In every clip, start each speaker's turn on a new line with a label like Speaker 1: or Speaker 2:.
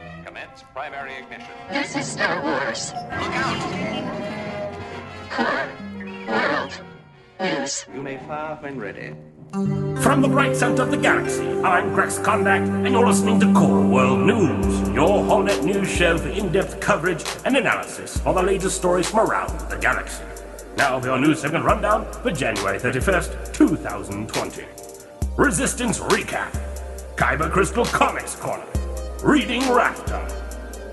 Speaker 1: Recommence primary ignition.
Speaker 2: This is Star Wars. Look out! Core World News.
Speaker 3: You may fire when ready.
Speaker 4: From the bright center of the galaxy, I'm Grex Kondak, and you're listening to Core World News, your Hornet News show for in-depth coverage and analysis on the latest stories from around the galaxy. Now for your news segment rundown for January 31st, 2020. Resistance Recap, Kyber Crystal Comics Corner, Reading Rafter.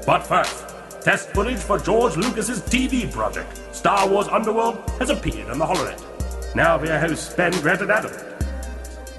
Speaker 4: But first, test footage for George Lucas's TV project, Star Wars Underworld, has appeared on the Holonet. Now for your hosts, Ben Grant and Adam.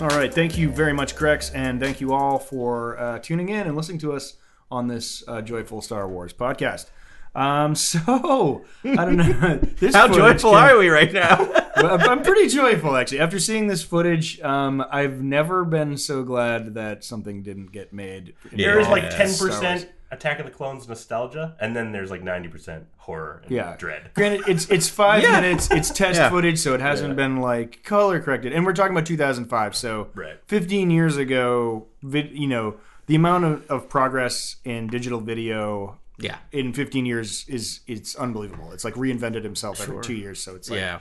Speaker 5: All right. Thank you very much, Grex, and thank you all for uh, tuning in and listening to us on this uh, joyful Star Wars podcast. Um, so I don't know. This
Speaker 6: How
Speaker 5: footage
Speaker 6: joyful
Speaker 5: came-
Speaker 6: are we right now?
Speaker 5: I'm I'm pretty joyful, actually. After seeing this footage, um, I've never been so glad that something didn't get made. in
Speaker 4: There is
Speaker 5: all
Speaker 4: like
Speaker 5: of
Speaker 4: ten
Speaker 5: Star Wars.
Speaker 4: percent Attack of the Clones nostalgia, and then there's like ninety percent horror and
Speaker 5: Yeah.
Speaker 4: dread.
Speaker 5: Granted, it's it's five
Speaker 6: Yeah.
Speaker 5: minutes. It's test
Speaker 6: Yeah.
Speaker 5: footage, so it hasn't been like color corrected. And we're talking about 2005, so
Speaker 4: Right.
Speaker 5: 15 years ago. Vid, you know, the amount of, of progress in digital video
Speaker 6: Yeah.
Speaker 5: in 15 years is it's unbelievable. It's like reinvented himself every two years, so it's like
Speaker 6: yeah.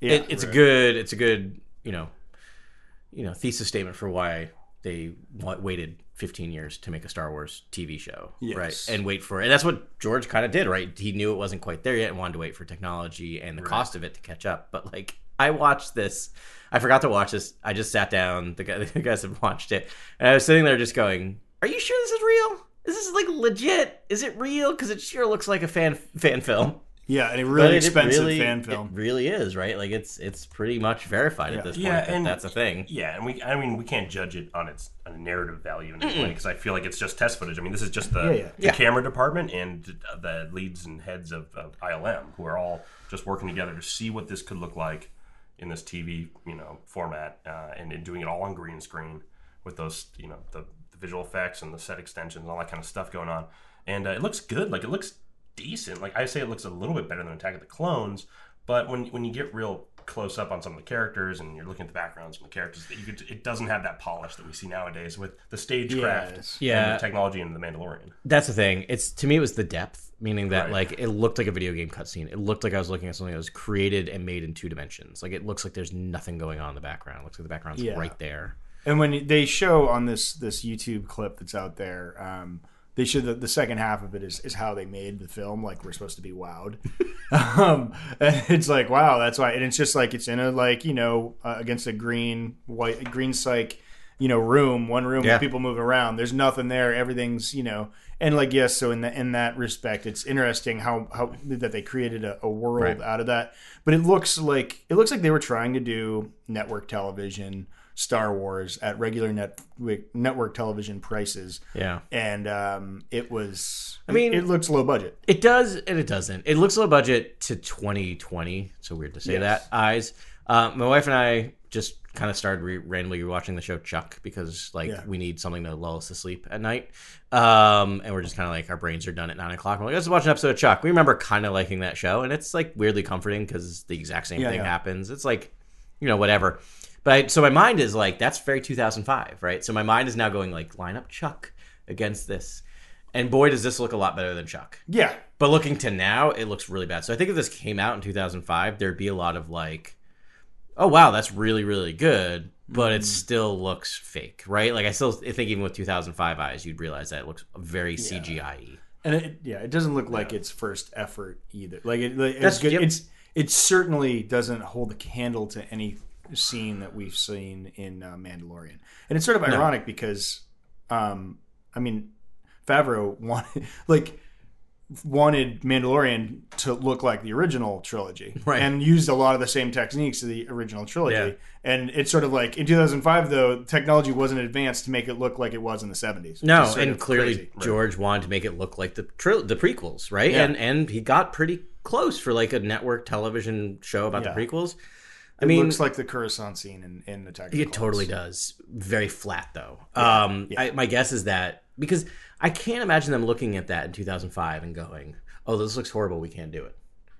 Speaker 5: yeah,
Speaker 6: It, it's a good it's a good, you know, you know, thesis statement for why they wa- waited 15 years to make a Star Wars TV show, right?
Speaker 5: Yes.
Speaker 6: And wait for And that's what George kind of did, right? He knew it wasn't quite there yet and wanted to wait for technology and the cost of it to catch up. But like I watched this I forgot to watch this. I just sat down. The, guy, the guys have watched it. And I was sitting there just going, "Are you sure this is real?" Is this like legit? Is it real? Because it sure looks like a fan fan film.
Speaker 5: yeah, and a really
Speaker 6: But it
Speaker 5: expensive
Speaker 6: really-
Speaker 5: fan film.
Speaker 6: It really is, right? Like it's it's pretty much verified at this point.
Speaker 4: Yeah,
Speaker 6: that
Speaker 4: and-
Speaker 6: that's a thing.
Speaker 4: Yeah, and we I mean we can't judge it on its on narrative value in any way because I feel like it's just test footage. I mean this is just the,
Speaker 5: Yeah, yeah.
Speaker 4: the camera department and the leads and heads of, of ILM who are all just working together to see what this could look like in this TV you know format uh, and, and doing it all on green screen with those you know the, the visual effects and the set extensions and all that kind of stuff going on and uh, it looks good like it looks decent like I say it looks a little bit better than Attack of the Clones but when when you get real close up on some of the characters and you're looking at the backgrounds and the characters that you could it doesn't have that polish that we see nowadays with the stagecraft
Speaker 5: Yes.
Speaker 6: Yeah.
Speaker 4: and the technology in the Mandalorian
Speaker 6: That's the thing. It's to me it was the depth, meaning that
Speaker 4: Right.
Speaker 6: like it looked like a video game cutscene. It looked like I was looking at something that was created and made in two dimensions. Like it looks like there's nothing going on in the background. It looks like the background's
Speaker 5: Yeah.
Speaker 6: right there.
Speaker 5: And when they show on this this YouTube clip that's out there, um, they show the, the second half of it is, is how they made the film. Like we're supposed to be wowed. um, and it's like wow, that's why. And it's just like it's in a like you know uh, against a green white green psych you know room, one room
Speaker 6: Yeah.
Speaker 5: with people moving around. There's nothing there. Everything's you know. And like yes, so in the, in that respect, it's interesting how, how that they created a, a world
Speaker 6: Right.
Speaker 5: out of that. But it looks like it looks like they were trying to do network television, Star Wars at regular net network television prices,
Speaker 6: Yeah.
Speaker 5: and um, it was. I
Speaker 6: mean-
Speaker 5: it, looks low budget.
Speaker 6: It does and it doesn't. It looks low budget to 2020. So weird to say that. Eyes. Uh, my wife and I just kind of started re- randomly rewatching the show Chuck because like
Speaker 5: Yeah.
Speaker 6: we need something to lull us to sleep at night. Um, and we're just kind of like our brains are done at nine o'clock. We're like, let's watch an episode of Chuck. We remember kind of liking that show, and it's like weirdly comforting because the exact same
Speaker 5: Yeah,
Speaker 6: thing
Speaker 5: yeah.
Speaker 6: happens. It's like you know whatever. But I, so my mind is like that's very 2005, right? So my mind is now going like line up Chuck against this. And boy, does this look a lot better than Chuck.
Speaker 5: Yeah,
Speaker 6: But looking to now, it looks really bad. So I think if this came out in 2005, there'd be a lot of like, oh wow, that's really really good, but
Speaker 5: Mm.
Speaker 6: it still looks fake, right? Like I still think even with 2005 eyes, you'd realize that it looks very CGI.
Speaker 5: and it, yeah, it doesn't look like its first effort either. Like it, like, it's
Speaker 6: That's-
Speaker 5: good.
Speaker 6: yep.
Speaker 5: It's it certainly doesn't hold a candle to any scene that we've seen in uh, Mandalorian, and it's sort of ironic because, um, I mean, Favreau wanted like wanted Mandalorian to look like the original trilogy,
Speaker 6: Right.
Speaker 5: And used a lot of the same techniques of the original trilogy.
Speaker 6: Yeah.
Speaker 5: And it's sort of like in 2005, though technology wasn't advanced to make it look like it was in the 70s. which
Speaker 6: No,
Speaker 5: is sort
Speaker 6: and
Speaker 5: of
Speaker 6: clearly
Speaker 5: crazy.
Speaker 6: George wanted to make it look like the tril the prequels, right?
Speaker 5: Yeah.
Speaker 6: And and he got pretty close for like a network television show about
Speaker 5: Yeah.
Speaker 6: the prequels. I
Speaker 5: It
Speaker 6: mean,
Speaker 5: looks like the Coruscant scene in, in Attack. of the
Speaker 6: It
Speaker 5: Clones.
Speaker 6: totally does. Very flat though. um, I, my guess is that because I can't imagine them looking at that in 2005 and going, "Oh, this looks horrible. We can't do it."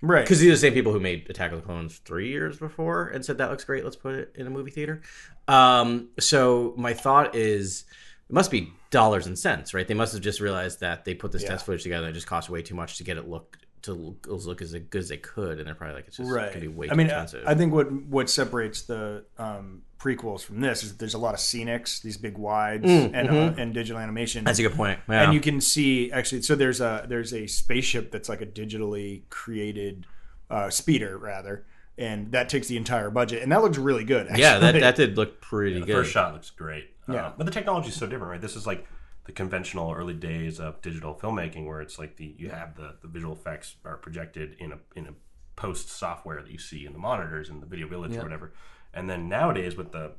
Speaker 5: right?
Speaker 6: Because these are the same people who made Attack of the Clones three years before and said that looks great. Let's put it in a movie theater. Um, so my thought is it must be dollars and cents, right? They must have just realized that they put this
Speaker 5: Yeah.
Speaker 6: test footage together and it just cost way too much to get it look to look, look as good as they could, and they're probably like, it's just
Speaker 5: right.
Speaker 6: going to be way
Speaker 5: I
Speaker 6: too
Speaker 5: mean,
Speaker 6: expensive.
Speaker 5: I think what what separates the um, prequels from this is that there's a lot of scenics, these big wides,
Speaker 6: Mm,
Speaker 5: and
Speaker 6: mm-hmm.
Speaker 5: uh, and digital animation.
Speaker 6: That's a good point. Yeah.
Speaker 5: and you can see actually so there's a there's a spaceship that's like a digitally created uh, speeder rather and that takes the entire budget and that looks really good actually.
Speaker 6: yeah, that, that did look pretty
Speaker 4: The
Speaker 6: good.
Speaker 4: first shot looks great.
Speaker 5: Yeah.
Speaker 4: Um, but the technology is so different, right? This is like the conventional early days of digital filmmaking, where it's like the you have the, the visual effects are projected in a in a post software that you see in the monitors and the video village or whatever. And then nowadays with the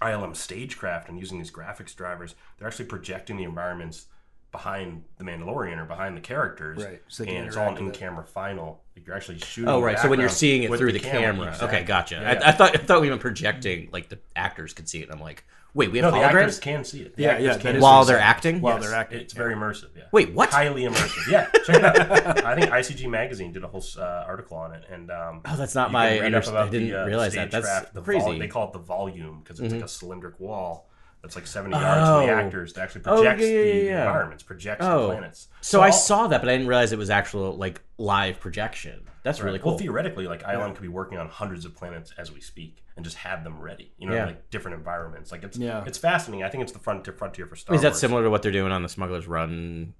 Speaker 4: ILM stagecraft and using these graphics drivers, they're actually projecting the environments behind the Mandalorian or behind the characters,
Speaker 5: Right, so they can
Speaker 4: and it's all an
Speaker 5: interact with it.
Speaker 4: in-camera final. Like you're actually shooting.
Speaker 6: Oh
Speaker 4: the
Speaker 6: right, so when you're
Speaker 4: background
Speaker 6: seeing it
Speaker 4: with
Speaker 6: through the, camera, okay,
Speaker 4: exactly.
Speaker 6: gotcha.
Speaker 4: Yeah, yeah.
Speaker 6: I, I thought I thought we were projecting like the actors could see it. and I'm like, wait, we
Speaker 4: no,
Speaker 6: have
Speaker 4: the actors
Speaker 6: holograms
Speaker 4: can see it. The
Speaker 5: Yeah,
Speaker 4: actors
Speaker 5: yeah,
Speaker 4: can
Speaker 5: that
Speaker 4: see
Speaker 5: is
Speaker 4: it.
Speaker 6: while
Speaker 5: Yes.
Speaker 6: they're acting.
Speaker 5: while
Speaker 4: Yes,
Speaker 5: they're acting
Speaker 4: It's very immersive. Yeah.
Speaker 6: Wait, what?
Speaker 4: Highly immersive. Yeah. Check it out. I think ICG magazine did a whole uh, article on it, and um,
Speaker 6: Oh, that's not
Speaker 4: you
Speaker 6: my
Speaker 4: can read up
Speaker 6: underst-
Speaker 4: about
Speaker 6: I didn't
Speaker 4: the, uh,
Speaker 6: realize that. That's
Speaker 4: stagecraft, the vol-
Speaker 6: crazy. Mm-hmm.
Speaker 4: they call it the volume because it's like a cylindric wall that's like seventy
Speaker 6: Oh.
Speaker 4: yards from the actors that actually
Speaker 6: Oh, yeah,
Speaker 4: projects
Speaker 6: yeah,
Speaker 4: the-
Speaker 6: yeah,
Speaker 4: the,
Speaker 6: yeah.
Speaker 4: environments, projects
Speaker 6: Oh.
Speaker 4: the planets.
Speaker 6: So I
Speaker 4: all-
Speaker 6: saw that, but I didn't realize it was actual like live projection. That's really
Speaker 4: Well,
Speaker 6: cool.
Speaker 4: theoretically, like ILM could be working on hundreds of planets as we speak, and just have them ready. You know,
Speaker 6: Yeah.
Speaker 4: like different environments. Like it's
Speaker 5: Yeah.
Speaker 4: it's fascinating. I think it's the frontier frontier for Star
Speaker 6: Is that
Speaker 4: Wars.
Speaker 6: similar to what they're doing on the Smuggler's Run?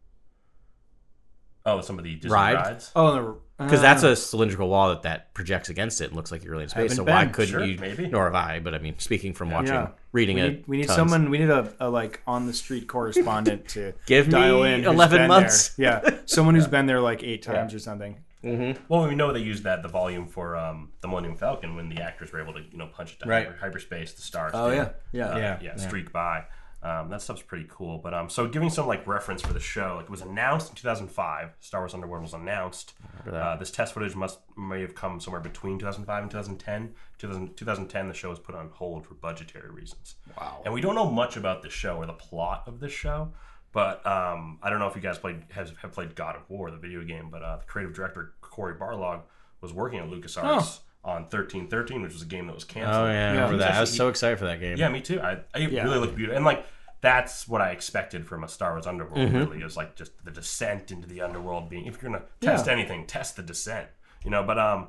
Speaker 4: Oh, some of the Disney
Speaker 6: Ride?
Speaker 4: rides.
Speaker 5: oh
Speaker 6: Because that's a cylindrical wall that that projects against it and looks like you're really in space.
Speaker 5: Haven't
Speaker 6: So why
Speaker 5: been.
Speaker 6: couldn't
Speaker 4: Sure,
Speaker 6: you?
Speaker 4: maybe.
Speaker 6: Nor have I. But I mean, speaking from watching,
Speaker 5: Yeah.
Speaker 6: reading
Speaker 5: we
Speaker 6: it,
Speaker 5: need, we need
Speaker 6: tons.
Speaker 5: someone we need a, a like on the street correspondent to
Speaker 6: Give
Speaker 5: dial
Speaker 6: me
Speaker 5: in who's
Speaker 6: 11
Speaker 5: been
Speaker 6: months.
Speaker 5: there. yeah someone who's been there like eight times or something
Speaker 4: Well, we know they used that the volume for um, the Millennium Falcon when the actors were able to you know punch it to
Speaker 6: Right.
Speaker 4: hyper, hyperspace, the stars.
Speaker 5: Oh,
Speaker 4: do,
Speaker 5: yeah. Yeah.
Speaker 4: uh,
Speaker 6: Yeah.
Speaker 4: yeah,
Speaker 6: Yeah.
Speaker 4: streak by. Um, that stuff's pretty cool. But um, so giving some like reference for the show, like it was announced in 2005. Star Wars Underworld was announced. Uh, this test footage must may have come somewhere between 2005 and 2010. 2000, 2010, the show was put on hold for budgetary reasons. Wow. And we don't know much about the show or the plot of this show. But um, I don't know if you guys played have, have played God of War, the video game. But uh, the creative director Corey Barlog was working at LucasArts on 1313, which was a game that was canceled.
Speaker 6: Oh yeah, I remember that. I was so excited for that game.
Speaker 4: Yeah, me too. I, I really looked beautiful, and like that's what I expected from a Star Wars Underworld. Really, is like just the descent into the underworld. Being if you're gonna test anything, test the descent. You know, but um,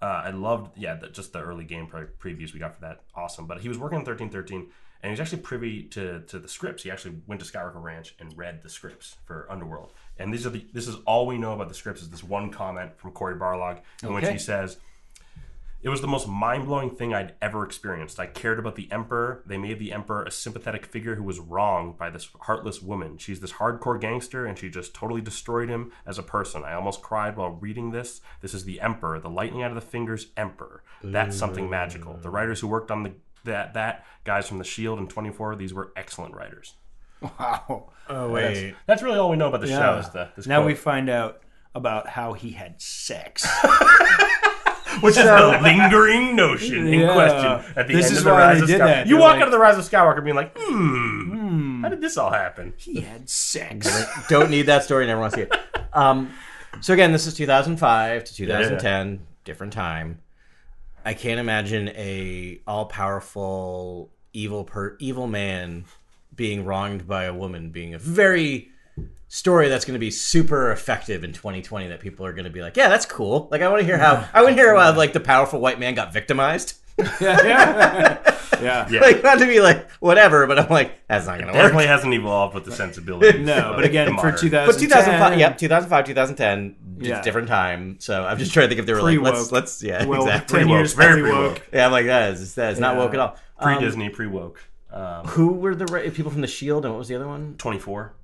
Speaker 4: uh, I loved yeah, the, just the early game pre- previews we got for that. Awesome. But he was working on thirteen thirteen, and he was actually privy to to the scripts. He actually went to Skywalker Ranch and read the scripts for Underworld. And these are the this is all we know about the scripts is this one comment from Corey Barlog in which
Speaker 5: Okay.
Speaker 4: he says. It was the most mind blowing thing I'd ever experienced. I cared about the Emperor. They made the Emperor a sympathetic figure who was wronged by this heartless woman. She's this hardcore gangster, and she just totally destroyed him as a person. I almost cried while reading this. This is the Emperor, the lightning out of the fingers Emperor. That's something magical. The writers who worked on the that that guys from the Shield and 24, these were excellent writers.
Speaker 5: wow
Speaker 6: Oh
Speaker 4: That's, that's really all we know about the show. Is the, this
Speaker 5: now
Speaker 4: quote.
Speaker 5: we find out about how he had sex
Speaker 4: which is the lingering notion in
Speaker 5: Yeah.
Speaker 4: question at the
Speaker 5: This
Speaker 4: end
Speaker 5: is
Speaker 4: of the
Speaker 5: why
Speaker 4: Rise
Speaker 5: they
Speaker 4: of
Speaker 5: did
Speaker 4: Skywalker.
Speaker 5: that.
Speaker 4: You
Speaker 5: They're
Speaker 4: walk
Speaker 5: like-
Speaker 4: out of the Rise of Skywalker being like, hmm, how did this all happen?
Speaker 5: he had sex
Speaker 6: Don't need that story. Never want to see it. Um, so again, this is 2005 to 2010, different time. I can't imagine a all powerful evil per evil man being wronged by a woman being a very story that's going to be super effective in 2020 that people are going to be like, yeah, that's cool. Like I want to hear how I want to hear how like the powerful white man got victimized.
Speaker 5: yeah yeah
Speaker 6: Like not to be like whatever, but I'm like that's not going to work.
Speaker 4: Definitely hasn't evolved with the sensibility.
Speaker 5: no but again for 2000
Speaker 6: But 2005, yep, 2005, 2010, it's
Speaker 5: Yeah.
Speaker 6: different time. So I'm just trying to think if they were like,
Speaker 5: Pre-woke.
Speaker 6: let's, let's, yeah,
Speaker 5: well,
Speaker 6: exactly.
Speaker 5: 10
Speaker 4: Pre-woke,
Speaker 5: years
Speaker 4: very
Speaker 5: pre woke.
Speaker 4: pre-woke.
Speaker 6: Yeah, I'm like, that is, that is not
Speaker 5: Yeah.
Speaker 6: woke at all. Um,
Speaker 4: pre Disney, pre woke. Um,
Speaker 6: who were the re- people from The Shield and what was the other one?
Speaker 4: 24.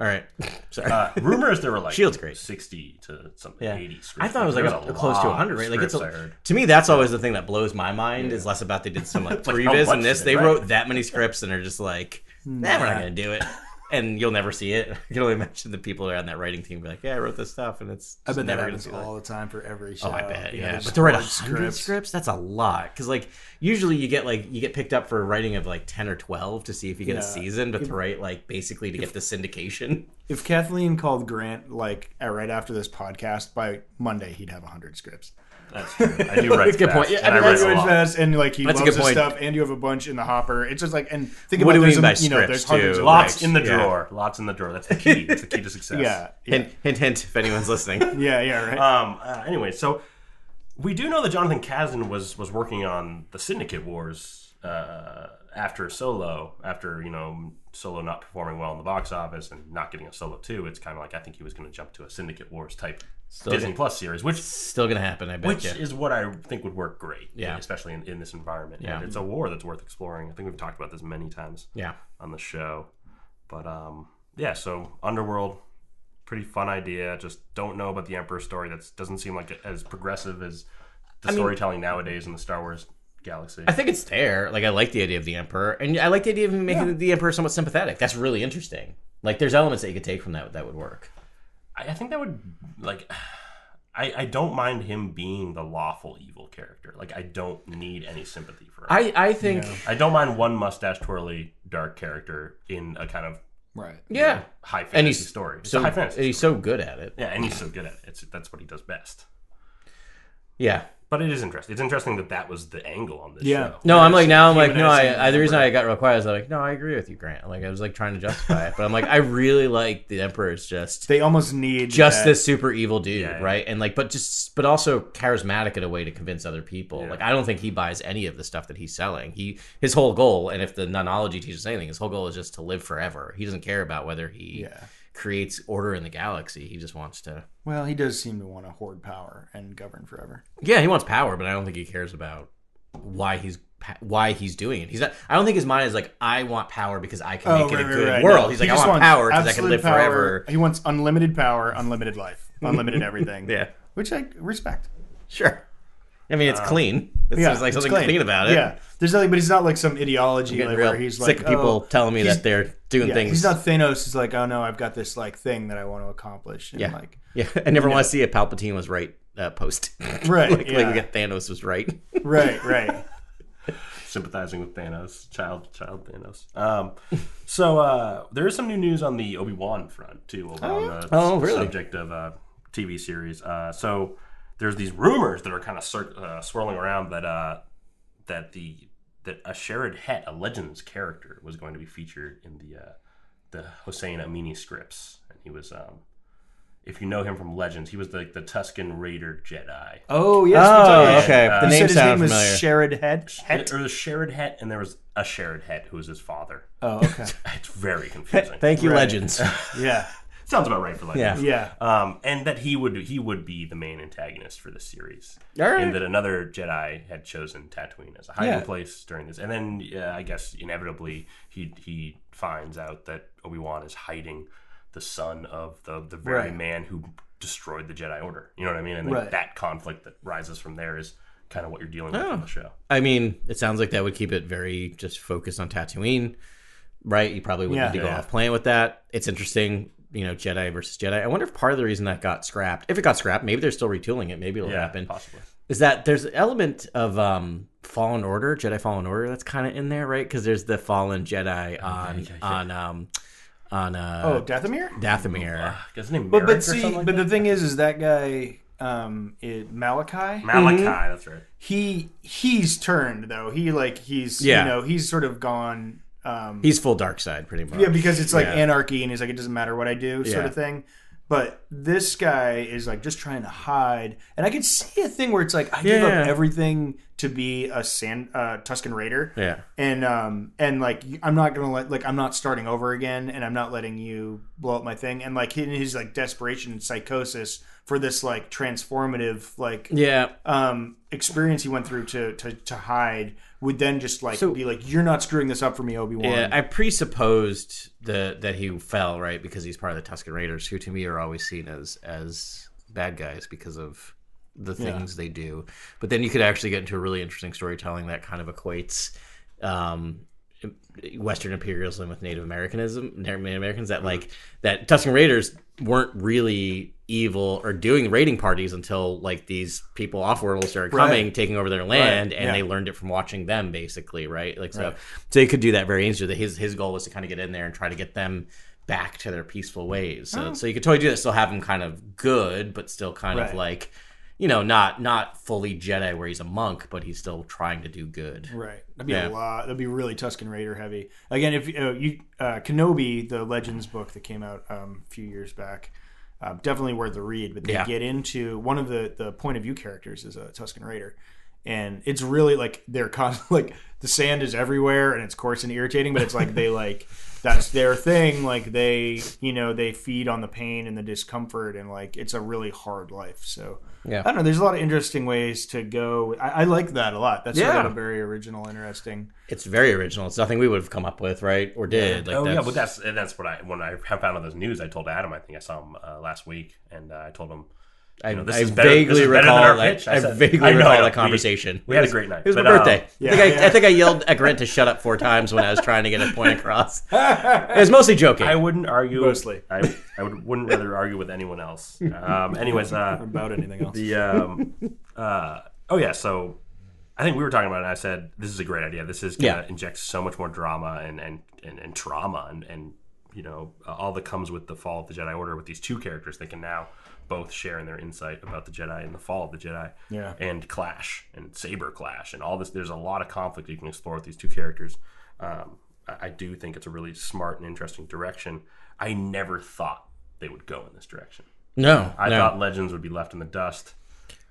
Speaker 6: All right. Sorry.
Speaker 4: Uh, rumors there were like
Speaker 6: Shield's great.
Speaker 4: 60 to something
Speaker 6: yeah.
Speaker 4: 80 scripts.
Speaker 6: I thought it was like
Speaker 4: There
Speaker 6: up to close to
Speaker 4: lot
Speaker 6: 100,
Speaker 4: of
Speaker 6: right? Like it's
Speaker 4: scripts, I
Speaker 6: a,
Speaker 4: heard.
Speaker 6: to me that's always the thing that blows my mind is less about they did some like
Speaker 4: like,
Speaker 6: three
Speaker 4: how
Speaker 6: viz
Speaker 4: much
Speaker 6: and this
Speaker 4: did
Speaker 6: they
Speaker 4: they write?
Speaker 6: wrote that many scripts and are just like, nah, we're not gonna do it, and you'll never see it. I can only imagine the people that are on that writing team be like, yeah, I wrote this stuff and it's
Speaker 5: I
Speaker 6: just
Speaker 5: bet that
Speaker 6: never gonna
Speaker 5: happens
Speaker 6: see light.
Speaker 5: all the time for every show.
Speaker 6: Oh, I bet.
Speaker 5: Uh, You know,
Speaker 6: Yeah,
Speaker 5: there's
Speaker 6: but to write a
Speaker 5: hard
Speaker 6: hundred
Speaker 5: scripts.
Speaker 6: scripts, that's a lot. Because like usually you get like you get picked up for writing of like ten or twelve to see if you get
Speaker 5: Yeah.
Speaker 6: a season, but to write like basically to get the syndication.
Speaker 5: If Kathleen called Grant like uh, right after this podcast by Monday, he'd have hundred scripts.
Speaker 4: That's true. I do write
Speaker 6: That's a good
Speaker 4: fast,
Speaker 6: point. Yeah, I
Speaker 4: and I
Speaker 6: mean,
Speaker 4: write
Speaker 5: Language
Speaker 4: a lot.
Speaker 5: fest, and like he
Speaker 6: That's a
Speaker 5: loves
Speaker 6: good
Speaker 5: this
Speaker 6: point.
Speaker 5: stuff, and you have a bunch in the hopper. It's just like, and think about
Speaker 6: What do we
Speaker 5: there's
Speaker 6: mean by
Speaker 5: a, you know,
Speaker 6: scripts,
Speaker 5: there's hundreds
Speaker 6: too?
Speaker 5: of
Speaker 6: Lots
Speaker 4: Lots
Speaker 5: ways.
Speaker 4: in the
Speaker 6: Yeah.
Speaker 4: drawer. Lots in the drawer. That's the key. That's the key to success.
Speaker 5: yeah, yeah,
Speaker 6: Hint, hint, hint. If anyone's listening,
Speaker 5: yeah, yeah, right.
Speaker 4: Um, uh, anyway, so we do know that Jonathan Kazan was was working on the Syndicate Wars uh, after Solo, after you know Solo not performing well in the box office and not getting a Solo two. It's kind of like I think he was going to jump to a Syndicate Wars type
Speaker 6: Still
Speaker 4: Disney
Speaker 6: gonna-
Speaker 4: Plus series, which
Speaker 6: still gonna happen. I bet
Speaker 4: which
Speaker 6: you.
Speaker 4: is what I think would work great,
Speaker 6: Yeah.
Speaker 4: especially in, in this environment.
Speaker 6: Yeah.
Speaker 4: And it's a war that's worth exploring. I think we've talked about this many times
Speaker 6: yeah.
Speaker 4: on the show. But um, yeah, so Underworld, pretty fun idea. Just don't know about the Emperor story. That doesn't seem like it- as progressive as the
Speaker 6: mean-
Speaker 4: storytelling nowadays in the Star Wars galaxy.
Speaker 6: I think it's there. Like I like the idea of the emperor, and I like the idea of making the emperor somewhat sympathetic. That's really interesting. Like there's elements that you could take from that that would work.
Speaker 4: I, I think that would like. I, I don't mind him being the lawful evil character. Like I don't need any sympathy for him. I,
Speaker 6: I I think
Speaker 4: don't mind one mustache twirly dark character in a kind of
Speaker 5: right.
Speaker 6: yeah.
Speaker 4: high fantasy
Speaker 6: And he's
Speaker 4: story. It's
Speaker 6: so
Speaker 4: a high fantasy.
Speaker 6: and he's so good at it.
Speaker 4: yeah, and he's so good at it. It's, that's what he does best.
Speaker 6: Yeah.
Speaker 4: But it is interesting. It's interesting that that was the angle on this
Speaker 5: Yeah.
Speaker 4: show.
Speaker 6: No, I'm like now I'm like no.
Speaker 5: humanizing
Speaker 6: I, I the reason I got real quiet is like no, I agree with you, Grant. Like I was like trying to justify it, but I'm like I really like the emperor's just
Speaker 5: They almost need
Speaker 6: just
Speaker 5: that-
Speaker 6: this super evil dude,
Speaker 4: Yeah, yeah.
Speaker 6: right? And like, but just, but also charismatic in a way to convince other people.
Speaker 4: Yeah.
Speaker 6: Like, I don't think he buys any of the stuff that he's selling. He, his whole goal, and if the nonology teaches anything, his whole goal is just to live forever. He doesn't care about whether he
Speaker 5: Yeah.
Speaker 6: creates order in the galaxy. He just wants to,
Speaker 5: Well, he does seem to want to hoard power and govern forever.
Speaker 6: yeah, he wants power, but I don't think he cares about why he's pa- why he's doing it. He's not. I don't think his mind is like, I want power because I
Speaker 5: Oh,
Speaker 6: can make it a good world. He's like, I
Speaker 5: just
Speaker 6: want
Speaker 5: wants
Speaker 6: power because I can
Speaker 5: absolute
Speaker 6: live
Speaker 5: power.
Speaker 6: forever.
Speaker 5: He wants unlimited power, unlimited life, unlimited everything.
Speaker 6: Yeah,
Speaker 5: which I respect.
Speaker 6: sure. I mean, it's clean. It's
Speaker 5: Uh, Yeah,
Speaker 6: there's, like
Speaker 5: it's
Speaker 6: something clean about it.
Speaker 5: Yeah, there's nothing, but he's not like some ideology
Speaker 6: getting
Speaker 5: like,
Speaker 6: real
Speaker 5: where he's
Speaker 6: sick
Speaker 5: like
Speaker 6: of people
Speaker 5: oh,
Speaker 6: telling me
Speaker 5: he's-
Speaker 6: that they're doing
Speaker 5: yeah,
Speaker 6: things.
Speaker 5: He's not Thanos. He's like, oh no, I've got this like thing that I want to accomplish. And,
Speaker 6: yeah,
Speaker 5: like
Speaker 6: yeah. I never want to see a Palpatine was right uh, post.
Speaker 5: Right,
Speaker 6: like, like
Speaker 5: yeah.
Speaker 6: we got Thanos was right.
Speaker 5: right, right.
Speaker 4: Sympathizing with Thanos, child, child Thanos. Um, so uh, there is some new news on the Obi Wan front too. Over on the
Speaker 6: Oh, really?
Speaker 4: subject of uh, TV series. Uh, so there's these rumors that are kind of cir- uh, swirling around that uh, that the that a Sherrod Het, a Legends character, was going to be featured in the uh, the Hossein Amini scripts, and he was. Um, if you know him from Legends, he was like the Tuscan Raider Jedi.
Speaker 5: Oh yes. we
Speaker 6: Oh,
Speaker 5: talked-
Speaker 6: okay. The
Speaker 5: You
Speaker 6: name
Speaker 5: said his name
Speaker 6: sounds
Speaker 5: was
Speaker 6: familiar.
Speaker 5: Sherrod Head.
Speaker 4: Het? Or the Sherrod Het, and there was a Sherrod Het who was his father.
Speaker 5: Oh, okay.
Speaker 4: It's very confusing.
Speaker 6: Thank you,
Speaker 5: Right.
Speaker 6: Legends.
Speaker 5: Yeah,
Speaker 4: Sounds about right for like
Speaker 6: Yeah.
Speaker 5: yeah.
Speaker 4: Um, and that he would he would be the main antagonist for this series,
Speaker 6: All right.
Speaker 4: and that another Jedi had chosen Tatooine as a hiding
Speaker 5: Yeah.
Speaker 4: place during this. And then uh, I guess inevitably he he finds out that Obi Wan is hiding the son of the the very
Speaker 5: Right.
Speaker 4: man who destroyed the Jedi Order. You know what I mean? And then
Speaker 5: Right.
Speaker 4: that conflict that rises from there is kind of what you're dealing
Speaker 5: Oh.
Speaker 4: with on the show.
Speaker 6: I mean, it sounds like that would keep it very just focused on Tatooine, right? You probably wouldn't
Speaker 5: Yeah.
Speaker 6: need to go
Speaker 4: Yeah.
Speaker 6: off plan with that. It's interesting, you know, Jedi versus Jedi. I wonder if part of the reason that got scrapped, if it got scrapped, maybe they're still retooling it. Maybe it'll
Speaker 4: Yeah,
Speaker 6: happen.
Speaker 4: possibly.
Speaker 6: is that there's an element of um fallen order jedi fallen order that's kind of in there right because there's the fallen
Speaker 4: Oh,
Speaker 6: jedi on on um on
Speaker 5: Oh,
Speaker 6: uh
Speaker 5: Dathomir.
Speaker 6: dathomir
Speaker 4: Is his name
Speaker 5: But
Speaker 4: Merrick or
Speaker 5: but see,
Speaker 4: something like
Speaker 5: but the thing is, is that guy, um, it, Malachi.
Speaker 6: Mm-hmm.
Speaker 4: Malachi, that's right.
Speaker 5: he he's turned though. He like he's
Speaker 6: Yeah.
Speaker 5: you know he's sort of gone. Um,
Speaker 6: he's full dark side pretty much
Speaker 5: yeah, because it's like
Speaker 6: Yeah.
Speaker 5: anarchy, and he's like it doesn't matter what I do, sort
Speaker 6: Yeah.
Speaker 5: of thing. But this guy is like just trying to hide, and I can see a thing where it's like I give
Speaker 6: Yeah.
Speaker 5: up everything to be a sand uh, Tuscan Raider,
Speaker 6: yeah
Speaker 5: and um and like y- I'm not gonna let like I'm not starting over again, and I'm not letting you blow up my thing, and like in his like desperation and psychosis for this like transformative like
Speaker 6: yeah
Speaker 5: um, experience he went through to to, to hide would then just like
Speaker 6: So-
Speaker 5: be like, "You're not screwing this up for me, Obi Wan."
Speaker 6: yeah i presupposed the that he fell right because he's part of the tuscan raiders who to me are always seen as as bad guys because of the things they do but then you could actually get into a really interesting storytelling that kind of equates um Western imperialism with Native Americanism, Native Americans that like that Tuscan Raiders weren't really evil or doing raiding parties until like these people off world started coming, taking over their land, and
Speaker 5: yeah.
Speaker 6: they learned it from watching them basically, right? Like so, so he could do that very easily. That His his goal was to kind of get in there and try to get them back
Speaker 4: Oh.
Speaker 6: to their peaceful ways. So so you could totally do that, still have them kind of good, but still kind of
Speaker 5: Right.
Speaker 6: like you know, not not fully Jedi where he's a monk, but he's still trying to do good.
Speaker 5: Right. That'd be a
Speaker 6: Yeah.
Speaker 5: lot. That'd be really Tuscan Raider heavy. Again, if uh, you uh, Kenobi, the Legends book that came out um, a few years back, uh, definitely worth the read. But they
Speaker 6: Yeah.
Speaker 5: get into one of the the point of view characters is a Tuscan Raider, and it's really like they're constantly like the sand is everywhere and it's coarse and irritating, but it's like they like that's their thing. Like they you know they feed on the pain and the discomfort and like it's a really hard life. So
Speaker 6: Yeah.
Speaker 5: I don't know. There's a lot of interesting ways to go. I, I like that a lot. That's
Speaker 6: Yeah.
Speaker 5: sort of a very original, interesting.
Speaker 6: It's very original. It's nothing we would have come up with, right? Or did. Like
Speaker 4: oh yeah,
Speaker 6: that's-
Speaker 4: but that's and that's what I when I found out this news. I told Adam. I think I saw him uh, last week, and uh, I told him
Speaker 6: I,
Speaker 4: you know, this
Speaker 6: I
Speaker 4: is better-
Speaker 6: vaguely
Speaker 4: this is better than
Speaker 6: recall
Speaker 4: our
Speaker 6: that.
Speaker 4: pitch. I
Speaker 6: I,
Speaker 4: said-
Speaker 6: vaguely
Speaker 4: I know, I
Speaker 6: recall
Speaker 4: know.
Speaker 6: that
Speaker 4: We-
Speaker 6: conversation.
Speaker 4: we had a
Speaker 6: It was-
Speaker 4: great night,
Speaker 6: It was my
Speaker 4: but, uh,
Speaker 6: birthday.
Speaker 5: yeah,
Speaker 6: I, think I,
Speaker 5: yeah.
Speaker 6: I think I yelled at Grant to shut up four times when I was trying to get a point across. It was mostly joking.
Speaker 4: I wouldn't argue
Speaker 5: Mostly.
Speaker 4: I I would, wouldn't rather argue with anyone else. Um, anyways, uh,
Speaker 5: about anything else.
Speaker 4: the um, uh, oh yeah, so I think we were talking about it. and I said this is a great idea. This is gonna
Speaker 6: Yeah.
Speaker 4: inject so much more drama and and and, and trauma and and you know uh, all that comes with the fall of the Jedi Order with these two characters. They can now both share in their insight about the Jedi and the fall of the Jedi.
Speaker 5: Yeah.
Speaker 4: and clash and saber clash and all this. There's a lot of conflict you can explore with these two characters. Um, I, I do think it's a really smart and interesting direction. I never thought they would go in this direction.
Speaker 6: no,
Speaker 4: I
Speaker 6: no.
Speaker 4: thought Legends would be left in the dust.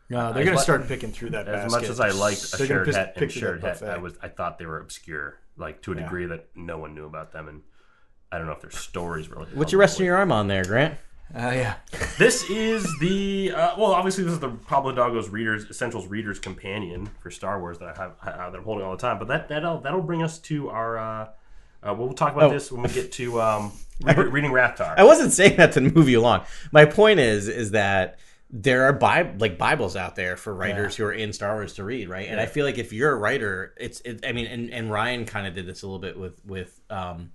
Speaker 5: No, they're
Speaker 4: As
Speaker 5: going to
Speaker 4: mu-
Speaker 5: start picking through that.
Speaker 4: As
Speaker 5: basket.
Speaker 4: much as I liked a
Speaker 5: They're gonna
Speaker 4: shared
Speaker 5: piss-
Speaker 4: het
Speaker 5: pick
Speaker 4: and
Speaker 5: through
Speaker 4: shared
Speaker 5: that
Speaker 4: het,
Speaker 5: buffet.
Speaker 4: I was I thought they were obscure, like to a degree that no one knew about them, and I don't know if their stories really.
Speaker 6: What's your resting your arm on there, Grant? Oh,
Speaker 5: Uh, yeah.
Speaker 4: This is the uh, well, obviously this is the Pablo Doggo's Readers Essentials Readers Companion for Star Wars that I have uh, that I'm holding all the time. But that that'll that'll bring us to our. Uh, uh, we'll talk about this when we get to um, re- reading Rathar.
Speaker 6: Oh. I wasn't saying that to move you along. My point is, is that there are bi- like Bibles out there for writers who are in Star Wars to read, right? And I feel like if you're a writer, it's, it, I mean, and, and Ryan kind of did this a little bit with with um,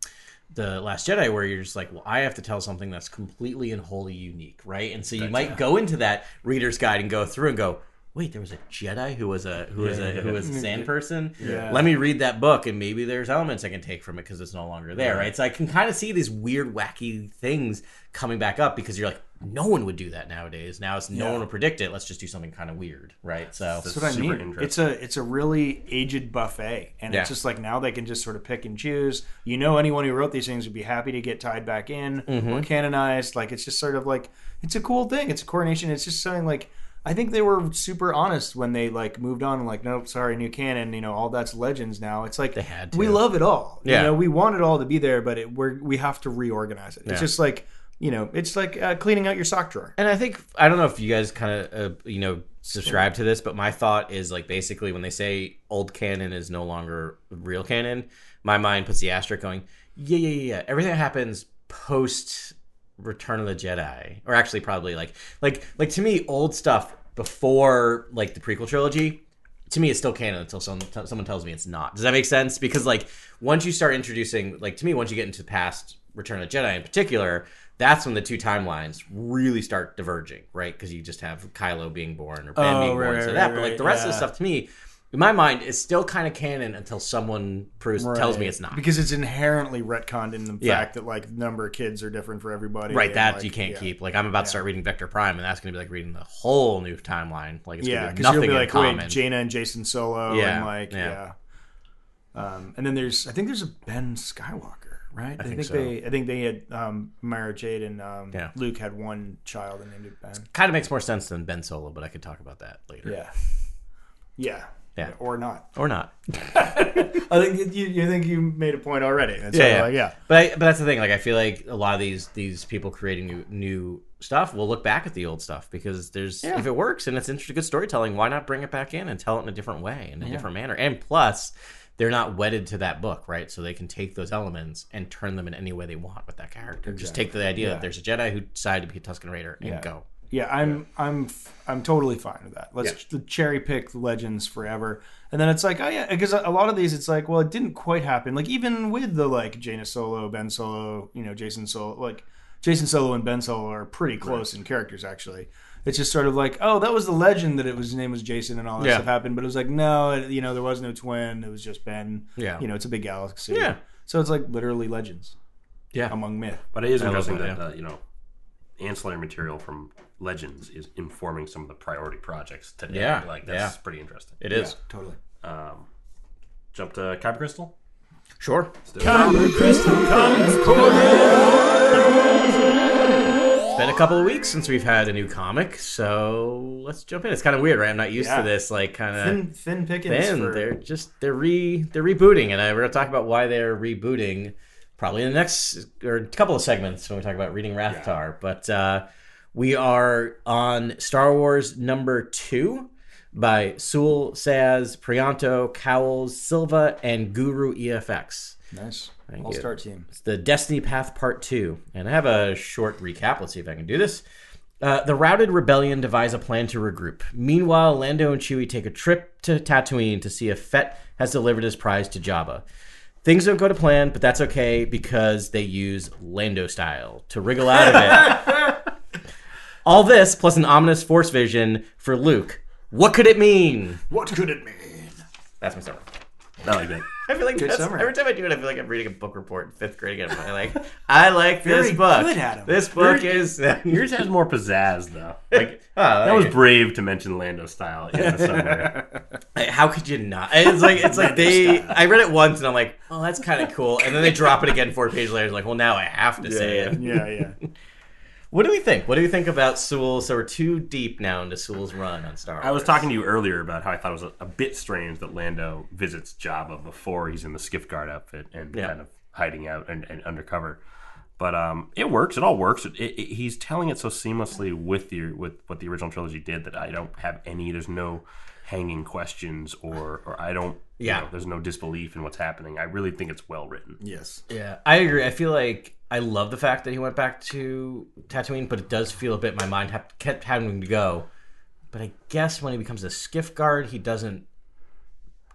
Speaker 6: the Last Jedi, where you're just like, well, I have to tell something that's completely and wholly unique, right? And so you might go into that reader's guide and go through and go. Wait, there was a Jedi who was a who was a who was a sand person.
Speaker 5: Yeah.
Speaker 6: Let me read that book, and maybe there's elements I can take from it because it's no longer there, right? So I can kind of see these weird, wacky things coming back up because you're like, no one would do that nowadays. Now it's no
Speaker 5: Yeah.
Speaker 6: one will predict it. Let's just do something kind of weird, right? So
Speaker 4: This
Speaker 5: That's what I
Speaker 4: super
Speaker 5: mean. It's a it's a really aged buffet, and
Speaker 6: Yeah.
Speaker 5: it's just like now they can just sort of pick and choose. You know, anyone who wrote these things would be happy to get tied back in
Speaker 6: Mm-hmm.
Speaker 5: or canonized. Like it's just sort of like it's a cool thing. It's a coronation. It's just something like I think they were super honest when they like moved on and like nope, sorry, new canon. You know, all that's legends now. It's like they
Speaker 6: had
Speaker 5: we
Speaker 6: to.
Speaker 5: love it all.
Speaker 6: Yeah.
Speaker 5: you know, we want it all to be there, but it, we're we have to reorganize it. It's just like you know, it's like uh, cleaning out your sock drawer.
Speaker 6: And I think I don't know if you guys kind of uh, you know subscribe to this, but my thought is like basically when they say old canon is no longer real canon, my mind puts the asterisk going, yeah, yeah, yeah, yeah. Everything that happens post Return of the Jedi, or actually probably like like like to me, old stuff before like the prequel trilogy to me it's still canon until some, t- someone tells me it's not does that make sense because like once you start introducing like to me once you get into past return of the jedi in particular that's when the two timelines really start diverging right because you just have kylo being born or ben
Speaker 5: Oh,
Speaker 6: being
Speaker 5: right,
Speaker 6: born so
Speaker 5: right,
Speaker 6: that
Speaker 5: right,
Speaker 6: but like
Speaker 5: right,
Speaker 6: the rest of the
Speaker 5: yeah.
Speaker 6: stuff to me in my mind is still kind of canon until someone proves, tells me
Speaker 5: Right.
Speaker 6: it's not
Speaker 5: because it's inherently retconned in the
Speaker 6: Yeah.
Speaker 5: fact that like the number of kids are different for everybody.
Speaker 6: right
Speaker 5: and,
Speaker 6: that
Speaker 5: like,
Speaker 6: you can't
Speaker 5: yeah.
Speaker 6: keep like i'm about to start reading vector prime and that's going to be like reading the whole new timeline like it's
Speaker 5: Yeah,
Speaker 6: going to be
Speaker 5: because
Speaker 6: nothing
Speaker 5: you'll be
Speaker 6: in
Speaker 5: like,
Speaker 6: common
Speaker 5: wait, Jaina and Jason Solo,
Speaker 6: Yeah,
Speaker 5: and like,
Speaker 6: yeah.
Speaker 5: yeah. Um, and then there's, I think there's a Ben Skywalker, right? I,
Speaker 6: think so.
Speaker 5: they, I think they had um, Myra Jade and um,
Speaker 6: Yeah.
Speaker 5: Luke had one child and named it Ben.
Speaker 6: kind of makes more sense than ben solo but i could talk about that later
Speaker 5: Yeah, yeah,
Speaker 6: Yeah.
Speaker 5: or not.
Speaker 6: or not
Speaker 5: I think you, you think you made a point already. That's
Speaker 6: yeah, yeah.
Speaker 5: why, like, yeah.
Speaker 6: But I, but that's the thing. Like I feel like a lot of these these people creating new new stuff will look back at the old stuff because there's if it works and it's interesting, good storytelling, why not bring it back in and tell it in a different way, in a different manner? And plus, they're not wedded to that book, right? So they can take those elements and turn them in any way they want with that character. Just take the idea that there's a Jedi who decided to be a Tusken Raider and go.
Speaker 5: Yeah, I'm I'm f- I'm totally fine with that. Let's ch- cherry pick the legends forever, and then it's like, oh yeah, because a a lot of these, it's like, well, it didn't quite happen. Like even with the like Jaina Solo, Ben Solo, you know, Jason Solo, like Jason Solo and Ben Solo are pretty close in characters actually. It's just sort of like, oh, that was the legend that it was his name was Jason and all that
Speaker 6: Yeah.
Speaker 5: stuff happened, but it was like, no, it, you know, there was no twin. It was just Ben.
Speaker 6: Yeah.
Speaker 5: you know, it's a big galaxy.
Speaker 6: Yeah.
Speaker 5: so it's like literally legends
Speaker 6: Yeah.
Speaker 5: among myth.
Speaker 4: But it is
Speaker 6: love
Speaker 4: interesting
Speaker 6: that,
Speaker 4: that uh, you know ancillary material from Legends is informing some of the priority projects today.
Speaker 6: Yeah,
Speaker 4: like that's
Speaker 6: yeah.
Speaker 4: pretty interesting.
Speaker 6: It is.
Speaker 5: Totally.
Speaker 4: Um, Jump to Kyber Crystal.
Speaker 6: Sure. It's been a couple of weeks since we've had a new comic, so let's jump in. It's kind of weird, right? I'm not used
Speaker 5: Yeah.
Speaker 6: to this, like kind
Speaker 5: Thin,
Speaker 6: of
Speaker 5: thin pickings.
Speaker 6: thin.
Speaker 5: for-
Speaker 6: They're just they're re they're rebooting, and I, we're gonna talk about why they're rebooting probably in the next or a couple of segments when we talk about reading Rathtar. But uh, we are on Star Wars number two by Sewell, Saz, Prianto, Cowles, Silva, and Guru E EFX.
Speaker 5: nice.
Speaker 6: Thank
Speaker 5: All
Speaker 6: you.
Speaker 5: star team.
Speaker 6: It's the Destiny Path Part 2. And I have a short recap. Let's see if I can do this. Uh, the routed rebellion devise a plan to regroup. Meanwhile, Lando and Chewie take a trip to Tatooine to see if Fett has delivered his prize to Jabba. Things don't go to plan, but that's okay because they use Lando style to wriggle out of it. All this plus an ominous force vision for Luke. What could it mean?
Speaker 5: What could it mean?
Speaker 6: That's my summary.
Speaker 4: I like that.
Speaker 6: I feel like
Speaker 5: Good
Speaker 6: that's,
Speaker 5: summary.
Speaker 6: every time I do it, I feel like I'm reading a book report in fifth grade again. i like, I like this
Speaker 5: Very
Speaker 6: book.
Speaker 5: good, Adam.
Speaker 6: This book is
Speaker 4: Yours has more pizzazz though. Like
Speaker 6: Oh,
Speaker 4: that was
Speaker 6: yeah.
Speaker 4: brave to mention Lando style in the summary.
Speaker 6: how could you not? It's like it's like they. I read it once and I'm like, oh, that's kind of cool, and then they drop it again four pages later. It's like, well, now I have to say it.
Speaker 5: Yeah, yeah.
Speaker 6: What do we think? What do we think about Sewell? So we're too deep now into Sewell's run on Star Wars.
Speaker 4: I was talking to you earlier about how I thought it was a, a bit strange that Lando visits Jabba before he's in the skiff guard outfit and
Speaker 6: Yeah.
Speaker 4: kind of hiding out and, and undercover. But um, it works. It all works. It, it, it- he's telling it so seamlessly with the with what the original trilogy did that I don't have any. There's no hanging questions or or I don't. you
Speaker 6: Yeah.
Speaker 4: know, there's no disbelief in what's happening. I really think it's well written.
Speaker 5: Yes.
Speaker 6: Yeah, I agree. I feel like I love the fact that he went back to Tatooine, but it does feel a bit. My mind ha- kept having to go. But I guess when he becomes a skiff guard, he doesn't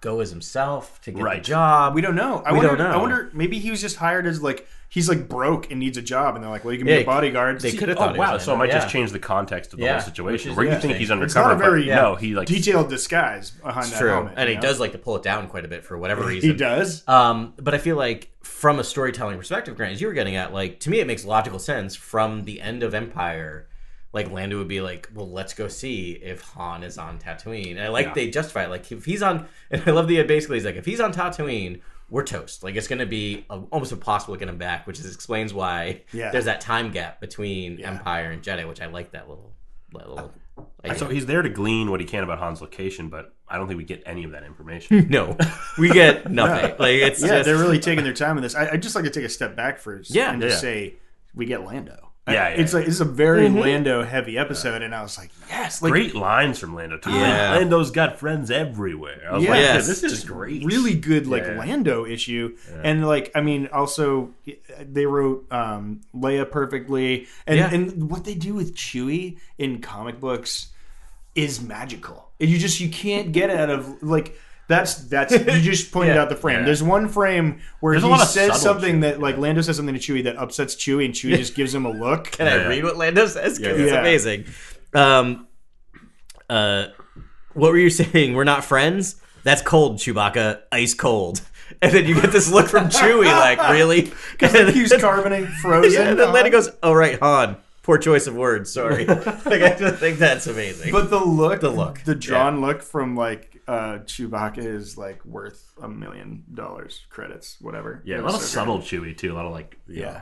Speaker 6: go as himself to get
Speaker 4: Right.
Speaker 6: the job.
Speaker 5: Uh, We don't know. I
Speaker 6: We
Speaker 5: wonder,
Speaker 6: don't know.
Speaker 5: I wonder. Maybe he was just hired as like he's like broke and needs a job, and they're like, "Well, you can
Speaker 6: Yeah,
Speaker 5: be a bodyguard."
Speaker 6: they
Speaker 5: See,
Speaker 6: could have
Speaker 4: Oh
Speaker 6: thought.
Speaker 4: wow! So it might
Speaker 6: yeah.
Speaker 4: just change the context of the
Speaker 6: Yeah,
Speaker 4: whole
Speaker 6: which
Speaker 4: situation.
Speaker 6: is
Speaker 4: Where you think he's
Speaker 6: interesting.
Speaker 5: It's not
Speaker 4: undercover?
Speaker 5: a very-
Speaker 4: but
Speaker 5: yeah.
Speaker 4: no, he like
Speaker 5: detailed disguise behind that
Speaker 6: True,
Speaker 5: helmet,
Speaker 6: and
Speaker 5: you
Speaker 6: he
Speaker 5: know?
Speaker 6: does like to pull it down quite a bit for whatever reason.
Speaker 5: He does.
Speaker 6: Um, but I feel like from a storytelling perspective, Grant, as you were getting at, like to me, it makes logical sense from the end of Empire. Like Lando would be like, "Well, let's go see if Han is on Tatooine." And I like they justify it. Like if he's on, and I love the basically he's like, "If he's on Tatooine, we're toast." Like it's going to be uh almost impossible to get him back, which is, explains why
Speaker 5: Yeah.
Speaker 6: there's that time gap between Empire and Jedi, which I like that little little. idea.
Speaker 4: So he's there to glean what he can about Han's location, but I don't think we get any of that information.
Speaker 6: no, we get nothing. Like it's
Speaker 5: Yeah,
Speaker 6: just,
Speaker 5: they're really taking their time in this. I, I'd just like to take a step back first
Speaker 6: Yeah,
Speaker 5: and just
Speaker 4: yeah.
Speaker 5: say we get Lando. I-
Speaker 4: Yeah, yeah,
Speaker 5: it's
Speaker 4: yeah.
Speaker 5: like it's a very Lando heavy episode, and I was like, yes, like
Speaker 4: great lines from Lando. Too.
Speaker 6: Yeah.
Speaker 4: Lando's got friends everywhere. I was
Speaker 5: Yeah.
Speaker 4: like,
Speaker 6: Yes.
Speaker 4: this is great.
Speaker 5: really good like
Speaker 4: Yeah.
Speaker 5: Lando issue, and like I mean, also they wrote um, Leia perfectly, and
Speaker 6: Yeah.
Speaker 5: and what they do with Chewie in comic books is magical. You just you can't get out of like. That's that's you just pointed out the frame.
Speaker 4: Yeah.
Speaker 5: There's one frame where
Speaker 4: There's a
Speaker 5: he
Speaker 4: lot of
Speaker 5: says
Speaker 4: subtle
Speaker 5: something
Speaker 4: shit,
Speaker 5: that like Lando says something to Chewie that upsets Chewie, and Chewie just gives him a look.
Speaker 6: Can I
Speaker 4: Yeah.
Speaker 6: read what Lando says? 'Cause it's
Speaker 5: Yeah.
Speaker 6: amazing. Um, uh, what were you saying? We're not friends? That's cold, Chewbacca. Ice cold. And then you get this look from Chewie, like, really? And then,
Speaker 5: He's carbonate frozen.
Speaker 6: and then Lando
Speaker 5: on.
Speaker 6: goes, oh, right, Han. Poor choice of words, sorry. like, I just think that's amazing.
Speaker 5: But the look, the
Speaker 6: look,
Speaker 5: the drawn look from like uh, Chewbacca is like worth a million dollars credits, whatever.
Speaker 4: Yeah,
Speaker 5: It
Speaker 4: a
Speaker 5: was
Speaker 4: lot of
Speaker 5: so
Speaker 4: subtle Chewy too. A lot of like,
Speaker 5: good.
Speaker 4: yeah,
Speaker 5: Yeah,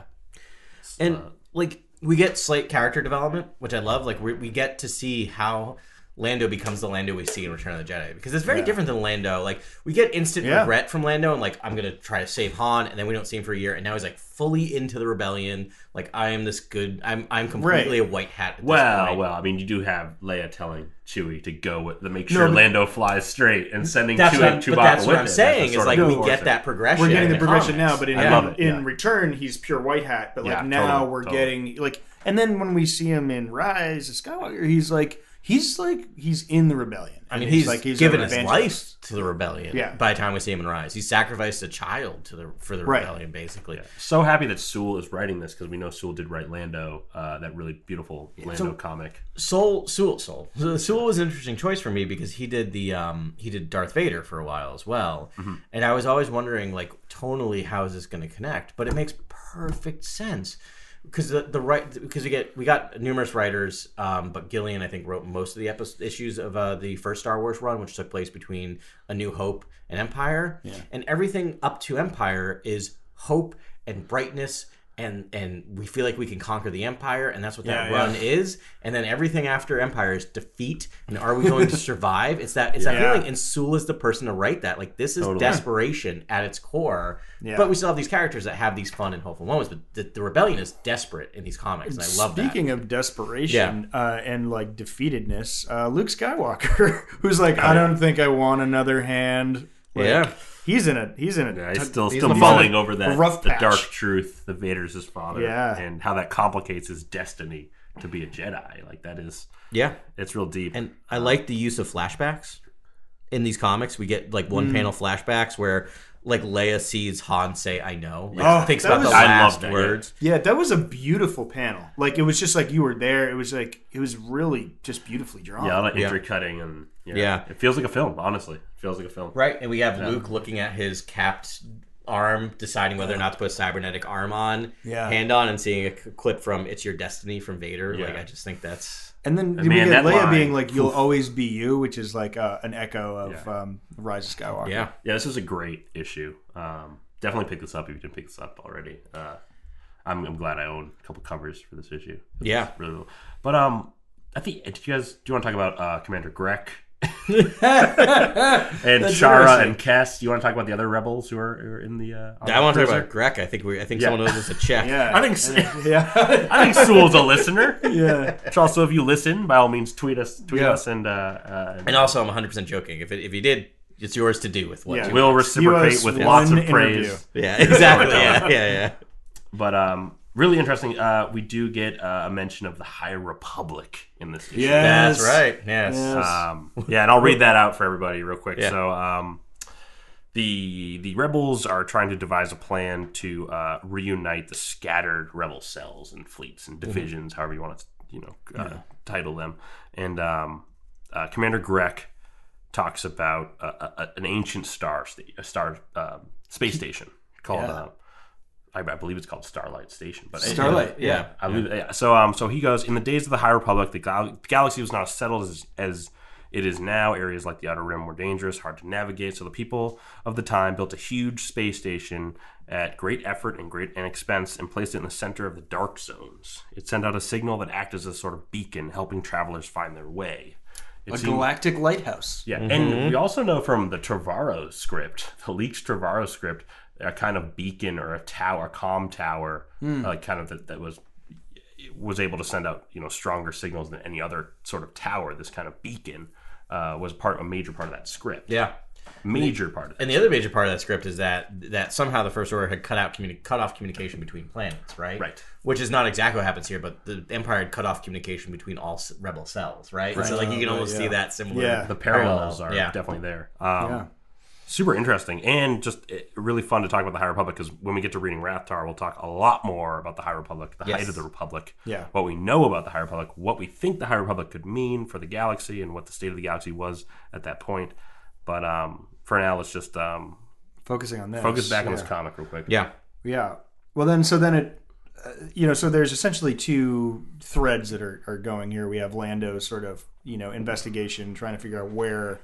Speaker 6: and
Speaker 5: Uh,
Speaker 6: like we get slight character development, which I love. Like we, we get to see how Lando becomes the Lando we see in Return of the Jedi because it's very different than Lando. Like we get instant
Speaker 5: Yeah.
Speaker 6: regret from Lando and like I'm gonna try to save Han, and then we don't see him for a year, and now he's like fully into the rebellion. Like I am this good. I'm I'm completely a white hat. At this
Speaker 4: Well,
Speaker 6: point.
Speaker 4: well, I mean, you do have Leia telling Chewie to go with, to make
Speaker 5: No,
Speaker 4: sure
Speaker 5: but-
Speaker 4: Lando flies straight and sending
Speaker 6: That's
Speaker 4: Chewie,
Speaker 6: what I'm,
Speaker 4: Chewbacca
Speaker 6: but that's
Speaker 4: with
Speaker 6: what
Speaker 4: it.
Speaker 6: I'm
Speaker 4: That's
Speaker 6: saying
Speaker 4: the
Speaker 6: is
Speaker 4: sort
Speaker 6: like
Speaker 4: of
Speaker 6: we
Speaker 4: force
Speaker 6: get
Speaker 4: it.
Speaker 6: that progression.
Speaker 5: we're getting the
Speaker 6: in
Speaker 5: progression
Speaker 6: comics.
Speaker 5: now, but in,
Speaker 4: Oh, I love it,
Speaker 5: in
Speaker 4: yeah.
Speaker 5: return, he's pure white hat. But like
Speaker 4: Yeah,
Speaker 5: now,
Speaker 4: totally,
Speaker 5: we're
Speaker 4: totally.
Speaker 5: getting like, and then when we see him in Rise of Skywalker, he's like, he's like, he's in the rebellion.
Speaker 6: I mean,
Speaker 5: And it's
Speaker 6: he's,
Speaker 5: like a
Speaker 6: given his
Speaker 5: evangelist.
Speaker 6: life to the rebellion.
Speaker 5: Yeah.
Speaker 6: By the time we see him in Rise, he sacrificed a child to the for the
Speaker 5: Right.
Speaker 6: rebellion, basically.
Speaker 4: So happy that Sewell is writing this because we know Sewell did write Lando, uh, that really beautiful Lando comic.
Speaker 6: Soul Sewell Soul Sewell was an interesting choice for me because he did the um he did Darth Vader for a while as well,
Speaker 5: Mm-hmm.
Speaker 6: and I was always wondering like tonally how is this going to connect, but it makes perfect sense. because the, the right because we get we got numerous writers, um, but Gillian I think wrote most of the episodes issues of uh, the first Star Wars run, which took place between A New Hope and Empire, and everything up to Empire is hope and brightness. And, and we feel like we can conquer the empire, and that's what that
Speaker 5: Yeah, yeah.
Speaker 6: run is. And then everything after empire is defeat. And are we going to survive? It's that it's that
Speaker 5: Yeah.
Speaker 6: feeling. And Sewell is the person to write that. Like this is
Speaker 4: Totally.
Speaker 6: desperation at its core.
Speaker 5: Yeah.
Speaker 6: But we still have these characters that have these fun and hopeful moments. But the, the rebellion is desperate in these comics, and I love
Speaker 5: Speaking of desperation uh, and like defeatedness, uh, Luke Skywalker, who's
Speaker 4: Oh,
Speaker 5: like, I don't think I want another hand. Like,
Speaker 6: Yeah.
Speaker 5: he's in a he's in a
Speaker 4: Yeah, he's
Speaker 5: t-
Speaker 4: still
Speaker 5: he's
Speaker 4: still
Speaker 5: in a
Speaker 4: mulling
Speaker 5: rough-
Speaker 4: over that
Speaker 5: rough
Speaker 4: the
Speaker 5: patch.
Speaker 4: dark truth that Vader's his father,
Speaker 5: Yeah.
Speaker 4: and how that complicates his destiny to be a Jedi. Like that is
Speaker 6: that. Yeah,
Speaker 4: it's real deep.
Speaker 6: and I like the use of flashbacks in these comics. We get like
Speaker 5: Hmm.
Speaker 6: one panel flashbacks where like Leia sees Han say, "I know." Like,
Speaker 5: Oh,
Speaker 6: thinks
Speaker 5: that
Speaker 6: about the
Speaker 5: was-
Speaker 4: I
Speaker 6: last
Speaker 4: love that, yeah.
Speaker 6: words.
Speaker 5: Yeah, that was a beautiful panel. Like it was just like you were there. It was like it was really just beautifully drawn.
Speaker 4: yeah, all that
Speaker 6: Yeah.
Speaker 4: intercutting and yeah.
Speaker 6: Yeah.
Speaker 4: it feels like a film. Honestly, it feels like a film.
Speaker 6: Right, and we have Luke looking at his capped arm, deciding whether or not to put a cybernetic arm on,
Speaker 5: Yeah.
Speaker 6: hand on, and seeing a c- clip from "It's Your Destiny" from Vader. Like,
Speaker 4: Yeah.
Speaker 6: I just think that's
Speaker 5: And then
Speaker 4: And
Speaker 5: we
Speaker 4: man, that
Speaker 5: get Leia
Speaker 4: line.
Speaker 5: being like, "You'll always be you," which is like uh, an echo of
Speaker 4: Yeah.
Speaker 5: um, Rise of Skywalker.
Speaker 6: yeah.
Speaker 4: Yeah, this is a great issue. Um, definitely pick this up if you didn't pick this up already. Uh, I'm, I'm glad I own a couple covers for this issue.
Speaker 6: Yeah.
Speaker 4: Really cool. But um, I think did you guys do you want to talk about uh, Commander Grek and Shara and Cass? Do you want to talk about the other rebels who are, who are in the? Uh, on
Speaker 6: I
Speaker 4: the
Speaker 6: want to talk
Speaker 4: cruiser?
Speaker 6: about Greg. I think we. I think
Speaker 4: Yeah.
Speaker 6: someone owes us a check.
Speaker 5: yeah.
Speaker 4: I think so.
Speaker 5: yeah,
Speaker 4: I think Sewell's a listener.
Speaker 5: yeah.
Speaker 4: Which also, if you listen, by all means, tweet us, tweet
Speaker 5: Yeah.
Speaker 4: us, and uh, uh,
Speaker 6: And also, I'm 100 percent joking. If it, if you did, it's yours to do with what.
Speaker 5: Yeah.
Speaker 6: you-
Speaker 4: we'll reciprocate
Speaker 5: us
Speaker 4: with
Speaker 5: one
Speaker 4: lots of
Speaker 5: interview.
Speaker 4: praise.
Speaker 6: yeah exactly. yeah, yeah, yeah.
Speaker 4: But um, really interesting. Uh, we do get uh, a mention of the High Republic in this issue.
Speaker 5: Yeah.
Speaker 6: That's
Speaker 5: Yes.
Speaker 6: right. Yes.
Speaker 5: Yes.
Speaker 4: Um, yeah, and I'll read that out for everybody real quick.
Speaker 6: Yeah.
Speaker 4: So, um, the the rebels are trying to devise a plan to uh, reunite the scattered rebel cells and fleets
Speaker 5: Mm-hmm.
Speaker 4: and divisions, however you want to you know uh, title them. And um, uh, Commander Grek talks about uh, a, a, an ancient star sta- a star um, space station called. Uh, I, I believe it's called Starlight Station, but
Speaker 5: Starlight.
Speaker 6: Yeah.
Speaker 4: I believe, yeah. So, um, so he goes in the days of the High Republic, the gal- galaxy was not as settled as, as it is now. Areas like the Outer Rim were dangerous, hard to navigate. So the people of the time built a huge space station at great effort and great and expense, and placed it in the center of the Dark Zones. It sent out a signal that acted as a sort of beacon, helping travelers find their way. It
Speaker 5: A
Speaker 4: seemed-
Speaker 5: galactic lighthouse.
Speaker 4: yeah, and we also know from the Trevorrow script, the leaked Trevorrow script, a kind of beacon or a tower, a comm tower, uh, kind of that, that was was able to send out you know stronger signals than any other sort of tower. This kind of beacon uh, was part a major part of that script.
Speaker 6: Yeah.
Speaker 4: major part of it.
Speaker 6: And the other major part of that script is that that somehow the First Order had cut out communi- cut off communication between planets, right?
Speaker 4: Right.
Speaker 6: Which is not exactly what happens here, but the Empire had cut off communication between all s- rebel cells, right? So like you can almost see that similar.
Speaker 5: Yeah.
Speaker 4: The parallels
Speaker 6: Parallel,
Speaker 4: are
Speaker 6: yeah.
Speaker 4: definitely there. Um,
Speaker 5: Yeah.
Speaker 4: super interesting and just eh, really fun to talk about the High Republic because when we get to reading Rathtar, we'll talk a lot more about the High Republic, the
Speaker 6: Yes.
Speaker 4: height of the Republic,
Speaker 5: Yeah.
Speaker 4: what we know about the High Republic, what we think the High Republic could mean for the galaxy, and what the state of the galaxy was at that point. But um, for now, let's just um,
Speaker 5: Focusing on this.
Speaker 4: focus back on
Speaker 5: yeah.
Speaker 4: this comic real quick.
Speaker 6: Yeah.
Speaker 5: Yeah. Well, then, so then it, uh, you know, so there's essentially two threads that are, are going here. We have Lando's sort of, you know, investigation, trying to figure out where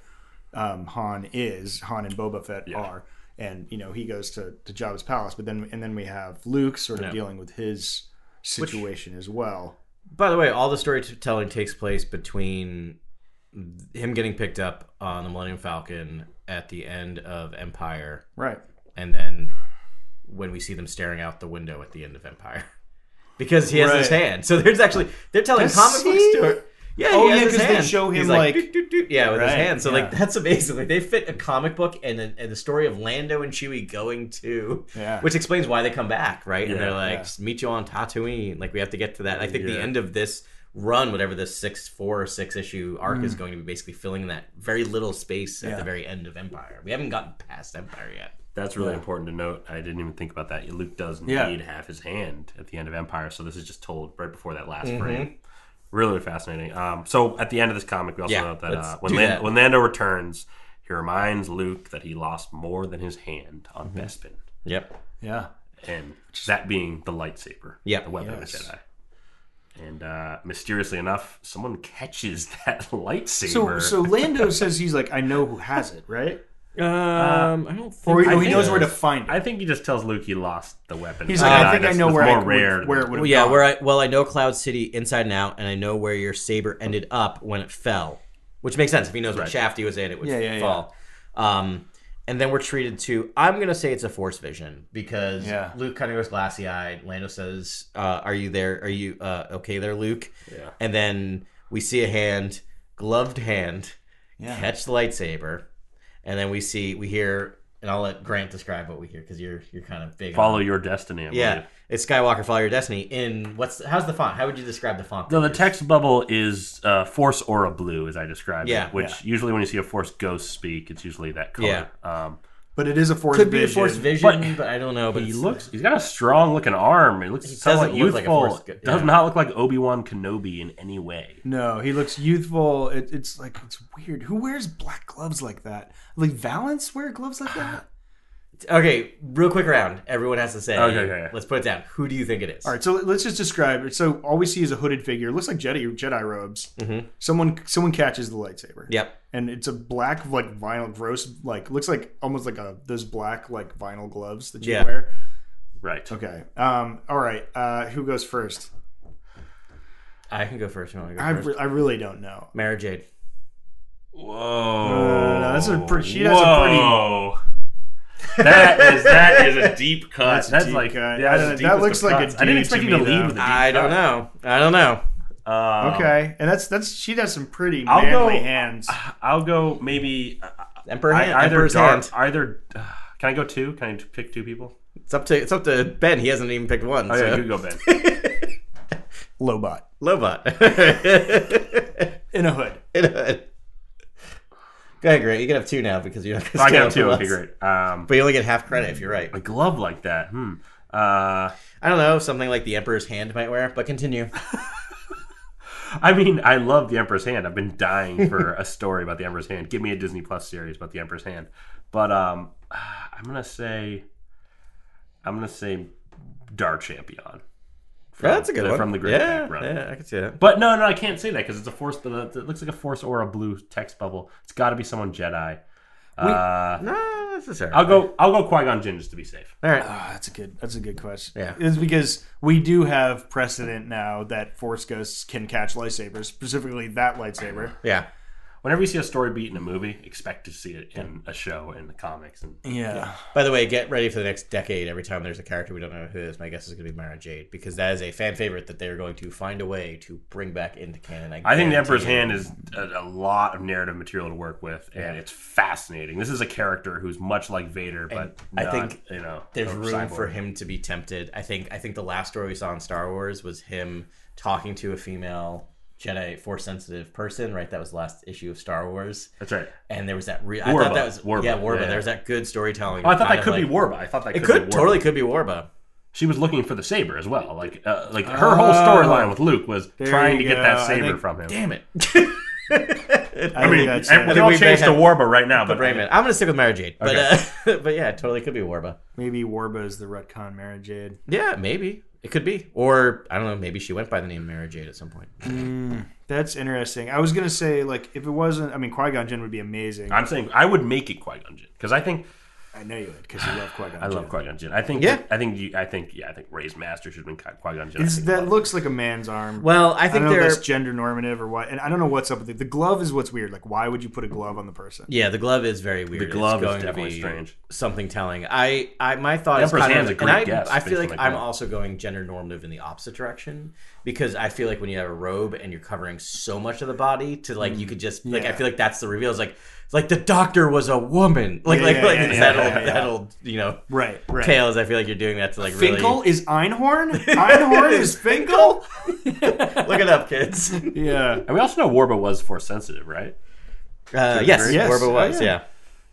Speaker 5: um, Han is, Han and Boba Fett are. And, you know, he goes to, to Jabba's palace. But then, and then we have Luke sort of dealing with his situation as well.
Speaker 6: By the way, all the storytelling takes place between him getting picked up on the Millennium Falcon at the end of Empire,
Speaker 5: Right.
Speaker 6: and then when we see them staring out the window at the end of Empire, because he has his
Speaker 5: Right.
Speaker 6: hand. So there's actually they're telling
Speaker 5: Does
Speaker 6: comic book
Speaker 5: he?
Speaker 6: story. Yeah,
Speaker 5: Oh,
Speaker 6: he has
Speaker 5: yeah,
Speaker 6: his
Speaker 5: 'cause they
Speaker 6: hand.
Speaker 5: show him,
Speaker 6: He's
Speaker 5: like-
Speaker 6: doot, doot, doot. yeah, with his
Speaker 5: Right,
Speaker 6: hand. So like
Speaker 5: yeah.
Speaker 6: that's amazing. Like they fit a comic book and a, and the story of Lando and Chewie going to,
Speaker 5: Yeah.
Speaker 6: which explains why they come back, right? and
Speaker 4: Yeah.
Speaker 6: they're like, "Meet you on Tatooine." Like we have to get to that. I think the
Speaker 4: Yeah.
Speaker 6: end of this run, whatever this six, four or six issue arc
Speaker 5: Mm.
Speaker 6: is going to be, basically filling that very little space at the very end of Empire. We haven't gotten past Empire yet.
Speaker 4: That's really important to note. I didn't even think about that. Luke does need
Speaker 5: Yeah.
Speaker 4: half his hand at the end of Empire, so this is just told right before that
Speaker 5: Mm-hmm.
Speaker 4: last frame. Really fascinating. Um, so at the end of this comic, we also
Speaker 6: Yeah,
Speaker 4: note that
Speaker 6: let's
Speaker 4: uh, when
Speaker 6: do
Speaker 4: Lan-
Speaker 6: that.
Speaker 4: when Lando returns,
Speaker 5: Mm-hmm.
Speaker 4: he reminds Luke that he lost more than his hand on Bespin,
Speaker 6: Yep.
Speaker 5: Yeah.
Speaker 4: and that being the lightsaber,
Speaker 6: Yeah.
Speaker 4: the weapon
Speaker 5: Yes.
Speaker 4: of the Jedi. And uh, mysteriously enough, someone catches that
Speaker 5: So
Speaker 4: lightsaber.
Speaker 5: so Lando says he's like I know who has it, right?
Speaker 6: Um, I don't think.
Speaker 5: Or, or he
Speaker 4: think-
Speaker 5: knows where to find it.
Speaker 4: I think he just tells Luke he lost the weapon.
Speaker 5: He's like I
Speaker 4: Uh,
Speaker 5: think I
Speaker 4: that's-
Speaker 5: know
Speaker 4: that's
Speaker 5: where I
Speaker 4: more
Speaker 5: would-
Speaker 4: rare
Speaker 5: where it would
Speaker 6: Well,
Speaker 5: have
Speaker 6: yeah,
Speaker 5: gone.
Speaker 6: where I well, I know Cloud City inside and out, and I know where your saber ended up when it fell, which makes sense if he knows what shaft he was in, it would
Speaker 5: Yeah, yeah,
Speaker 6: fall. Um, and then we're treated to I'm gonna say it's a force vision because
Speaker 5: Yeah.
Speaker 6: Luke kind of goes glassy eyed. Lando says, uh, "Are you there? Are you uh, okay there, Luke?"
Speaker 4: Yeah.
Speaker 6: And then we see a hand, gloved hand,
Speaker 5: Yeah.
Speaker 6: catch the lightsaber, and then we see we hear. And I'll let Grant describe what we hear because you're you're kind of big. on
Speaker 4: follow your destiny. I
Speaker 6: yeah,
Speaker 4: believe.
Speaker 6: it's Skywalker Follow Your Destiny. In what's how's the font? How would you describe the font?
Speaker 4: No, the text bubble is uh, force aura blue, as I described
Speaker 6: Yeah,
Speaker 4: it. Which usually, when you see a force ghost speak, it's usually that color. Yeah. Um,
Speaker 5: But it is a force
Speaker 6: could be a
Speaker 5: vision.
Speaker 6: Force Vision, but, I don't know. But
Speaker 4: he
Speaker 5: uh,
Speaker 6: it's-
Speaker 4: looks. He's got a strong looking arm. It looks somewhat
Speaker 6: doesn't look like a
Speaker 4: youthful.
Speaker 6: Force ghost,
Speaker 4: Does
Speaker 6: yeah.
Speaker 4: not look like Obi Wan Kenobi in any way.
Speaker 5: No, he looks youthful. It, it's like it's weird. Who wears black gloves like that? Like Valance wear gloves like that?
Speaker 6: okay. Real quick round. Everyone has to say.
Speaker 4: Okay, okay, okay.
Speaker 6: Let's put it down. Who do you think it is?
Speaker 5: All right, so let's just describe it. So all we see is a hooded figure. It looks like Jedi Jedi robes. Mm-hmm. Someone someone catches the lightsaber.
Speaker 6: Yep.
Speaker 5: And it's a black like vinyl gross like looks like almost like a those black like vinyl gloves that you
Speaker 6: Yeah.
Speaker 5: wear.
Speaker 4: Right.
Speaker 5: Okay. Um all right. Uh who goes first?
Speaker 6: I can go first. You want me to
Speaker 5: I,
Speaker 6: go first?
Speaker 5: re- I really don't know.
Speaker 6: Mara Jade.
Speaker 4: Whoa.
Speaker 5: no, Uh, that's a pretty- she has a pretty-
Speaker 4: Whoa. that is that is a deep cut.
Speaker 5: That's
Speaker 4: That's,
Speaker 5: a deep
Speaker 4: like
Speaker 5: cut.
Speaker 4: yeah,
Speaker 5: I
Speaker 4: that's
Speaker 5: don't-
Speaker 4: the
Speaker 5: that
Speaker 4: deepest
Speaker 5: looks
Speaker 4: of
Speaker 5: like a
Speaker 4: cuts. I didn't
Speaker 5: dude
Speaker 4: expect
Speaker 5: to
Speaker 4: you to
Speaker 5: me,
Speaker 4: lead
Speaker 5: though.
Speaker 4: with a deep
Speaker 6: I
Speaker 4: cut.
Speaker 6: don't know. I don't know.
Speaker 4: Um,
Speaker 5: Okay. And that's that's she does some pretty
Speaker 4: I'll go-
Speaker 5: manly hands.
Speaker 4: I'll go maybe uh,
Speaker 6: Emperor
Speaker 4: I-
Speaker 6: hand.
Speaker 4: either
Speaker 6: Emperor's
Speaker 4: dark,
Speaker 6: hand.
Speaker 4: either. Uh, can I go two? Can I pick two people?
Speaker 6: It's up to it's up to Ben. He hasn't even picked one.
Speaker 4: Oh yeah,
Speaker 6: so.
Speaker 4: you go Ben.
Speaker 5: Lobot.
Speaker 6: Lobot.
Speaker 5: In a hood.
Speaker 6: It, uh, go ahead, Grant. You can have two now because you're not going to
Speaker 4: I got two. Okay, great. Um,
Speaker 6: But you only get half credit if you're right.
Speaker 4: a glove like that. Hmm. Uh,
Speaker 6: I don't know, something like the Emperor's hand might wear, but continue.
Speaker 4: I mean, I love the Emperor's Hand. I've been dying for a story about the Emperor's Hand. Give me a Disney Plus series about the Emperor's Hand. But um, I'm gonna say, I'm gonna say, Dar Champion. From,
Speaker 6: that's a good
Speaker 4: the-
Speaker 6: one.
Speaker 4: From the Great
Speaker 6: yeah,
Speaker 4: Back Run.
Speaker 6: Yeah, I can see that.
Speaker 4: But no, no, I can't say that because it's a force. But it looks like a force or a blue text bubble. It's got to be someone Jedi. uh,
Speaker 6: No, necessarily.
Speaker 4: I'll go. I'll go Qui Gon Jinn just to be safe.
Speaker 6: All right.
Speaker 5: Ah, that's a good. That's a good question.
Speaker 6: Yeah.
Speaker 5: it's because we do have precedent now that force ghosts can catch lightsabers, specifically that lightsaber.
Speaker 6: Yeah.
Speaker 4: Whenever you see a story beat in a movie, expect to see it in a show in the comics. And
Speaker 5: Yeah,
Speaker 6: By the way, get ready for the next decade. Every time there's a character we don't know who is, my guess is going to be Mara Jade because that is a fan favorite that they're going to find a way to bring back into canon.
Speaker 4: I think the
Speaker 6: guarantee
Speaker 4: Emperor's
Speaker 6: it.
Speaker 4: Hand is a, a lot of narrative material to work with, and it's fascinating. This is a character who's much like Vader, but
Speaker 6: I
Speaker 4: not,
Speaker 6: think
Speaker 4: you know
Speaker 6: there's
Speaker 4: a
Speaker 6: room for
Speaker 4: cyborg.
Speaker 6: him to be tempted. I think I think the last story we saw in Star Wars was him talking to a female Jedi force sensitive person, right? That was the last issue of Star Wars.
Speaker 4: That's right.
Speaker 6: And there was that real I
Speaker 4: Warba.
Speaker 6: thought that was
Speaker 4: Warba.
Speaker 6: yeah, Warba.
Speaker 4: Yeah.
Speaker 6: There was that good storytelling.
Speaker 4: Oh, I thought that
Speaker 6: kind of
Speaker 4: could be
Speaker 6: like-
Speaker 4: Warba. I thought that
Speaker 6: It
Speaker 4: could,
Speaker 6: could
Speaker 4: be Warba.
Speaker 6: totally could be Warba.
Speaker 4: She was looking for the saber as well. Like, uh, like
Speaker 6: Oh.
Speaker 4: her whole storyline with Luke was trying
Speaker 5: you
Speaker 4: to get
Speaker 5: go.
Speaker 4: that
Speaker 5: I
Speaker 4: saber
Speaker 5: think-
Speaker 4: from him.
Speaker 6: Damn it.
Speaker 5: I, mean, that's it.
Speaker 4: we all
Speaker 6: we may
Speaker 4: changed to
Speaker 6: have-
Speaker 4: Warba right now, but
Speaker 6: Raymond. I'm gonna stick with Mara Jade. But uh, but yeah, it totally could be Warba.
Speaker 5: maybe Warba is the retcon Mara Jade.
Speaker 6: Yeah, maybe. It could be. Or I don't know, maybe she went by the name Mara Jade at some point.
Speaker 5: That's interesting. I was gonna say like if it wasn't, I mean, Qui Gon Jinn would be amazing. I,
Speaker 4: I'm saying I would make it Qui Gon Jinn because I think
Speaker 5: know you would because you love Qui Gon.
Speaker 4: I love Qui Gon Jinn. I think
Speaker 6: Yeah.
Speaker 4: I think you, I think yeah. I think Ray's master should have been Qui Gon Jinn. I
Speaker 5: It's,
Speaker 4: think
Speaker 5: that
Speaker 4: Lon-
Speaker 5: looks like a man's arm.
Speaker 6: Well, I
Speaker 5: I
Speaker 6: think
Speaker 5: don't know if
Speaker 6: there
Speaker 5: that's gender normative or what, and I don't know what's up with it. The glove is what's weird. Like, why would you put a glove on the person?
Speaker 6: Yeah, the glove is very weird.
Speaker 4: glove
Speaker 6: it's
Speaker 4: is
Speaker 6: going
Speaker 4: definitely
Speaker 6: to be
Speaker 4: strange.
Speaker 6: Something telling. I, I my thought
Speaker 4: Emperor's
Speaker 6: is kind
Speaker 4: Hand's
Speaker 6: of,
Speaker 4: a great
Speaker 6: and I,
Speaker 4: guess,
Speaker 6: I feel
Speaker 4: based
Speaker 6: like
Speaker 4: on my
Speaker 6: I'm
Speaker 4: glove.
Speaker 6: also going gender normative in the opposite direction because I feel like when you have a robe and you're covering so much of the body to like you could just like I
Speaker 5: yeah.
Speaker 6: feel like that's the reveal. It's like like the doctor was a woman. Like
Speaker 5: Yeah,
Speaker 6: like
Speaker 5: yeah,
Speaker 6: like
Speaker 5: yeah,
Speaker 6: it's
Speaker 5: yeah,
Speaker 6: that
Speaker 5: yeah,
Speaker 6: old
Speaker 5: yeah.
Speaker 6: that old you know
Speaker 5: Right, right.
Speaker 6: tales. I feel like you're doing that to like
Speaker 5: Finkel
Speaker 6: really
Speaker 5: is Einhorn. Einhorn is Finkel.
Speaker 6: look it up, kids. uh,
Speaker 5: yeah.
Speaker 4: And we also know Warba was force sensitive, right?
Speaker 6: Uh, yes,
Speaker 5: Yes,
Speaker 6: Orba
Speaker 5: oh,
Speaker 6: was
Speaker 5: yeah.
Speaker 6: yeah.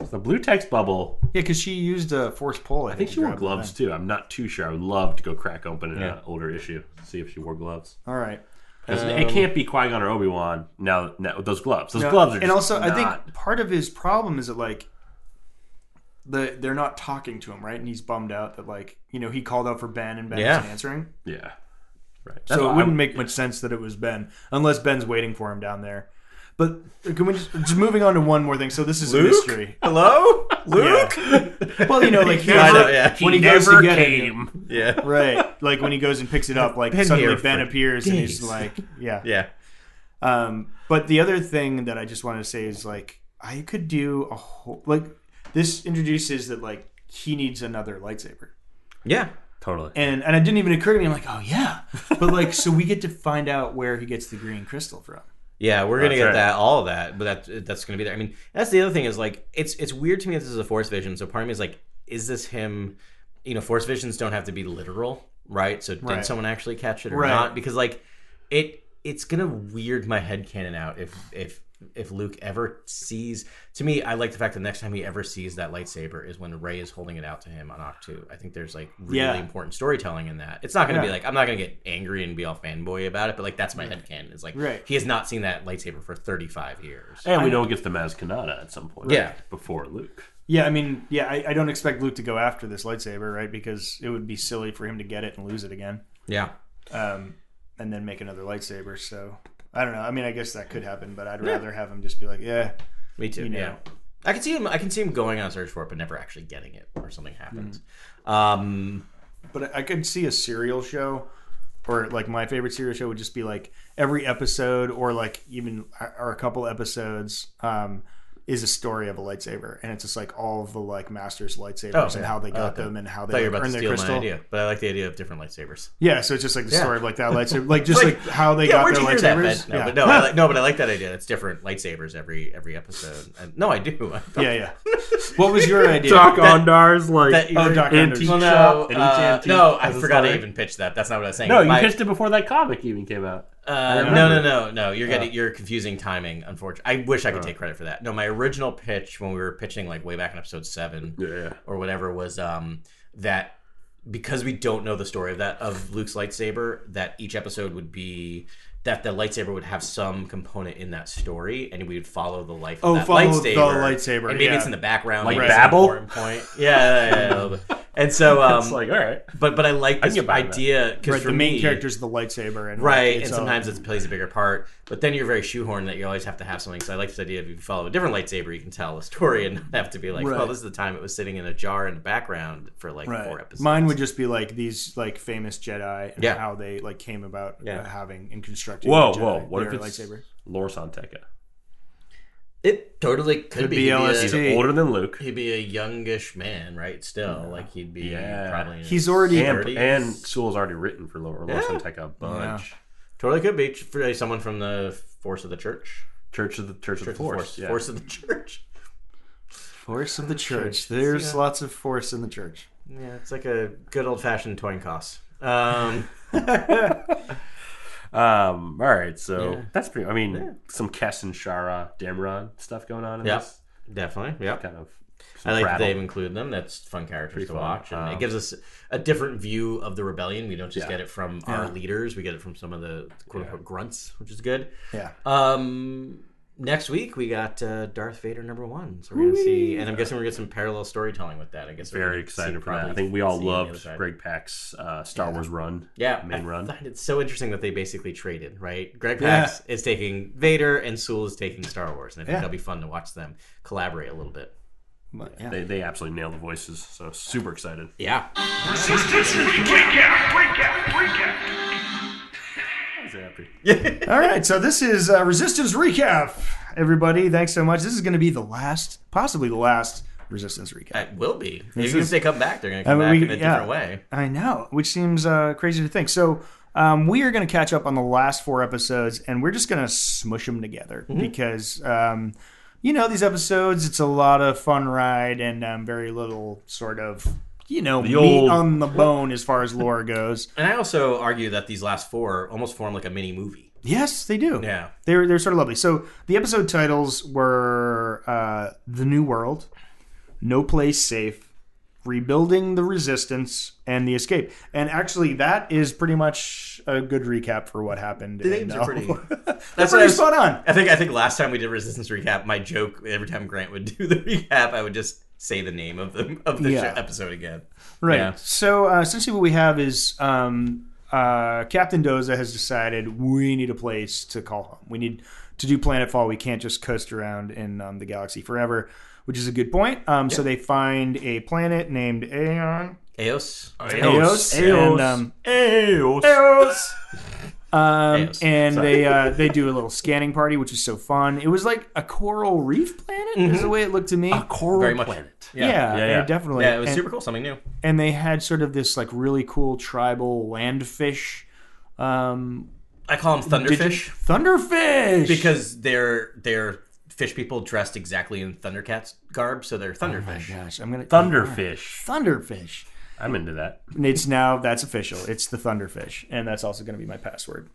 Speaker 4: The blue text bubble.
Speaker 5: Yeah, because she used a force pole. I,
Speaker 4: I think
Speaker 5: to
Speaker 4: she wore
Speaker 5: grab the thing.
Speaker 4: gloves too. I'm not too sure. I would love to go crack open an
Speaker 6: Yeah.
Speaker 4: uh, older issue, see if she wore gloves.
Speaker 5: All right.
Speaker 4: 'Cause it can't be Qui Gon or Obi Wan. Now, now with those gloves. Those
Speaker 5: Um, No,
Speaker 4: gloves are.
Speaker 5: and
Speaker 4: just
Speaker 5: also I
Speaker 4: not-
Speaker 5: think part of his problem is that like the they're not talking to him, right? And he's bummed out that like you know he called out for Ben and Ben
Speaker 6: Yeah.
Speaker 5: isn't answering.
Speaker 4: Yeah. Right.
Speaker 5: so
Speaker 4: why
Speaker 5: it
Speaker 4: I-
Speaker 5: wouldn't make much sense that it was Ben, unless Ben's waiting for him down there. But uh, can we just, just moving on to one more thing? So this is a mystery.
Speaker 6: Hello, Luke.
Speaker 5: Well, you know, like he,
Speaker 6: I know,
Speaker 5: like,
Speaker 6: yeah.
Speaker 5: when he, goes
Speaker 4: never
Speaker 5: to get it,
Speaker 4: came.
Speaker 6: Yeah,
Speaker 5: right? Like when he goes and picks it up, like
Speaker 6: Been
Speaker 5: suddenly
Speaker 6: here
Speaker 5: Ben
Speaker 6: for
Speaker 5: appears and he's
Speaker 6: days.
Speaker 5: like, yeah.
Speaker 6: yeah.
Speaker 5: Um, but the other thing that I just wanted to say is like I could do a whole like this introduces that like he needs another lightsaber.
Speaker 6: Yeah.
Speaker 4: Totally.
Speaker 5: and and it didn't even occur to me. I'm like, oh yeah, but like, so we get to find out where he gets the green crystal from.
Speaker 6: Yeah, we're gonna
Speaker 4: That's
Speaker 6: get
Speaker 4: right.
Speaker 6: that, all of that, but that that's gonna be there. I mean, that's the other thing is like it's it's weird to me that this is a force vision. So part of me is like, is this him? You know, force visions don't have to be literal, right? So did
Speaker 5: Right.
Speaker 6: someone actually catch it or
Speaker 5: Right.
Speaker 6: not? Because like it it's gonna weird my head canon out if if if Luke ever sees. To me, I like the fact that next time he ever sees that lightsaber is when Ray is holding it out to him on Octu. I think there's like really
Speaker 5: Yeah.
Speaker 6: important storytelling in that. It's not gonna be
Speaker 5: Yeah.
Speaker 6: like I'm not gonna get angry and be all fanboy about it, but like that's my head canon. Is like
Speaker 5: Right.
Speaker 6: he has not seen that lightsaber for 35 years.
Speaker 4: And we know it gets to Maz Kanata at some point.
Speaker 6: Yeah.
Speaker 4: Before Luke.
Speaker 5: Yeah, I mean, yeah, I, I don't expect Luke to go after this lightsaber, right? Because it would be silly for him to get it and lose it again,
Speaker 6: Yeah.
Speaker 5: um, and then make another lightsaber. So I don't know. I mean, I guess that could happen, but I'd rather have him just be like, yeah,
Speaker 6: Me too.
Speaker 5: You know.
Speaker 6: Yeah. I can see him I can see him going on a search for it but never actually getting it or something happens.
Speaker 5: Mm.
Speaker 6: Um
Speaker 5: but I could see a serial show or like my favorite serial show would just be like every episode or like even or a couple episodes um is a story of a lightsaber and it's just like all of the like masters lightsabers
Speaker 6: Oh,
Speaker 5: and
Speaker 6: yeah.
Speaker 5: how they
Speaker 6: I
Speaker 5: got
Speaker 6: like that.
Speaker 5: them and how
Speaker 6: I thought
Speaker 5: they
Speaker 6: you were
Speaker 5: like,
Speaker 6: about
Speaker 5: earned
Speaker 6: to
Speaker 5: their
Speaker 6: steal my
Speaker 5: crystal
Speaker 6: idea, but I like the idea of different lightsabers.
Speaker 5: yeah so it's just like the
Speaker 6: Yeah.
Speaker 5: story of like that lightsaber like just like,
Speaker 6: Like,
Speaker 5: how they got
Speaker 6: where'd
Speaker 5: their
Speaker 6: you hear that,
Speaker 5: lightsabers
Speaker 6: Ben? No,
Speaker 5: yeah.
Speaker 6: but no, I like, no, but I like that idea. It's different lightsabers every every episode. And, no, I do.
Speaker 5: yeah yeah what was your idea
Speaker 4: Doc Ondar's like
Speaker 6: that you're-
Speaker 5: oh Doc
Speaker 4: Antique
Speaker 5: Anders.
Speaker 6: Well, no,
Speaker 4: shop and E each
Speaker 6: uh,
Speaker 4: antique
Speaker 6: no, I
Speaker 4: has a
Speaker 6: forgot I
Speaker 4: story.
Speaker 6: even pitched that. That's not what I was saying.
Speaker 4: No, you
Speaker 6: My-
Speaker 4: pitched it before that comic even came out.
Speaker 6: Uh, no,
Speaker 4: remember.
Speaker 6: no, no, no. You're getting you're confusing timing. Unfortunately, I wish I could take credit for that. No, my original pitch when we were pitching like way back in episode seven
Speaker 4: Yeah.
Speaker 6: or whatever was um, that because we don't know the story of that of Luke's lightsaber, that each episode would be that the lightsaber would have some component in that story, and we would follow the life.
Speaker 5: Oh,
Speaker 6: of that
Speaker 5: follow the
Speaker 6: lightsaber,
Speaker 5: lightsaber,
Speaker 6: and maybe
Speaker 5: yeah.
Speaker 6: it's in the background,
Speaker 4: Like
Speaker 6: maybe it's an
Speaker 4: Babel?
Speaker 6: important point. Yeah, yeah, yeah, a little bit. and so um,
Speaker 4: It's like, all right.
Speaker 6: but but I like this
Speaker 4: get behind that.
Speaker 6: idea because
Speaker 5: right the main character's the lightsaber and like,
Speaker 6: Right,
Speaker 5: it's
Speaker 6: and
Speaker 5: all-
Speaker 6: sometimes it plays a bigger part, but then you're very shoehorned that you always have to have something. So I like this idea of if you follow a different lightsaber, you can tell a story and not have to be like,
Speaker 5: Right.
Speaker 6: well, this is the time it was sitting in a jar in the background for like four episodes.
Speaker 5: Mine would just be like these like famous Jedi and
Speaker 6: Yeah.
Speaker 5: how they like came about
Speaker 6: Yeah.
Speaker 5: uh, having and constructing.
Speaker 4: Whoa,
Speaker 5: the Jedi,
Speaker 4: whoa. What if
Speaker 5: their
Speaker 4: it's
Speaker 5: lightsaber?
Speaker 4: Lor San Tekka?
Speaker 6: it totally could,
Speaker 5: Could
Speaker 6: be.
Speaker 5: be
Speaker 6: He'd
Speaker 5: LSD.
Speaker 4: He's
Speaker 5: Gee.
Speaker 4: older than Luke.
Speaker 6: A, he'd be a youngish man, right? Still, like he'd be
Speaker 4: Yeah.
Speaker 6: probably. in
Speaker 5: He's
Speaker 6: his
Speaker 5: already-
Speaker 4: And,
Speaker 6: 30s.
Speaker 4: and Sewell's already written for Lor, Lor San Tekka a bunch.
Speaker 6: totally could be for someone from the Force of the Church.
Speaker 4: Church of the Church, of the Force.
Speaker 6: Force,
Speaker 4: yeah.
Speaker 6: Force of the Church.
Speaker 5: Force of the church. There's lots of force in the church.
Speaker 6: Yeah, it's like a good old fashioned toying cost. Um,
Speaker 4: Um, all right, so that's pretty. I mean, some Kess and Shara Damron stuff going on in
Speaker 6: Yeah.
Speaker 4: this
Speaker 6: definitely. Yeah.
Speaker 4: kind of. some
Speaker 6: I like
Speaker 4: prattle.
Speaker 6: that they've included them. That's fun characters to
Speaker 4: fun.
Speaker 6: watch, and
Speaker 4: Um,
Speaker 6: it gives us a different view of the rebellion. We don't just
Speaker 4: Yeah.
Speaker 6: get it from our leaders; we get it from some of the quote unquote grunts, which is good.
Speaker 5: Yeah.
Speaker 6: Um, next week we got uh, Darth Vader number one, so we're gonna see, and I'm guessing we're gonna get some parallel storytelling with that. I guess we're
Speaker 4: Very
Speaker 6: gonna see
Speaker 4: excited for that.
Speaker 6: probably
Speaker 4: I think we all
Speaker 6: seeing the other
Speaker 4: loved
Speaker 6: side.
Speaker 4: Greg Pak's uh, Star Wars run.
Speaker 6: Yeah,
Speaker 4: main
Speaker 6: I
Speaker 4: run.
Speaker 6: find it so interesting that they basically traded, right? Greg
Speaker 5: Yeah.
Speaker 6: Pax is taking Vader, and Sewell is taking Star Wars, and I think
Speaker 5: Yeah.
Speaker 6: that'll be fun to watch them collaborate a little bit.
Speaker 5: But, yeah.
Speaker 4: They, they absolutely nailed the voices, so super excited.
Speaker 6: Yeah.
Speaker 4: I was happy.
Speaker 5: All right, so this is uh, Resistance recap. Everybody, thanks so much. This is going to be the last, possibly the last Resistance recap.
Speaker 6: It will be.
Speaker 5: This
Speaker 6: Even
Speaker 5: is-
Speaker 6: if they come back, they're going to come
Speaker 5: mean,
Speaker 6: back
Speaker 5: we-
Speaker 6: in a
Speaker 5: yeah.
Speaker 6: different way.
Speaker 5: I know, which seems uh, crazy to think. So um, we are going to catch up on the last four episodes, and we're just going to smush them together
Speaker 6: Mm-hmm.
Speaker 5: because um, you know these episodes. It's a lot of fun ride and um, very little sort of you know meat
Speaker 4: old-
Speaker 5: on the bone as far as lore goes.
Speaker 6: And I also argue that these last four almost form like a mini movie.
Speaker 5: Yes, they do.
Speaker 6: Yeah.
Speaker 5: They're, they're sort of lovely. So the episode titles were uh, The New World, No Place Safe, Rebuilding the Resistance, and The Escape. And actually, that is pretty much a good recap for what happened. in,
Speaker 6: names are
Speaker 5: uh,
Speaker 6: pretty-
Speaker 5: they're
Speaker 6: That's
Speaker 5: pretty spot on.
Speaker 6: I think I think last time we did Resistance recap, my joke every time Grant would do the recap, I would just say the name of the of the
Speaker 5: Yeah.
Speaker 6: show- episode again.
Speaker 5: Right.
Speaker 6: Yeah.
Speaker 5: So uh, essentially, what we have is um, uh, Captain Doza has decided we need a place to call home. We need to do Planetfall. We can't just coast around in um, the galaxy forever, which is a good point. Um, So they find a planet named Aeon.
Speaker 6: Eos.
Speaker 4: Eos.
Speaker 5: And, um, Eos. Um,
Speaker 6: Eos.
Speaker 5: and they uh, they do a little scanning party, which is so fun. It was like a coral reef planet,
Speaker 6: Mm-hmm.
Speaker 5: is the way it looked to me.
Speaker 4: coral
Speaker 6: Very much.
Speaker 4: planet.
Speaker 5: yeah, yeah,
Speaker 4: Yeah, yeah.
Speaker 5: definitely.
Speaker 6: Yeah, it was
Speaker 5: And-
Speaker 6: super cool. Something new.
Speaker 5: and they had sort of this like really cool tribal landfish um
Speaker 6: I call them
Speaker 5: did you-
Speaker 6: thunderfish
Speaker 5: thunderfish
Speaker 6: because they're they're fish people dressed exactly in Thundercats garb, so they're thunderfish.
Speaker 5: gosh i'm gonna
Speaker 4: Thunderfish.
Speaker 5: thunderfish
Speaker 4: I'm into that.
Speaker 5: and it's now that's official it's the thunderfish and that's also gonna be my password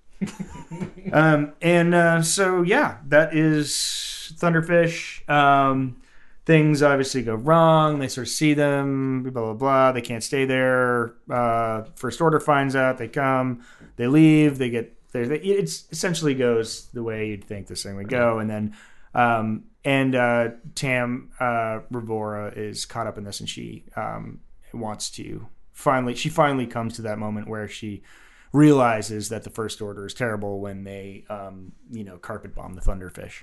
Speaker 5: um and uh so yeah that is thunderfish um things obviously go wrong they sort of see them blah blah blah they can't stay there uh first order finds out they come they leave they get there they, it's essentially goes the way you'd think this thing would go and then um and uh tam uh rivora is caught up in this and she um wants to finally she finally comes to that moment where she realizes that the first order is terrible when they um you know carpet bomb the thunderfish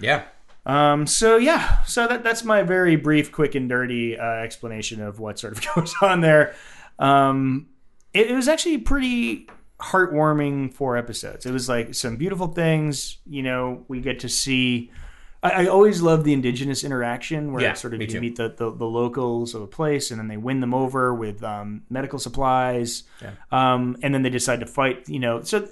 Speaker 6: Yeah.
Speaker 5: um, so yeah, so that that's my very brief, quick and dirty uh, explanation of what sort of goes on there. Um, it, it was actually pretty heartwarming four episodes. It was like some beautiful things. You know, we get to see. I, I always love the indigenous interaction where
Speaker 6: Yeah,
Speaker 5: it's sort of
Speaker 6: me
Speaker 5: you
Speaker 6: too.
Speaker 5: meet the, the the locals of a place and then they win them over with um, medical supplies, um, and then they decide to fight. You know, so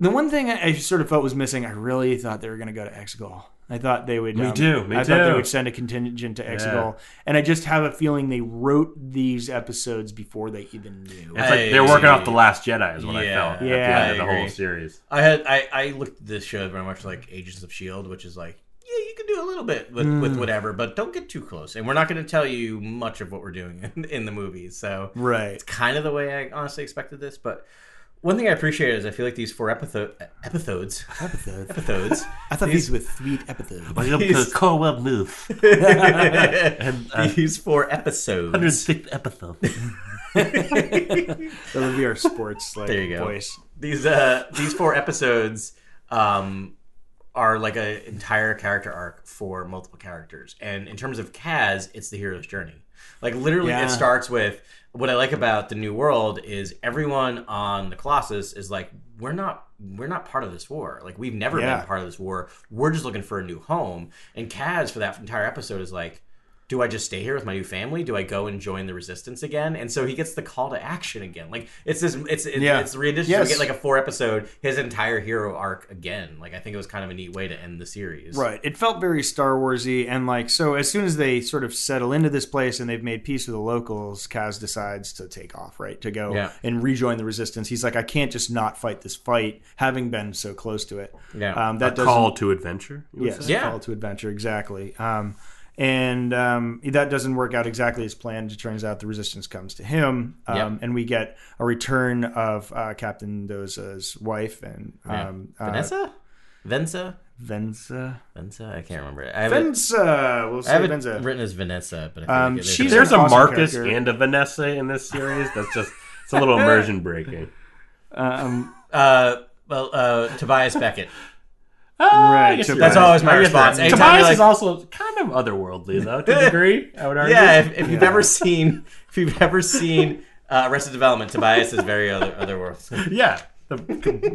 Speaker 5: the one thing I, I sort of felt was missing, I really thought they were going to go to Exegol. I thought they would. Me
Speaker 4: too, me
Speaker 5: I thought they
Speaker 4: too.
Speaker 5: would send a contingent to Exegol, and I just have a feeling they wrote these episodes before they even knew.
Speaker 4: It's like they're
Speaker 6: I-
Speaker 4: working off the Last Jedi is what I
Speaker 6: Yeah.
Speaker 4: felt at the
Speaker 5: Yeah,
Speaker 4: end of
Speaker 6: I
Speaker 4: the
Speaker 6: agree.
Speaker 4: whole series.
Speaker 6: I had I, I looked at this show when I watched like Agents of Shield, which is like, yeah, you can do a little bit with,
Speaker 4: Mm.
Speaker 6: with whatever, but don't get too close. And we're not going to tell you much of what we're doing in, in the movies. So
Speaker 5: right.
Speaker 6: it's kind of the way I honestly expected this. But one thing I appreciate is I feel like these four epitho- episodes, episodes,
Speaker 5: I thought these were sweet episodes.
Speaker 4: the Corwell move. and uh,
Speaker 6: these four episodes.
Speaker 4: 106th episode.
Speaker 5: That would be our sports like
Speaker 6: There you go.
Speaker 5: voice.
Speaker 6: these uh these four episodes um are like an entire character arc for multiple characters and in terms of kaz it's the hero's journey like literally
Speaker 5: Yeah.
Speaker 6: it starts with what i like about the new world is everyone on the colossus is like we're not we're not part of this war like we've never
Speaker 5: Yeah.
Speaker 6: been part of this war we're just looking for a new home and kaz for that entire episode is like do I just stay here with my new family? Do I go and join the resistance again? And so he gets the call to action again. Like it's this, it's it's,
Speaker 5: Yeah.
Speaker 6: it's rendition.
Speaker 5: Yes.
Speaker 6: We get like a four episode his entire hero arc again. Like I think it was kind of a neat way to end the series.
Speaker 5: Right. It felt very Star Warsy, and like so. As soon as they sort of settle into this place and they've made peace with the locals, Kaz decides to take off. Right to go
Speaker 6: Yeah.
Speaker 5: and rejoin the resistance. He's like, I can't just not fight this fight, having been so close to it.
Speaker 6: Yeah.
Speaker 5: Um,
Speaker 4: A
Speaker 5: that doesn't
Speaker 4: call to adventure. you would
Speaker 5: Yes,
Speaker 4: say?
Speaker 6: Yeah.
Speaker 5: Call to Adventure, exactly. Um, and um, that doesn't work out exactly as planned. It turns out the resistance comes to him, um,
Speaker 6: Yep.
Speaker 5: and we get a return of uh, Captain Doza's wife and um, uh,
Speaker 6: Vanessa, Venza,
Speaker 5: Venza.
Speaker 6: Venza. I can't remember. I haven't,
Speaker 5: Venza. We'll
Speaker 6: I
Speaker 5: say
Speaker 6: haven't
Speaker 5: Venza.
Speaker 6: written as Vanessa, but I think
Speaker 5: Um,
Speaker 6: it is
Speaker 5: she's-
Speaker 4: There's
Speaker 5: an
Speaker 4: a
Speaker 5: awesome
Speaker 4: Marcus
Speaker 5: character.
Speaker 4: and a Vanessa in this series. That's just it's a little immersion breaking.
Speaker 5: um,
Speaker 6: uh, well, uh, Tobias Beckett.
Speaker 5: Right,
Speaker 4: I guess
Speaker 5: so
Speaker 4: you're
Speaker 5: that's
Speaker 4: right.
Speaker 6: always my
Speaker 4: I guess you're
Speaker 6: response.
Speaker 4: right.
Speaker 6: Anytime
Speaker 4: Tobias
Speaker 6: you're
Speaker 4: is
Speaker 6: like-
Speaker 4: also kind of otherworldly, though. To a degree, I would argue.
Speaker 6: Yeah, if, if you've ever seen, if you've ever seen uh, Arrested Development, Tobias is very other otherworldly.
Speaker 4: yeah. The,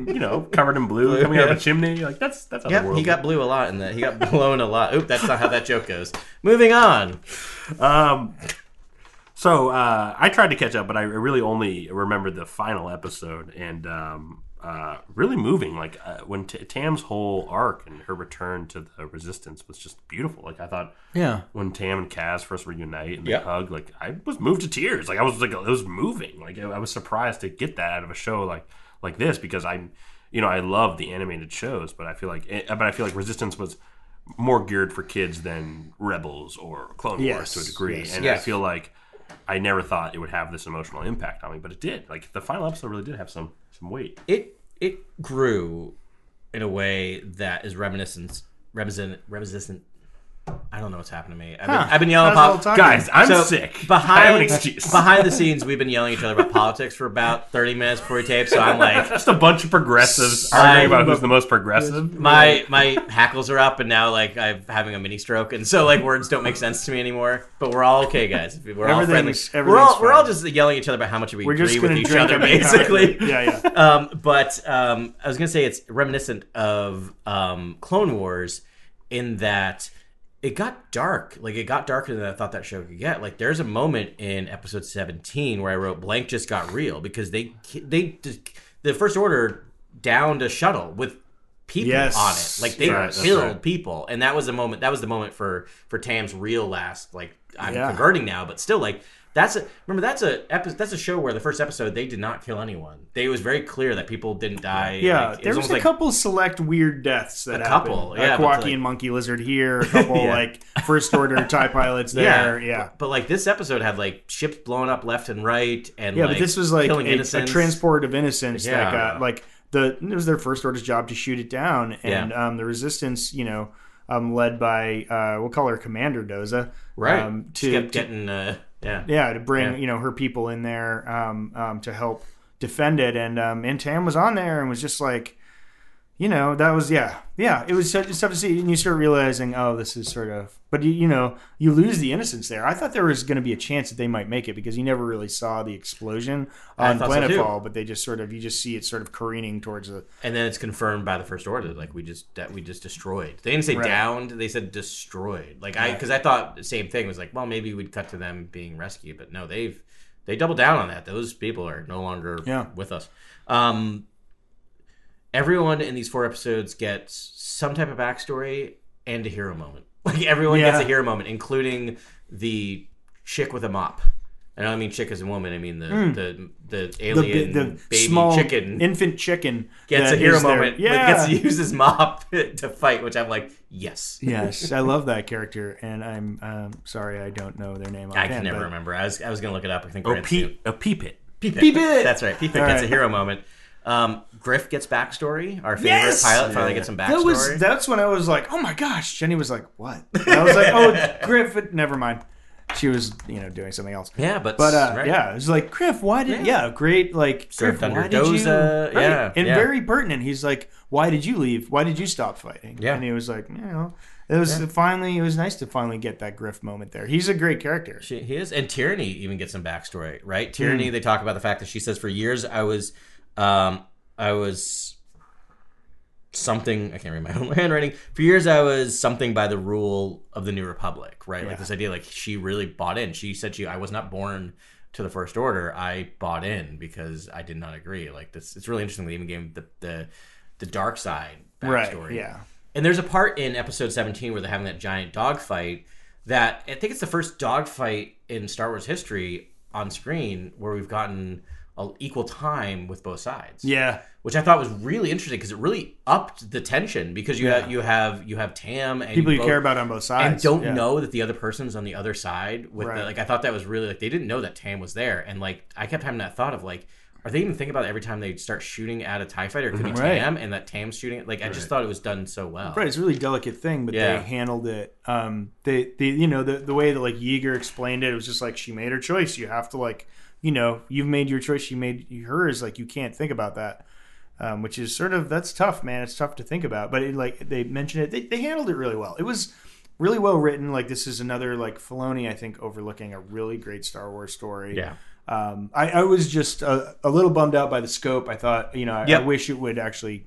Speaker 4: you know, covered in blue, coming out of a chimney. Like that's that's
Speaker 6: Yep,
Speaker 4: otherworldly.
Speaker 6: he got blue a lot in that. He got blown a lot. Oop, that's not how that joke goes. Moving on.
Speaker 4: Um, so uh, I tried to catch up, but I really only remembered the final episode and um, uh, really moving. Like uh, when T- Tam's whole arc and her return to the Resistance was just beautiful. Like I thought,
Speaker 5: yeah.
Speaker 4: when Tam and Kaz first reunite and they
Speaker 6: Yeah.
Speaker 4: hug, like I was moved to tears. Like I was like it was moving. Like I I was surprised to get that out of a show like like this because I, you know, I love the animated shows, but I feel like eh, but I feel like Resistance was more geared for kids than Rebels or Clone Wars
Speaker 5: Yes,
Speaker 4: to a degree,
Speaker 5: yes,
Speaker 4: and I
Speaker 6: yes.
Speaker 4: feel like I never thought it would have this emotional impact on me, but it did. Like the final episode really did have some some weight.
Speaker 6: it it grew in a way that is reminiscent reminiscent reminiscent I don't know what's happened to me. I've been,
Speaker 5: Huh.
Speaker 6: I've been yelling
Speaker 5: How's all
Speaker 6: about
Speaker 5: the time?
Speaker 4: Guys, I'm
Speaker 6: So,
Speaker 4: sick. I have
Speaker 6: Behind
Speaker 4: an excuse.
Speaker 6: behind the scenes, we've been yelling at each other about politics for about thirty minutes before we tape. So I'm like,
Speaker 4: Just a bunch of progressives
Speaker 6: Sorry.
Speaker 4: arguing about who's the most progressive.
Speaker 6: my my hackles are up, and now like I'm having a mini stroke, and so like words don't make sense to me anymore. But we're all okay, guys. We're all friendly.
Speaker 5: Everything's-
Speaker 6: We're all
Speaker 5: everything's
Speaker 6: we're all
Speaker 5: fine.
Speaker 6: just yelling at each other about how much we
Speaker 5: We're
Speaker 6: agree
Speaker 5: just
Speaker 6: with
Speaker 5: going to
Speaker 6: each
Speaker 5: drink
Speaker 6: other,
Speaker 5: every time.
Speaker 6: basically.
Speaker 5: Yeah, yeah.
Speaker 6: um, but um, I was gonna say it's reminiscent of um, Clone Wars in that it got dark. Like it got darker than I thought that show could get. Like there's a moment in episode 17 where I wrote blank just got real because they they the First Order downed a shuttle with people
Speaker 5: Yes.
Speaker 6: on it. Like they
Speaker 5: Right, that's
Speaker 6: killed
Speaker 4: right.
Speaker 6: people, and that was a moment. That was the moment for for Tam's real last. Like I'm
Speaker 5: Yeah.
Speaker 6: converting now, but still like. That's a remember. That's a epi- that's a show where the first episode they did not kill anyone. They, it was very clear that people didn't die.
Speaker 5: Yeah,
Speaker 6: like, it
Speaker 5: there was,
Speaker 6: almost
Speaker 5: a
Speaker 6: like-
Speaker 5: couple select weird deaths that
Speaker 6: A
Speaker 5: happened.
Speaker 6: couple,
Speaker 5: Uh,
Speaker 6: yeah, but
Speaker 5: Kawaki
Speaker 6: like-
Speaker 5: and Monkey Lizard here, a couple
Speaker 6: Yeah.
Speaker 5: like first order tie pilots there. Yeah, yeah,
Speaker 6: But, but, like this episode had like ships blowing up left and right, and
Speaker 5: yeah
Speaker 6: like,
Speaker 5: but this was like
Speaker 6: killing
Speaker 5: a, a
Speaker 6: innocents.
Speaker 5: transport of innocence
Speaker 6: Yeah.
Speaker 5: that got like the it was their first order's job to shoot it down, and
Speaker 6: Yeah.
Speaker 5: um, the resistance, you know, um, led by uh, we'll call her Commander Doza,
Speaker 6: right?
Speaker 5: Um,
Speaker 6: She
Speaker 5: to,
Speaker 6: kept
Speaker 5: to
Speaker 6: getting uh, yeah.
Speaker 5: yeah to bring
Speaker 6: Yeah.
Speaker 5: you know her people in there um, um, to help defend it and um, and Tam was on there and was just like you know that was yeah yeah it was such it's tough to see and you start realizing oh this is sort of but you, you know you lose the innocence there I thought there was going to be a chance that they might make it because you never really saw the explosion
Speaker 6: I
Speaker 5: on
Speaker 6: thought so, too.
Speaker 5: Planetfall but they just sort of you just see it sort of careening towards the
Speaker 6: And then it's confirmed by the first order, like we just that we just destroyed. They didn't say
Speaker 5: Right.
Speaker 6: downed; they said destroyed. Like I, because I thought the same thing was like, well, maybe we'd cut to them being rescued, but no, they've they doubled down on that. Those people are no longer
Speaker 5: Yeah.
Speaker 6: with us. Um, everyone in these four episodes gets some type of backstory and a hero moment. Like everyone gets
Speaker 5: Yeah.
Speaker 6: a hero moment, including the chick with a mop. And I don't mean chick as a woman. I mean the the, the
Speaker 5: Hmm. the,
Speaker 6: alien
Speaker 5: bi- the
Speaker 6: baby
Speaker 5: small
Speaker 6: chicken
Speaker 5: infant chicken
Speaker 6: gets
Speaker 5: that
Speaker 6: a hero
Speaker 5: is there.
Speaker 6: moment,
Speaker 5: yeah
Speaker 6: but gets to use his mop to fight, which I'm like, yes.
Speaker 5: yes I love that character and I'm um, sorry I don't know their name
Speaker 6: I
Speaker 5: offhand,
Speaker 6: can never
Speaker 5: but- Oh,
Speaker 6: remember. I was I was gonna look it up. I think
Speaker 4: Or
Speaker 6: Grant
Speaker 4: pe- a peep it.
Speaker 6: Peep it. That's right. Peep it gets a
Speaker 5: right.
Speaker 6: hero moment. Um, Griff gets backstory. Our favorite
Speaker 5: Yes!
Speaker 6: pilot finally gets some backstory.
Speaker 5: That was that's when I was like, oh my gosh. Jenny was like, what? And I was like, oh, Griff. it- Never mind. She was you know doing something else.
Speaker 6: yeah, but
Speaker 5: But uh,
Speaker 6: right.
Speaker 5: yeah, it was like Griff. Why did yeah, great like
Speaker 6: Served
Speaker 5: Griff,
Speaker 6: under
Speaker 5: why did you-
Speaker 6: Doza, yeah,
Speaker 5: and
Speaker 6: yeah.
Speaker 5: very pertinent. He's like, why did you leave? Why did you stop fighting?
Speaker 6: Yeah.
Speaker 5: and he was like, you know, it was finally it was nice to finally get that Griff moment there. He's a great character.
Speaker 6: She, he is, and Tyranny even gets some backstory, right?
Speaker 5: Hmm.
Speaker 6: Tyranny, they talk about the fact that she says for years I was, um, I was something. I can't read my own handwriting. For years, I was something by the rule of the New Republic, right? Like
Speaker 5: Yeah.
Speaker 6: this idea, like she really bought in. She said she, I was not born to the First Order. I bought in because I did not agree. Like this, it's really interesting. They even gave him the the, the dark side
Speaker 5: Right.
Speaker 6: backstory,
Speaker 5: Yeah.
Speaker 6: and there's a part in episode 17 where they're having that giant dogfight that I think it's the first dogfight in Star Wars history on screen where we've gotten a, equal time with both sides.
Speaker 5: Yeah.
Speaker 6: Which I thought was really interesting because it really upped the tension because you have you have you have Tam and
Speaker 5: People you
Speaker 6: both-
Speaker 5: care about on both sides
Speaker 6: and don't
Speaker 5: Yeah.
Speaker 6: know that the other person's on the other side with the,
Speaker 5: Right.
Speaker 6: like I thought that was really like they didn't know that Tam was there and like I kept having that thought of like are they even thinking about it every time they start shooting at a Tie Fighter it could be
Speaker 5: Right.
Speaker 6: Tam and that Tam's shooting it like I just thought it was done so well
Speaker 5: Right, it's a really delicate thing, but
Speaker 6: Yeah.
Speaker 5: they handled it. Um, they, they, you know, the the way that like Yeager explained it, it was just like she made her choice. You have to like, you know, you've made your choice. She made hers. Like you can't think about that, um, which is sort of that's tough, man. It's tough to think about, but it, like they mentioned it, they, they handled it really well. It was really well written. Like this is another like Filoni, I think, overlooking a really great Star Wars story.
Speaker 6: yeah
Speaker 5: Um, I, I was just uh, a, a little bummed out by the scope. I thought, you know, I,
Speaker 6: Yep.
Speaker 5: I wish it would actually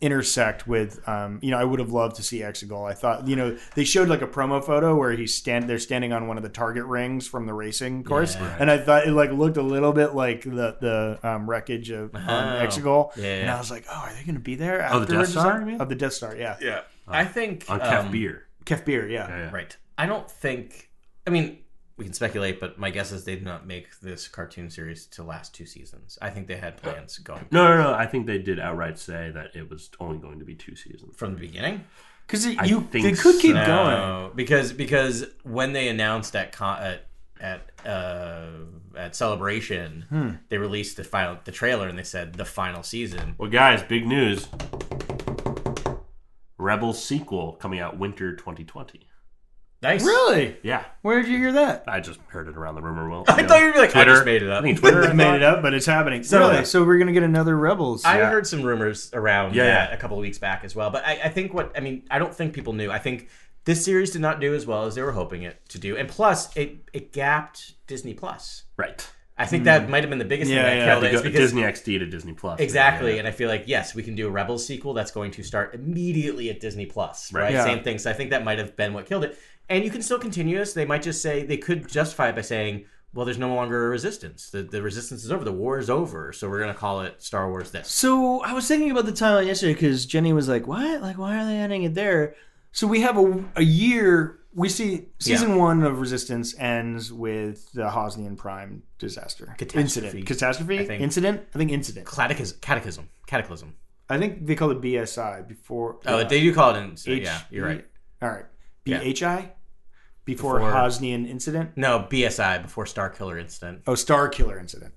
Speaker 5: intersect with, um, you know, I would have loved to see Exegol. I thought, you know, they showed like a promo photo where he's stand, they're standing on one of the target rings from the racing course,
Speaker 6: Yeah.
Speaker 5: and I thought it like looked a little bit like the the um, wreckage of um,
Speaker 6: Oh.
Speaker 5: Exegol,
Speaker 6: Yeah,
Speaker 5: and
Speaker 6: yeah.
Speaker 5: I was like, oh, are they going to be there?
Speaker 4: Oh, the Death
Speaker 5: afterwards or
Speaker 4: Star,
Speaker 5: something?
Speaker 4: you mean?
Speaker 5: Of the Death Star, yeah.
Speaker 6: Yeah. I think
Speaker 4: On Kef
Speaker 6: um,
Speaker 4: Beer.
Speaker 5: Kef Beer, yeah.
Speaker 4: Yeah, yeah.
Speaker 6: Right. I don't think I mean we can speculate, but my guess is they did not make this cartoon series to last two seasons. I think they had plans going
Speaker 4: No, no, no. I think they did outright say that it was only going to be two seasons.
Speaker 6: from the beginning.
Speaker 5: Because
Speaker 4: I
Speaker 5: you
Speaker 4: think
Speaker 5: they could keep
Speaker 4: so.
Speaker 5: going.
Speaker 6: No, because because when they announced at con- at at, uh, at celebration,
Speaker 5: Hmm.
Speaker 6: they released the final the trailer and they said the final season.
Speaker 4: Well, guys, big news. Rebel sequel coming out winter 2020.
Speaker 6: Nice.
Speaker 5: Really?
Speaker 4: Yeah,
Speaker 5: Where did you hear that?
Speaker 4: I just heard it around the rumor world.
Speaker 6: I thought you were gonna be like, I just made it up.
Speaker 4: I think Twitter
Speaker 5: I made it up, but it's happening. So, really? So we're gonna get another Rebels.
Speaker 6: I
Speaker 4: Yeah.
Speaker 6: heard some rumors around
Speaker 4: Yeah,
Speaker 6: that
Speaker 4: yeah.
Speaker 6: a couple of weeks back as well. But I, I think what I mean, I don't think people knew. I think this series did not do as well as they were hoping it to do, and plus, it it gapped Disney Plus.
Speaker 4: Right.
Speaker 6: I think
Speaker 4: Mm.
Speaker 6: that might have been the biggest
Speaker 5: Yeah, yeah,
Speaker 6: thing that killed
Speaker 4: Had to
Speaker 6: it is
Speaker 4: go-
Speaker 6: because
Speaker 4: Disney XD to Disney Plus.
Speaker 6: Exactly,
Speaker 4: Yeah.
Speaker 6: and I feel like yes, we can do a Rebels sequel that's going to start immediately at Disney Plus,
Speaker 4: Right.
Speaker 6: right?
Speaker 5: Yeah.
Speaker 6: Same thing. So I think that might have been what killed it. And you can still continue this. They might just say they could justify it by saying, "Well, there's no longer a resistance. The the resistance is over. The war is over. So we're gonna call it Star Wars this."
Speaker 5: So I was thinking about the timeline yesterday because Jenny was like, "What? Like, why are they ending it there?" So we have a, a year. We see season one of Resistance ends with the Hosnian Prime disaster
Speaker 6: Catastrophe.
Speaker 5: incident, catastrophe,
Speaker 6: I think.
Speaker 5: incident. I think incident.
Speaker 6: Catechism, catechism, cataclysm.
Speaker 5: I think they call it BSI before.
Speaker 6: Oh,
Speaker 5: yeah.
Speaker 6: they do call it. In, so,
Speaker 5: H-
Speaker 6: yeah, you're
Speaker 4: E
Speaker 6: right.
Speaker 5: All right,
Speaker 6: Yeah.
Speaker 5: BHI before,
Speaker 6: Before-
Speaker 5: Hosnian incident.
Speaker 6: No, BSI before Star Killer incident.
Speaker 5: Oh, Star Killer incident.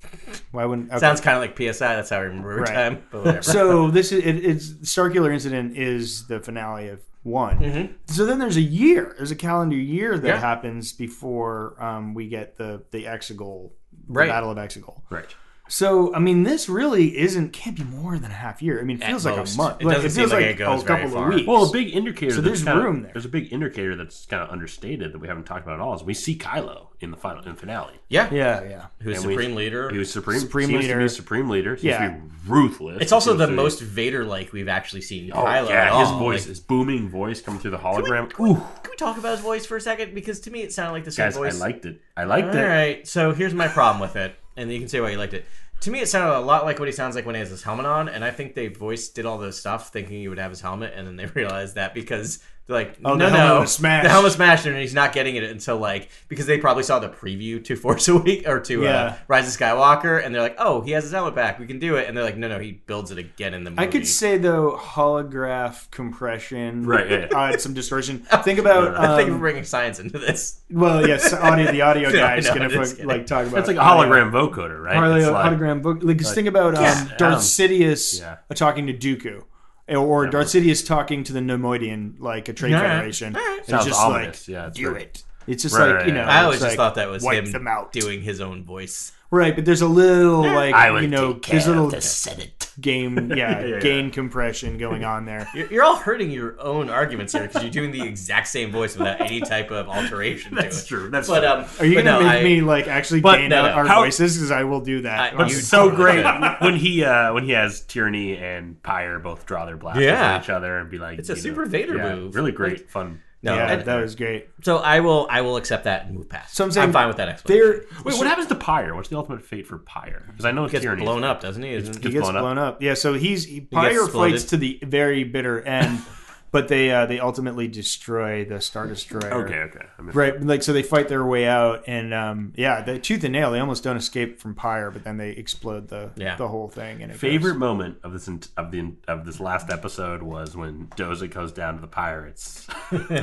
Speaker 5: Why wouldn't? Okay.
Speaker 6: Sounds kind of like PSI. That's how I remember every
Speaker 5: Right.
Speaker 6: time. But whatever.
Speaker 5: so this is it, it's Star Killer Incident is the finale of one. So then there's a year, there's a calendar year that
Speaker 6: Mm-hmm. Yeah.
Speaker 5: happens before um, we get the the Exegol, the
Speaker 6: Right.
Speaker 5: Battle of Exegol.
Speaker 4: Right.
Speaker 5: So I mean, this really isn't can't be more than a half year. I mean, it
Speaker 6: At
Speaker 5: feels like
Speaker 6: most.
Speaker 5: a month.
Speaker 6: It doesn't seem like it goes
Speaker 5: a
Speaker 6: very
Speaker 5: couple
Speaker 6: far.
Speaker 5: of weeks.
Speaker 4: Well, a big indicator.
Speaker 5: So
Speaker 4: that's
Speaker 5: there's
Speaker 4: kinda-
Speaker 5: room there.
Speaker 4: There's a big indicator that's kind of understated that we haven't talked about at all is we see Kylo in the final in finale.
Speaker 6: yeah,
Speaker 5: yeah, yeah.
Speaker 6: who's
Speaker 4: And we-
Speaker 6: supreme leader?
Speaker 4: He was supreme,
Speaker 5: Supreme
Speaker 4: seems To
Speaker 5: leader.
Speaker 4: be supreme leader. Seems
Speaker 5: Yeah.
Speaker 4: to be ruthless.
Speaker 6: It's also
Speaker 4: Seems
Speaker 6: the
Speaker 4: to-
Speaker 6: most Vader-like we've actually seen
Speaker 4: Oh,
Speaker 6: Kylo. at
Speaker 4: yeah,
Speaker 6: all.
Speaker 4: his voice,
Speaker 6: Like,
Speaker 4: his booming voice coming through the
Speaker 6: can,
Speaker 4: hologram.
Speaker 6: we,
Speaker 4: Ooh,
Speaker 6: can we talk about his voice for a second? Because to me, it sounded like the same
Speaker 4: guys, I
Speaker 6: voice.
Speaker 4: liked it. I liked
Speaker 6: All
Speaker 4: it.
Speaker 6: right, so here's my problem with it, and you can say why you liked it. To me, it sounded a lot like what he sounds like when he has his helmet on, and I think they voice did all those stuff thinking he would have his helmet, and then they realized that because they're like,
Speaker 5: Oh,
Speaker 6: no,
Speaker 5: the helmet
Speaker 6: no,
Speaker 5: was smashed."
Speaker 6: the helmet smashed, and he's not getting it until like because they probably saw the preview to Force Awake or to
Speaker 5: Yeah.
Speaker 6: uh, Rise of Skywalker, and they're like, oh, he has his helmet back, we can do it, and they're like, no, no, he builds it again in the movie.
Speaker 5: I could say though holograph compression,
Speaker 4: Right, yeah, yeah.
Speaker 5: Uh, some distortion. Think about
Speaker 6: I think
Speaker 5: um,
Speaker 6: we're bringing science into this.
Speaker 5: well, yes, audio. The audio
Speaker 6: No,
Speaker 5: guy is
Speaker 6: no,
Speaker 5: gonna
Speaker 6: I'm just
Speaker 5: fuck- like talk about
Speaker 4: That's like a
Speaker 5: audio.
Speaker 4: hologram vocoder, right?
Speaker 5: Harley
Speaker 4: It's like-
Speaker 5: hologram book. Like, just think about um,
Speaker 6: Yeah.
Speaker 5: Darth Sidious
Speaker 4: Yeah.
Speaker 5: uh, talking to Dooku, or, or Darth Sidious talking to the Nemoidian, like a trade
Speaker 6: All right.
Speaker 5: federation.
Speaker 6: All right.
Speaker 5: And
Speaker 4: Sounds
Speaker 5: it's just
Speaker 4: ominous.
Speaker 5: like,
Speaker 4: yeah, it's
Speaker 5: do
Speaker 4: very-
Speaker 5: it. It's just
Speaker 4: Right,
Speaker 5: like
Speaker 4: right,
Speaker 5: you
Speaker 4: right.
Speaker 5: know.
Speaker 6: I always
Speaker 5: it's like,
Speaker 6: just thought that was
Speaker 5: wipe
Speaker 6: him
Speaker 5: them out.
Speaker 6: doing his own voice.
Speaker 5: right, but there's a little like
Speaker 4: I will
Speaker 5: you know,
Speaker 4: take
Speaker 5: there's a
Speaker 4: care of
Speaker 5: little
Speaker 4: the Senate.
Speaker 5: game, yeah,
Speaker 4: yeah.
Speaker 5: gain compression going on there.
Speaker 6: You're, you're all hurting your own arguments here because you're doing the exact same voice without any type of alteration. to
Speaker 4: That's
Speaker 6: it.
Speaker 4: true. That's
Speaker 6: But
Speaker 4: true.
Speaker 6: um,
Speaker 5: Are you
Speaker 6: but
Speaker 5: gonna
Speaker 6: no,
Speaker 5: make
Speaker 6: I-
Speaker 5: me like actually
Speaker 4: But
Speaker 5: gain
Speaker 6: no, no.
Speaker 5: our
Speaker 4: How-
Speaker 5: voices? Because I will do that.
Speaker 6: I-
Speaker 5: on
Speaker 6: you-
Speaker 5: this.
Speaker 4: so
Speaker 6: totally
Speaker 4: great when he uh, when he has Tyranny and Pyre both draw their blasters
Speaker 6: Yeah.
Speaker 4: at each other and be like,
Speaker 6: It's a
Speaker 4: you know,
Speaker 6: super Vader
Speaker 4: yeah,
Speaker 6: move.
Speaker 4: Really great, fun.
Speaker 6: No,
Speaker 5: yeah,
Speaker 6: and-
Speaker 5: that was great.
Speaker 6: so I will I will accept that and move past.
Speaker 5: So I'm saying
Speaker 6: fine with that explanation.
Speaker 5: There,
Speaker 4: Wait, what happens to Pyre? What's the ultimate fate for Pyre? Because I know
Speaker 6: He gets
Speaker 4: Tyranny
Speaker 6: blown up, doesn't he? Isn't-
Speaker 5: he gets blown,
Speaker 4: blown up.
Speaker 5: up. Yeah, so he's he Pyre
Speaker 6: exploded.
Speaker 5: fights to the very bitter end, but they uh, they ultimately destroy the Star Destroyer.
Speaker 4: Okay, okay. I mean,
Speaker 5: Right, like so they fight their way out, and um, yeah, they tooth and nail. They almost don't escape from Pyre, but then they explode the
Speaker 6: Yeah.
Speaker 5: the whole thing. And it
Speaker 4: Favorite
Speaker 5: goes-
Speaker 4: moment of this ent- of the of this last episode was when Doza goes down to the pirates,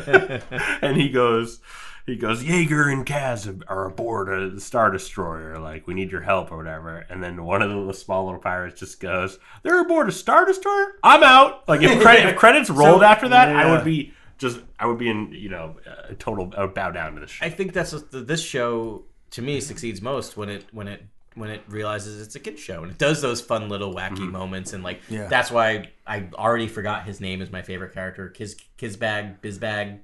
Speaker 4: and he goes, he goes, Jaeger and Kaz are aboard a the star destroyer. Like we need your help or whatever. And then one of the, little small little pirates just goes, they're aboard a star destroyer. I'm out. Like if, credit, if credits rolled after that, I
Speaker 5: Yeah.
Speaker 4: would be just I would be in you know a total I would bow down to the ship.
Speaker 6: I think that's what the, this show to me succeeds most when it when it when it realizes it's a kid show and it does those fun little wacky
Speaker 4: Mm-hmm.
Speaker 6: moments and like
Speaker 5: Yeah.
Speaker 6: that's why I already forgot his name is my favorite character. Kiz Kizbag Bizbag.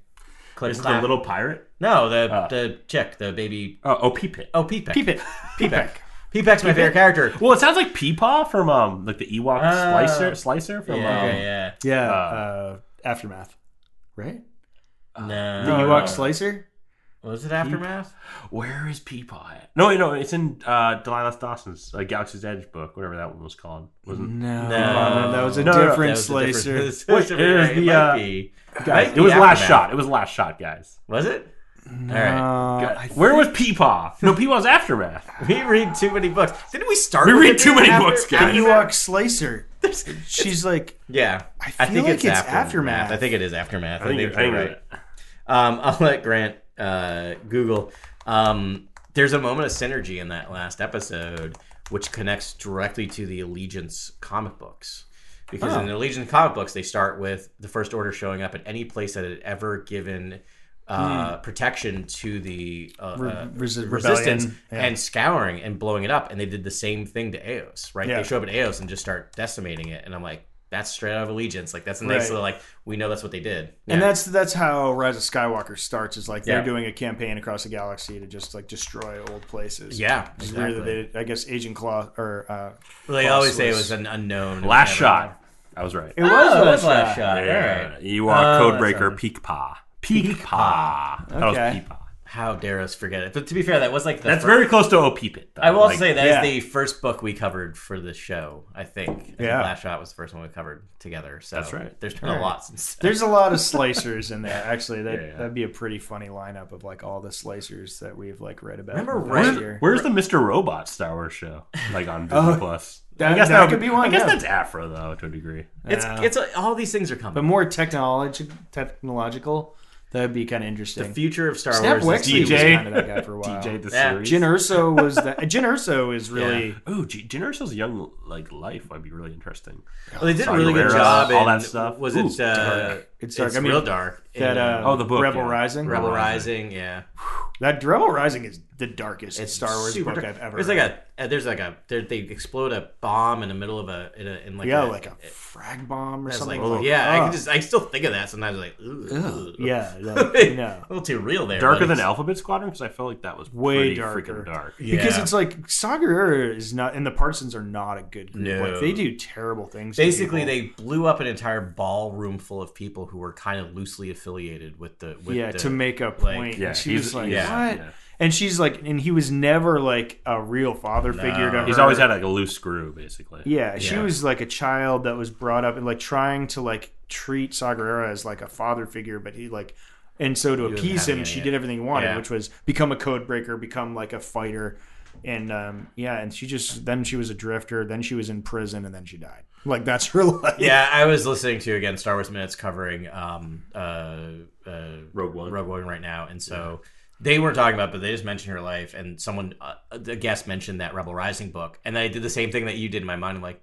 Speaker 6: Clip
Speaker 4: Is the
Speaker 6: clap.
Speaker 4: little Ah. pirate?
Speaker 6: no the the chick the baby
Speaker 4: Oh, oh Peepit.
Speaker 6: oh Peepeck.
Speaker 5: Peepit, Peepek.
Speaker 6: Peepeck's my favorite character.
Speaker 4: Well, it sounds like Peepaw from um like the Ewok
Speaker 6: Oh.
Speaker 4: slicer slicer from um,
Speaker 6: Yeah,
Speaker 5: Yeah, uh, aftermath. Right,
Speaker 6: yeah. No.
Speaker 5: the Ewok Slicer.
Speaker 6: Was it Aftermath?
Speaker 4: Where is Peepaw at? No, wait, no, it's in uh, Delilah Dawson's uh, Galaxy's Edge book, whatever that one was called. Wasn't
Speaker 5: No,
Speaker 6: No.
Speaker 5: that was a
Speaker 4: No, no, no,
Speaker 5: different
Speaker 6: That was a different-
Speaker 5: Slicer.
Speaker 6: it was
Speaker 4: Wait,
Speaker 6: a different-
Speaker 4: it was
Speaker 6: it
Speaker 4: the,
Speaker 6: might
Speaker 4: uh,
Speaker 6: be.
Speaker 4: guys?
Speaker 6: might
Speaker 4: It was
Speaker 6: be
Speaker 4: last
Speaker 6: Aftermath.
Speaker 4: shot. It was last shot, guys.
Speaker 6: Was it? All right.
Speaker 5: Uh,
Speaker 4: Guys, Where was Peepaw? No, Peepaw's aftermath.
Speaker 6: We read too many books. Didn't we start?
Speaker 4: We
Speaker 6: with
Speaker 4: read
Speaker 6: it
Speaker 4: too
Speaker 6: being
Speaker 4: many
Speaker 6: after-
Speaker 4: books, guys.
Speaker 6: Aftermath?
Speaker 5: Ewok Slicer. She's like
Speaker 6: Yeah,
Speaker 5: I feel like it's Aftermath.
Speaker 6: I think it is aftermath. I think,
Speaker 4: you're-
Speaker 6: you're right. Um, I'll let Grant uh, Google. Um, there's a moment of synergy in that last episode, which connects directly to the Allegiance comic books. Because in the Allegiance comic books, they start with the First Order showing up at any place that had ever given uh, protection to the uh,
Speaker 5: Hmm. Re-
Speaker 6: uh,
Speaker 5: resi-
Speaker 6: resistance
Speaker 5: rebellion, yeah.
Speaker 6: and scouring and blowing it up. And they did the same thing to Eos, right?
Speaker 5: Yeah.
Speaker 6: They show up at Eos and just start decimating it. And I'm like, that's straight out of Allegiance. Like that's a nice
Speaker 5: Right.
Speaker 6: little like we know that's what they did.
Speaker 5: And
Speaker 6: Yeah.
Speaker 5: that's that's how Rise of Skywalker starts. Is like they're
Speaker 6: Yeah.
Speaker 5: doing a campaign across the galaxy to just like destroy old places.
Speaker 6: yeah,
Speaker 5: It's weird that
Speaker 6: exactly.
Speaker 5: they- I guess Agent Claw or uh,
Speaker 6: They always say it
Speaker 5: was-
Speaker 6: was an unknown.
Speaker 4: Last
Speaker 6: Never-
Speaker 4: shot. I was right.
Speaker 5: it
Speaker 6: Oh, it
Speaker 5: was Last
Speaker 6: was
Speaker 5: Shot.
Speaker 6: last shot. All right.
Speaker 4: You are
Speaker 6: Oh, that's
Speaker 4: Codebreaker Peek Pa. Peek Pa. That was
Speaker 5: Okay.
Speaker 4: Peek Pa.
Speaker 6: How dare us forget it? But to be fair, that was like the
Speaker 4: That's
Speaker 6: fir-
Speaker 4: very close to OP Pit. Though.
Speaker 6: I will
Speaker 4: Like,
Speaker 6: say that is
Speaker 5: yeah.
Speaker 6: the first book we covered for the show. I think. I think
Speaker 5: Yeah.
Speaker 6: Last shot was the first one we covered together. So
Speaker 4: That's right.
Speaker 6: There's been a lot since.
Speaker 5: There's a lot of slicers in there. Actually, that
Speaker 4: Yeah, yeah.
Speaker 5: that'd be a pretty funny lineup of like all the slicers that we've like read about.
Speaker 6: Remember
Speaker 5: in the
Speaker 6: Ray-
Speaker 5: past year.
Speaker 4: Where's the Mr. Robot Star Wars show? Like on Disney
Speaker 5: Oh,
Speaker 4: Plus.
Speaker 5: that-
Speaker 4: I guess
Speaker 5: that
Speaker 4: would-
Speaker 5: could be one,
Speaker 4: I guess
Speaker 5: yeah.
Speaker 4: that's Afro though, to a degree.
Speaker 6: It's
Speaker 5: Yeah.
Speaker 6: it's a, all these things are
Speaker 5: But
Speaker 6: coming.
Speaker 5: more technology technological. That'd be kind of
Speaker 6: The
Speaker 5: interesting.
Speaker 6: future of Star
Speaker 5: Snap
Speaker 6: Wars. is
Speaker 5: Wexley was
Speaker 4: DJ.
Speaker 5: kind of that guy for a while.
Speaker 4: DJ the
Speaker 6: Oh. Yeah.
Speaker 4: series.
Speaker 5: Jin Urso was that. Jin Urso is really.
Speaker 4: Ooh, G- Jyn Erso's young like life would be really interesting.
Speaker 6: Well, they did a
Speaker 4: Saw
Speaker 6: really good
Speaker 4: Euros,
Speaker 6: job.
Speaker 4: all
Speaker 6: in-
Speaker 4: that stuff.
Speaker 6: Was
Speaker 4: Ooh,
Speaker 6: it? Uh,
Speaker 4: dark.
Speaker 5: It's dark. I mean,
Speaker 6: real dark.
Speaker 5: That
Speaker 6: in,
Speaker 5: uh,
Speaker 4: Oh, the book,
Speaker 5: Rebel
Speaker 4: yeah.
Speaker 5: Rising.
Speaker 6: Rebel
Speaker 4: Rebel
Speaker 6: Rising. Yeah,
Speaker 5: That Rebel Rising is the darkest Star Wars
Speaker 6: super
Speaker 5: book
Speaker 6: dark.
Speaker 5: I've ever.
Speaker 6: There's
Speaker 5: read.
Speaker 6: like a uh, there's like a there, they explode a bomb in the middle of a in, a, in like
Speaker 5: yeah,
Speaker 6: a,
Speaker 5: like a frag bomb or
Speaker 6: it's
Speaker 5: something.
Speaker 6: like- oh,
Speaker 5: like
Speaker 6: yeah. I
Speaker 5: that.
Speaker 6: can just I still think of that sometimes. Like ooh, ooh.
Speaker 5: yeah, like, no.
Speaker 6: a little too real there.
Speaker 4: darker
Speaker 6: buddies.
Speaker 4: than Alphabet Squadron because I felt like that was
Speaker 5: Way
Speaker 4: pretty
Speaker 5: darker.
Speaker 4: freaking dark.
Speaker 6: Yeah.
Speaker 5: Because it's like Sagara is not, and the Parsons are not a good group.
Speaker 6: No.
Speaker 5: Like they do terrible things. to
Speaker 6: basically
Speaker 5: people.
Speaker 6: they blew up an entire ballroom full of people who were kind of loosely affiliated with the with
Speaker 5: yeah
Speaker 6: the,
Speaker 5: to make a
Speaker 6: like-
Speaker 5: point. And
Speaker 4: Yeah,
Speaker 5: she
Speaker 4: he's-
Speaker 5: was like,
Speaker 6: he's-
Speaker 5: what?
Speaker 4: yeah.
Speaker 5: And she's like, and he was never like a real father figure to her.
Speaker 4: He's always had like a loose screw, basically.
Speaker 5: Yeah, she
Speaker 6: Yeah.
Speaker 5: was like a child that was brought up and like trying to like treat Sagarera as like a father figure, but he like and so to
Speaker 6: wasn't
Speaker 5: appease
Speaker 6: having
Speaker 5: him,
Speaker 6: it
Speaker 5: she
Speaker 6: yet.
Speaker 5: did everything he wanted,
Speaker 6: Yeah.
Speaker 5: which was become a code breaker, become like a fighter. And um, yeah, and she just then she was a drifter, then she was in prison, and then she died. Like that's her life.
Speaker 6: yeah i was listening to again star wars minutes covering um uh uh
Speaker 4: Rogue One.
Speaker 6: rogue one right now and so they weren't talking about it, but they just mentioned her life and someone uh, a guest mentioned that rebel rising book and i did the same thing that you did in my mind i'm like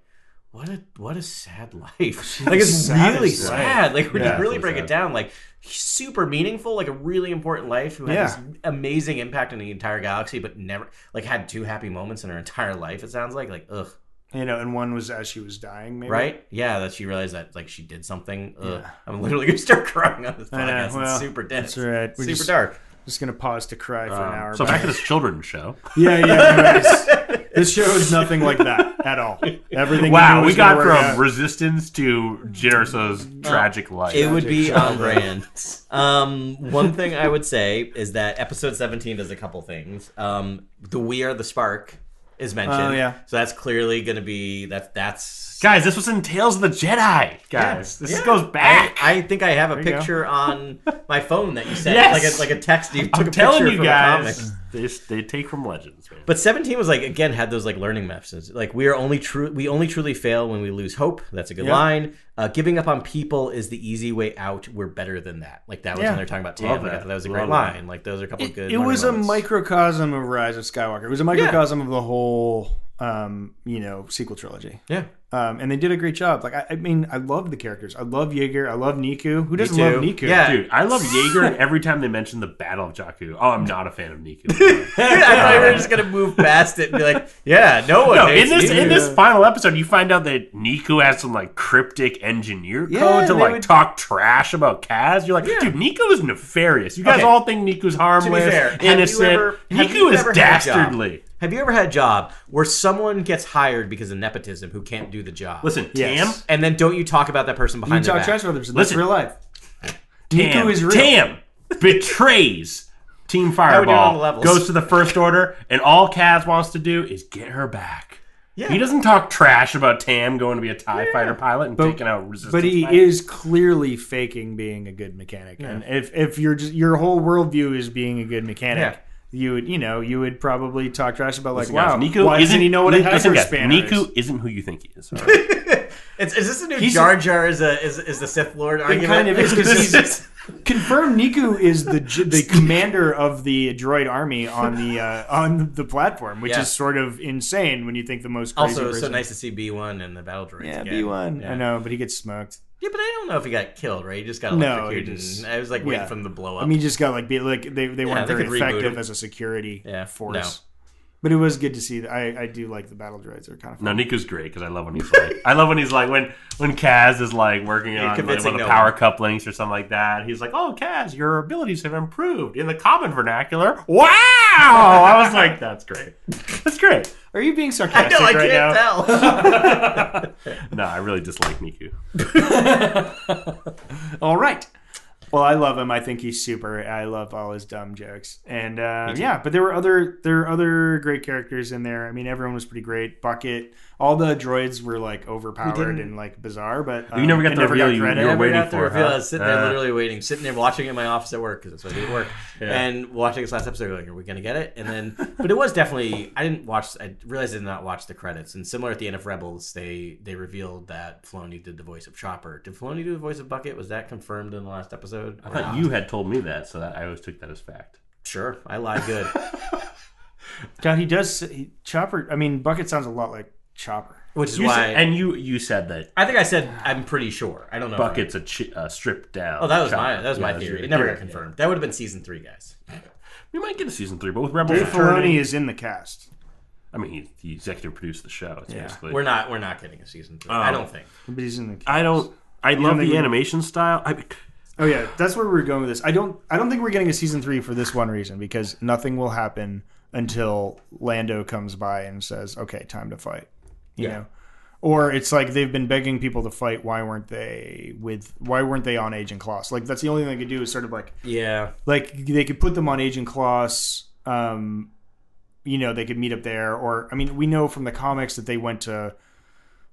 Speaker 6: what a what a sad life like it's
Speaker 5: sad
Speaker 6: really
Speaker 5: as life.
Speaker 6: sad like when
Speaker 5: Yeah,
Speaker 6: you really
Speaker 4: so
Speaker 6: break
Speaker 4: sad.
Speaker 6: it down like super meaningful like a really important life who had
Speaker 5: Yeah.
Speaker 6: this amazing impact on the entire galaxy but never like had two happy moments in her entire life it sounds like like ugh
Speaker 5: You know, and one was as she was dying, maybe.
Speaker 6: Right? Yeah, that she realized that like she did something. Ugh. I'm literally gonna start crying on this
Speaker 5: I know,
Speaker 6: podcast.
Speaker 5: well,
Speaker 6: it's super dense.
Speaker 5: that's all right. We're
Speaker 6: Super
Speaker 5: just-
Speaker 6: dark.
Speaker 5: Just gonna pause to cry for
Speaker 6: Um,
Speaker 5: an hour.
Speaker 4: Um, So
Speaker 5: but-
Speaker 4: back to this children's show.
Speaker 5: yeah, yeah. anyways. this show is nothing like that at all. Everything.
Speaker 4: Wow,
Speaker 5: do
Speaker 4: we
Speaker 5: is
Speaker 4: got
Speaker 5: gonna work
Speaker 4: from
Speaker 5: out.
Speaker 4: resistance to Jerso's tragic life.
Speaker 6: Uh, It would be on brand. Um, one thing I would say is that episode 17 does a couple things. Um, the We Are the Spark is mentioned.
Speaker 5: Oh, yeah.
Speaker 6: So that's clearly gonna be that that's
Speaker 4: guys, this was in Tales of the Jedi. Guys, this
Speaker 6: Yeah.
Speaker 4: goes back.
Speaker 6: I, I think I have a
Speaker 5: you go.
Speaker 6: picture on my phone that you sent,
Speaker 4: Yes!
Speaker 6: like a, like a text. You took
Speaker 4: I'm
Speaker 6: a
Speaker 4: telling
Speaker 6: picture
Speaker 4: you
Speaker 6: from a comic.
Speaker 4: guys, they, they take from legends, man.
Speaker 6: But 17 was like again had those like learning methods. Like we are only true we only truly fail when we lose hope. That's a good
Speaker 5: Yeah.
Speaker 6: line. Uh, giving up on people is the easy way out. We're better than that. Like that was
Speaker 5: Yeah.
Speaker 6: when they're talking about
Speaker 4: Love
Speaker 6: Tam. Like, I
Speaker 4: that.
Speaker 6: thought that was a
Speaker 4: Love
Speaker 6: great
Speaker 4: that.
Speaker 6: line. Like those are a couple of good.
Speaker 5: it
Speaker 6: learning
Speaker 5: was a
Speaker 6: moments.
Speaker 5: microcosm of Rise of Skywalker. It was a microcosm of the whole, um, you know, sequel trilogy.
Speaker 6: Yeah.
Speaker 5: Um, and they did a great job. Like, I, I mean, I love the characters. I love Jaeger. I love Niku. Who doesn't
Speaker 6: too.
Speaker 5: love Niku?
Speaker 6: Yeah.
Speaker 4: Dude, I love Jaeger, and every time they mention the Battle of Jakku, oh, I'm not a fan of Niku.
Speaker 6: I thought we were just gonna move past it and be like, yeah, no one.
Speaker 4: No, in
Speaker 6: hates
Speaker 4: this
Speaker 6: you.
Speaker 4: in this final episode, you find out that Niku has some like cryptic engineer
Speaker 5: Yeah,
Speaker 4: code to
Speaker 5: they
Speaker 4: like
Speaker 5: would-
Speaker 4: talk trash about Kaz. You're like, dude, Niku is nefarious. You guys
Speaker 6: Okay.
Speaker 4: all think Niku's harmless,
Speaker 6: fair, have you
Speaker 4: innocent.
Speaker 6: ever- have you
Speaker 4: Niku is
Speaker 6: ever had a job?
Speaker 4: dastardly.
Speaker 6: Have you ever had a job where someone gets hired because of nepotism who can't do the job?
Speaker 4: Listen,
Speaker 5: Yes.
Speaker 6: and then don't you talk about that person
Speaker 5: You
Speaker 6: behind their
Speaker 5: talk
Speaker 6: back.
Speaker 5: trash about them. So that's
Speaker 4: Listen.
Speaker 5: real life.
Speaker 4: Tam, Tam
Speaker 5: Niku is real.
Speaker 4: Tam betrays Team
Speaker 6: we doing on the
Speaker 4: Fireball,
Speaker 6: levels?
Speaker 4: goes to the First Order, and all Kaz wants to do is get her back.
Speaker 6: Yeah.
Speaker 4: He doesn't talk trash about Tam going to be a TIE fighter pilot and taking out resistance.
Speaker 5: But he
Speaker 4: fighters.
Speaker 5: is clearly faking being a good mechanic. And if if your just your whole worldview is being a good mechanic, you would you know you would probably talk trash about like, wow,
Speaker 4: Guys, Niku
Speaker 5: why
Speaker 4: isn't
Speaker 5: doesn't he know what a
Speaker 4: Niku- listen,
Speaker 5: hyper
Speaker 4: guys,
Speaker 5: spanner is?
Speaker 4: Niku isn't who you think he is. all right?
Speaker 6: It's, is this the new Jar Jar is, a, is is the Sith Lord argument?
Speaker 5: kind of is, 'cause
Speaker 6: This
Speaker 5: he's- Confirmed, Niku is the j- the commander of the droid army on the uh, on the platform, which
Speaker 6: Yeah.
Speaker 5: is sort of insane when you think the most crazy
Speaker 6: also it was so
Speaker 5: person-
Speaker 6: nice to see B one and the battle droids.
Speaker 5: Yeah,
Speaker 6: again.
Speaker 5: B one.
Speaker 6: Yeah.
Speaker 5: I know, but he gets smoked.
Speaker 6: Yeah, but I don't know if he got killed, right? He just got
Speaker 5: No, he
Speaker 6: electrocuted.
Speaker 5: just-
Speaker 6: and I was like waiting
Speaker 5: yeah.
Speaker 6: for him to blow up.
Speaker 5: I mean, just got like be like they, they weren't
Speaker 6: they
Speaker 5: very
Speaker 6: could reboot
Speaker 5: effective
Speaker 6: him.
Speaker 5: as a security
Speaker 6: Yeah,
Speaker 5: force.
Speaker 6: no.
Speaker 5: But it was good to see. That. I I do like the battle droids. They're kind of fun.
Speaker 4: No, Niku's great because I love when he's like, I love when he's like, when when Kaz is like working on like, one of the
Speaker 6: convincing no
Speaker 4: power
Speaker 6: one.
Speaker 4: couplings or something like that. He's like, "Oh, Kaz, your abilities have improved in the common vernacular." Wow! I was like, "That's great. That's great."
Speaker 5: Are you being
Speaker 6: I
Speaker 5: sarcastic
Speaker 6: know, I
Speaker 5: right now?
Speaker 6: can't tell.
Speaker 4: No, I really dislike Niku.
Speaker 5: All right. Well, I love him. I think he's super. I love all his dumb jokes. And uh, yeah, but there were other there were other great characters in there. I mean, everyone was pretty great. Bucket, all the droids were like overpowered and like bizarre. But um,
Speaker 4: never got
Speaker 5: it
Speaker 4: the reveal you-
Speaker 5: credit.
Speaker 4: you were
Speaker 6: I
Speaker 4: waiting
Speaker 6: forgot the
Speaker 4: for,
Speaker 6: reveal.
Speaker 4: huh?
Speaker 6: I was sitting there,
Speaker 4: Uh.
Speaker 6: literally waiting, sitting there watching it in my office at work because that's what I do at work, and watching this last episode. Like, are we gonna get it? And then, but it was definitely. I didn't watch. I realized I did not watch the credits. And similar at the end of Rebels, they they revealed that Filoni did the voice of Chopper. Did Filoni do the voice of Bucket? Was that confirmed in the last episode?
Speaker 4: I thought you had told me that, so that I always took that as fact.
Speaker 6: Sure, I lied. Good.
Speaker 5: God, he does he, Chopper. I mean, Bucket sounds a lot like Chopper.
Speaker 6: Which is
Speaker 4: You
Speaker 6: why.
Speaker 4: said, and you you said that
Speaker 6: I think I said I'm pretty sure. I don't know. if I-
Speaker 4: buckets a chi- uh, stripped down.
Speaker 6: Oh, that was
Speaker 4: chopper.
Speaker 6: my that was
Speaker 4: Yeah,
Speaker 6: my
Speaker 4: that's
Speaker 6: theory.
Speaker 4: your
Speaker 6: It never
Speaker 4: theory.
Speaker 6: got confirmed. That would have been season three, guys.
Speaker 4: We might get a season three, but with Rebels
Speaker 5: Dave Filoni
Speaker 4: returning,
Speaker 5: is in the cast.
Speaker 4: I mean, he, he executive produced the show. It's
Speaker 5: Yeah.
Speaker 4: basically
Speaker 6: We're not we're not getting a season three.
Speaker 4: Oh.
Speaker 6: I don't think.
Speaker 5: But he's in the cast.
Speaker 4: I don't. I love
Speaker 5: think
Speaker 4: the
Speaker 5: we-
Speaker 4: animation style. I,
Speaker 5: Oh yeah, that's where we we're going with this. I don't I don't think we're getting a season three for this one reason because nothing will happen until Lando comes by and says, "Okay, time to fight." You know, or it's like they've been begging people to fight. Why weren't they with? Why weren't they on Agent Kloss? Like that's the only thing they could do is sort of like
Speaker 6: Yeah.
Speaker 5: like they could put them on Agent Kloss. Um, you know, they could meet up there, or I mean, we know from the comics that they went to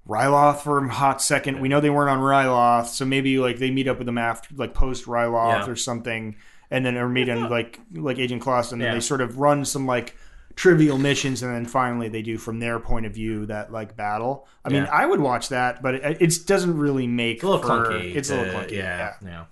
Speaker 5: Ryloth for a hot second. We know they weren't on Ryloth, so maybe like they meet up with them after, like post Ryloth
Speaker 6: Yeah.
Speaker 5: or something, and then or meet on like like Agent Kloss, and then
Speaker 6: Yeah.
Speaker 5: they sort of run some like trivial missions and then finally they do from their point of view that like battle i mean
Speaker 6: Yeah.
Speaker 5: i would watch that but it, it doesn't really make
Speaker 6: It's a little
Speaker 5: for-
Speaker 6: clunky.
Speaker 5: it's a little
Speaker 6: to-
Speaker 5: clunky
Speaker 6: Yeah. Yeah.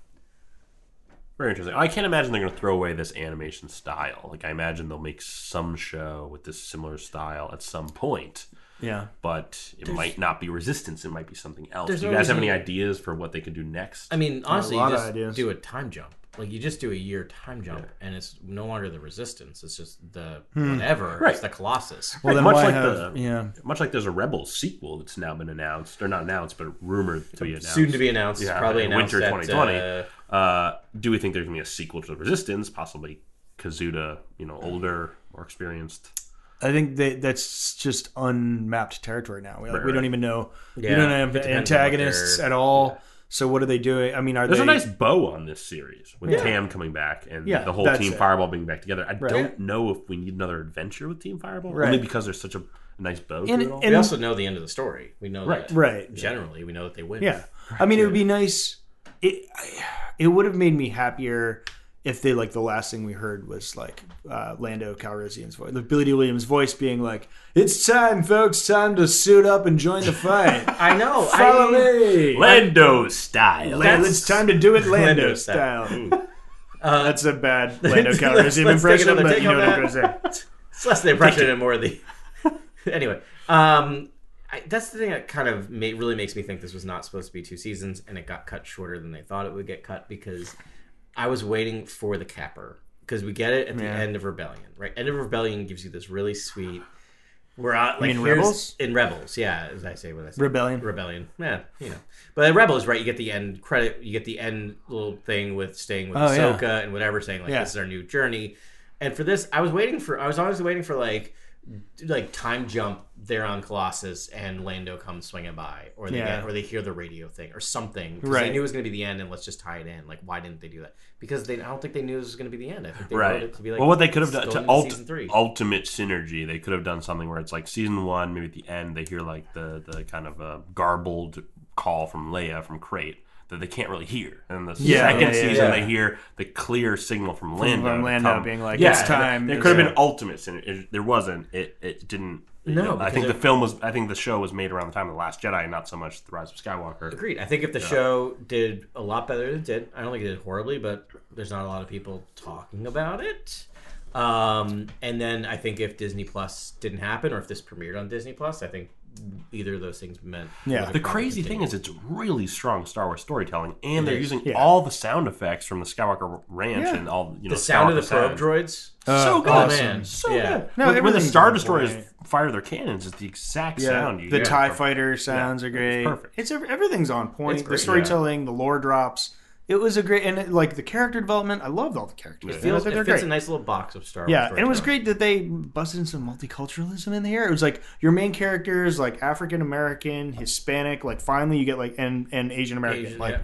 Speaker 4: Very interesting. I can't imagine they're going to throw away this animation style. Like I imagine they'll make some show with this similar style at some point,
Speaker 5: yeah
Speaker 4: but it might not be Resistance. It might be something else. Do
Speaker 6: There's
Speaker 4: you
Speaker 6: no
Speaker 4: guys have
Speaker 6: reason-
Speaker 4: any ideas for what they could do next?
Speaker 6: I mean, honestly,
Speaker 5: lot
Speaker 6: you
Speaker 5: of
Speaker 6: just
Speaker 5: ideas.
Speaker 6: do a time jump. Like you just do a year time jump, and it's no longer the resistance. It's just the whatever.
Speaker 4: Hmm. Right.
Speaker 6: It's the Colossus.
Speaker 5: well then
Speaker 4: much
Speaker 5: why
Speaker 4: like
Speaker 5: have-
Speaker 4: the-
Speaker 5: yeah
Speaker 4: Much like there's a Rebels sequel that's now been announced, or not announced, but rumored to be announced.
Speaker 6: Soon to be announced.
Speaker 4: Yeah,
Speaker 6: probably
Speaker 4: in
Speaker 6: announced
Speaker 4: winter
Speaker 6: at,
Speaker 4: 2020.
Speaker 6: uh,
Speaker 4: Uh, do we think there's going to be a sequel to the Resistance? Possibly Kazuda, you know, older, more experienced.
Speaker 5: I think that that's just unmapped territory now. We, like,
Speaker 4: Right,
Speaker 5: we don't
Speaker 4: right.
Speaker 5: even know.
Speaker 6: Yeah,
Speaker 5: we don't have
Speaker 6: it depends on what
Speaker 5: antagonists
Speaker 6: they're-
Speaker 5: at all. So what are they doing? I mean, are
Speaker 4: There's
Speaker 5: they?
Speaker 4: a nice bow on this series with Tam coming back and
Speaker 5: Yeah,
Speaker 4: the whole
Speaker 5: that's
Speaker 4: Team
Speaker 5: it.
Speaker 4: Fireball being back together. I
Speaker 5: Right.
Speaker 4: don't know if we need another adventure with Team Fireball,
Speaker 5: Right.
Speaker 4: only because there's such a nice bow
Speaker 5: and,
Speaker 4: to it all.
Speaker 5: and-
Speaker 6: we also know the end of the story. We know
Speaker 4: Right.
Speaker 6: that
Speaker 5: right?
Speaker 6: generally. We know that they win.
Speaker 5: Yeah, I mean, it would be nice. It I- it would have made me happier if they like the last thing we heard was like uh, Lando Calrissian's voice, like Billy D. Williams' voice being like, "It's time, folks, time to suit up and join the fight.
Speaker 6: I know.
Speaker 5: Follow
Speaker 6: I,
Speaker 5: me."
Speaker 4: Lando style.
Speaker 5: Lando, it's time to do it Lando,
Speaker 6: Lando
Speaker 5: style.
Speaker 6: style.
Speaker 5: That's a bad Lando
Speaker 6: let's- let's
Speaker 5: Calrissian
Speaker 6: take
Speaker 5: impression,
Speaker 6: another
Speaker 5: but
Speaker 6: take
Speaker 5: you
Speaker 6: on
Speaker 5: know what
Speaker 6: that.
Speaker 5: I'm saying.
Speaker 6: It's less the impression and more the. anyway, um, I, that's the thing that kind of ma- really makes me think this was not supposed to be two seasons, and it got cut shorter than they thought it would get cut because I was waiting for the capper because we get it at the end of Rebellion, right? End of Rebellion gives you this really sweet. We're out like
Speaker 5: mean
Speaker 6: here's-
Speaker 5: Rebels?
Speaker 6: in Rebels, yeah. As I say, what I say,
Speaker 5: Rebellion.
Speaker 6: Rebellion, yeah, you know. But in Rebels, right? You get the end credit, you get the end little thing with staying with
Speaker 5: Oh, yeah.
Speaker 6: Ahsoka and whatever, saying like
Speaker 5: Yeah.
Speaker 6: this is our new journey. And for this, I was waiting for I was always waiting for like like time jump there on Colossus and Lando comes swinging by, or they
Speaker 5: Yeah.
Speaker 6: get, or they hear the radio thing or something. 'cause
Speaker 5: Right.
Speaker 6: They knew it was going to be the end, and let's just tie it in. Like, why didn't they do that? Because they I don't think they knew it was going to be the end. I think they wrote
Speaker 4: Right.
Speaker 6: it to be like,
Speaker 4: well, what they could have done
Speaker 6: still
Speaker 4: to
Speaker 6: into
Speaker 4: ult-
Speaker 6: season three.
Speaker 4: ultimate synergy, they could have done something where it's like season one, maybe at the end, they hear like the, the kind of uh, garbled call from Leia from Crate that they can't really hear. And the
Speaker 5: Yeah,
Speaker 4: second
Speaker 5: yeah, yeah,
Speaker 4: season,
Speaker 6: yeah.
Speaker 4: they hear the clear signal from Lando.
Speaker 5: from
Speaker 4: to
Speaker 5: Lando
Speaker 4: come.
Speaker 5: being like,
Speaker 4: yeah,
Speaker 5: "It's time."
Speaker 4: There
Speaker 5: It's
Speaker 4: could have been
Speaker 5: time.
Speaker 4: ultimate synergy. It- There wasn't. It, it didn't. you
Speaker 6: No,
Speaker 4: know, I
Speaker 6: because
Speaker 4: think
Speaker 6: it-
Speaker 4: the film was. I think the show was made around the time of the Last Jedi, and not so much the Rise of Skywalker.
Speaker 6: Agreed. I think if the show did a lot better than it did, I don't think it did horribly, but there's not a lot of people talking about it. Um, and then I think if Disney Plus didn't happen, or if this premiered on Disney Plus, I think either of those things meant.
Speaker 5: Yeah.
Speaker 6: for
Speaker 4: The
Speaker 6: comic
Speaker 4: crazy
Speaker 6: to
Speaker 4: thing
Speaker 6: take.
Speaker 4: is, it's really strong Star Wars storytelling, and they're using
Speaker 5: yeah.
Speaker 4: all the sound effects from the Skywalker Ranch
Speaker 5: Yeah.
Speaker 4: and all you know
Speaker 6: the sound of the
Speaker 4: Skywalker
Speaker 6: probe droids.
Speaker 4: so
Speaker 5: Uh,
Speaker 4: good,
Speaker 5: awesome.
Speaker 4: man. So
Speaker 6: Yeah.
Speaker 4: good.
Speaker 5: No,
Speaker 4: when, when the
Speaker 5: everything's
Speaker 4: Star
Speaker 5: good,
Speaker 4: Destroyers
Speaker 5: right?
Speaker 4: fire their cannons, it's the exact sound you
Speaker 5: the
Speaker 4: hear.
Speaker 5: TIE fighter sounds are great. It's,
Speaker 4: perfect.
Speaker 5: ev- everything's on point.
Speaker 4: great,
Speaker 5: the storytelling, the lore drops. It was a great and like the character development. I loved all the characters.
Speaker 6: It
Speaker 5: man. I
Speaker 6: feels
Speaker 5: thought
Speaker 6: it
Speaker 5: they're
Speaker 6: fits
Speaker 5: great.
Speaker 6: a nice little box of Star Wars.
Speaker 5: Yeah, and it was great
Speaker 6: storytelling.
Speaker 5: that they busted in some multiculturalism in here. It was like your main character is like African American, Hispanic. Like finally, you get like and and Asian American.
Speaker 6: Asian,
Speaker 5: Like
Speaker 6: yeah.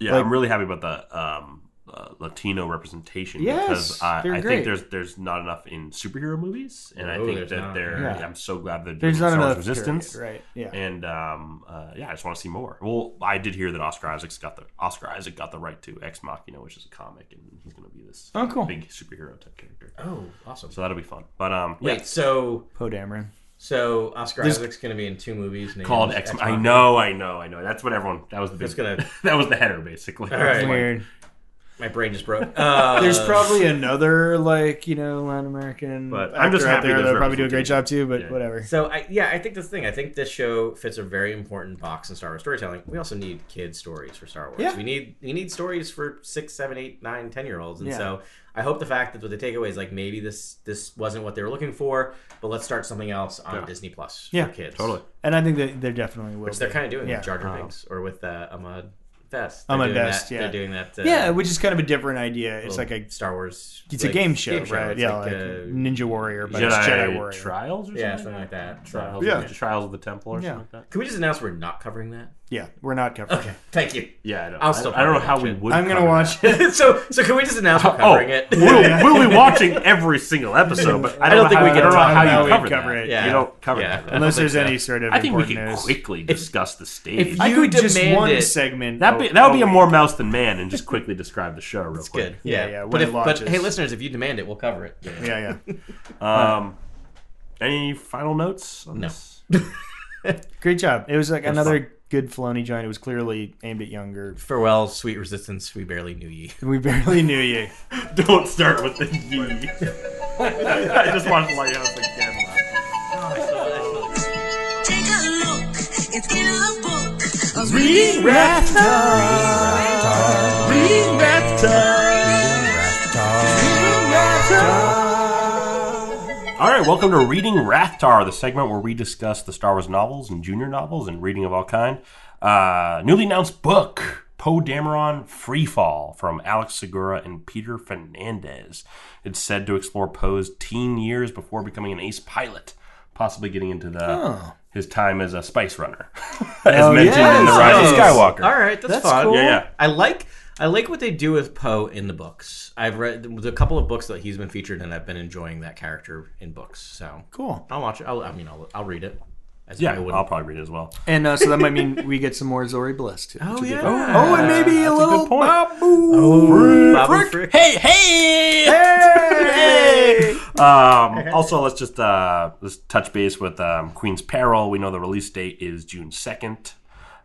Speaker 4: Yeah,
Speaker 5: Like-
Speaker 4: I'm really happy about the um, uh, Latino representation
Speaker 5: Yes,
Speaker 4: because I,
Speaker 5: they're
Speaker 4: I
Speaker 5: great.
Speaker 4: think there's there's not enough in superhero movies, and I
Speaker 6: No,
Speaker 4: think
Speaker 6: there's
Speaker 4: that
Speaker 6: not.
Speaker 4: they're.
Speaker 5: Yeah.
Speaker 4: I'm so glad they're doing
Speaker 5: there's not
Speaker 4: Star Wars
Speaker 5: enough
Speaker 4: Resistance,
Speaker 5: period, right? Yeah,
Speaker 4: and um, uh, yeah, I just want to see more. Well, I did hear that Oscar Isaac's got the Oscar Isaac got the right to Ex Machina, which is a comic, and he's going to be this
Speaker 5: Oh, cool.
Speaker 4: big superhero type character.
Speaker 6: Oh, awesome.
Speaker 4: So that'll be fun. But um, yeah,
Speaker 6: Wait, so
Speaker 5: Poe Dameron.
Speaker 6: so Oscar
Speaker 5: This-
Speaker 6: Isaac's going to be in two movies named
Speaker 4: called Ex. I
Speaker 6: Machina.
Speaker 4: know, I know, I know. That's what everyone. That was the big,
Speaker 6: That's gonna-
Speaker 4: that was the header basically.
Speaker 6: All right.
Speaker 5: Weird.
Speaker 6: My brain just broke. Uh,
Speaker 5: There's probably another like you know Latin American.
Speaker 4: But I'm just
Speaker 5: actor out
Speaker 4: happy
Speaker 5: there
Speaker 4: there's
Speaker 5: that'll probably do a great job too. But
Speaker 4: Yeah.
Speaker 5: whatever.
Speaker 6: So I, yeah, I think this thing. I think this show fits a very important box in Star Wars storytelling. We also need kids stories for Star Wars.
Speaker 5: Yeah.
Speaker 6: We need we need stories for six, seven, eight, nine, ten year olds. And
Speaker 5: Yeah.
Speaker 6: so I hope the fact that with the takeaways, like maybe this this wasn't what they were looking for, but let's start something else on
Speaker 4: Yeah.
Speaker 6: Disney Plus
Speaker 5: Yeah,
Speaker 6: for kids.
Speaker 4: Totally.
Speaker 5: And I think that there definitely will.
Speaker 6: Which they're
Speaker 5: be.
Speaker 6: kind of doing
Speaker 5: Yeah.
Speaker 6: with Jar Jar Binks or with uh, Ahmad Best.
Speaker 5: Ahmad Best, yeah.
Speaker 6: They're doing that. Uh,
Speaker 5: yeah, which is kind of a different idea. It's like
Speaker 6: little
Speaker 5: a
Speaker 6: Star Wars.
Speaker 5: it's a
Speaker 6: like,
Speaker 5: game show, right?
Speaker 6: It's
Speaker 5: yeah,
Speaker 6: like,
Speaker 5: like,
Speaker 6: uh,
Speaker 5: Ninja Warrior, but
Speaker 4: Jedi,
Speaker 5: it's Jedi Warrior.
Speaker 4: Trials or
Speaker 6: yeah,
Speaker 4: something.
Speaker 6: something like that.
Speaker 4: Trials,
Speaker 5: Yeah.
Speaker 4: yeah. Trials of the Temple or
Speaker 5: Yeah.
Speaker 4: something like that.
Speaker 6: Can we just announce we're not covering that?
Speaker 5: Yeah, we're not covering.
Speaker 6: Okay, thank you.
Speaker 4: Yeah, I know.
Speaker 6: I'll
Speaker 4: I'll
Speaker 6: still
Speaker 4: I, don't know
Speaker 6: probably
Speaker 4: how
Speaker 6: watch
Speaker 4: we
Speaker 6: it.
Speaker 4: would.
Speaker 5: I'm gonna
Speaker 4: cover
Speaker 5: watch
Speaker 4: that.
Speaker 5: it.
Speaker 6: so so can we just announce we're
Speaker 4: Oh,
Speaker 6: covering it?
Speaker 4: we'll, we'll be watching every single episode, but I don't,
Speaker 6: don't think
Speaker 4: know
Speaker 6: we
Speaker 4: how, I don't
Speaker 6: can
Speaker 4: know
Speaker 5: talk
Speaker 4: how
Speaker 5: about
Speaker 4: you
Speaker 5: how
Speaker 4: cover,
Speaker 5: we cover
Speaker 4: that.
Speaker 5: it.
Speaker 4: Yeah.
Speaker 6: Yeah.
Speaker 4: You don't cover
Speaker 6: Yeah.
Speaker 4: that.
Speaker 6: I don't
Speaker 5: Unless there's
Speaker 6: think so.
Speaker 5: any sort of
Speaker 4: I think we
Speaker 5: important
Speaker 4: can
Speaker 5: news.
Speaker 4: quickly discuss the stage.
Speaker 6: if
Speaker 5: I
Speaker 6: you
Speaker 5: could just
Speaker 6: demand
Speaker 5: one
Speaker 6: it-
Speaker 5: segment.
Speaker 4: That'd be
Speaker 5: oh,
Speaker 4: that would be
Speaker 5: oh,
Speaker 4: a more mouse than man, and just quickly describe the show real
Speaker 6: It's
Speaker 4: quick.
Speaker 6: good.
Speaker 5: Yeah,
Speaker 6: Yeah,
Speaker 5: yeah, when
Speaker 6: But,
Speaker 5: it
Speaker 6: if, but
Speaker 5: launches.
Speaker 6: hey, listeners, if you demand it, we'll cover it.
Speaker 5: wait. Yeah, yeah.
Speaker 4: Um, any final notes? On
Speaker 6: No.
Speaker 4: This?
Speaker 5: Great job. It was like another good Filoni joint. It was clearly aimed at younger.
Speaker 6: Farewell, sweet resistance. We barely knew ye.
Speaker 5: We barely knew you.
Speaker 4: Don't start with the ye. I just watched Lighthouse again. last night.
Speaker 7: Take a look, it's in a book. A
Speaker 5: Reading Raptor. Reading
Speaker 4: All right, welcome to Reading Rathtar, the segment where we discuss the Star Wars novels and junior novels and reading of all kind. Uh, newly announced book, Poe Dameron Freefall, from Alex Segura and Peter Fernandez. It's said to explore Poe's teen years before becoming an ace pilot, possibly getting into the his time as a spice runner, as mentioned in The
Speaker 5: yes.
Speaker 4: Rise of
Speaker 5: Nice.
Speaker 4: Skywalker.
Speaker 6: All right, that's,
Speaker 5: That's
Speaker 6: fun.
Speaker 5: cool.
Speaker 4: Yeah, yeah.
Speaker 6: I like I like what they do with Poe in the books. I've read the couple of books that he's been featured in. I've been enjoying that character in books. So
Speaker 5: Cool.
Speaker 6: I'll watch it. I'll, I mean, I'll, I'll read it. As
Speaker 4: Yeah,
Speaker 6: I would.
Speaker 4: I'll probably read it as well.
Speaker 5: And uh, so that might mean we get some more Zori Bliss too.
Speaker 6: Oh yeah.
Speaker 5: Oh, and maybe a little
Speaker 4: point. Oh.
Speaker 5: Babu.
Speaker 6: Babu Frick.
Speaker 4: Hey, hey!
Speaker 5: Hey!
Speaker 4: um, also, let's just uh, let's touch base with um, Queen's Peril. We know the release date is June second.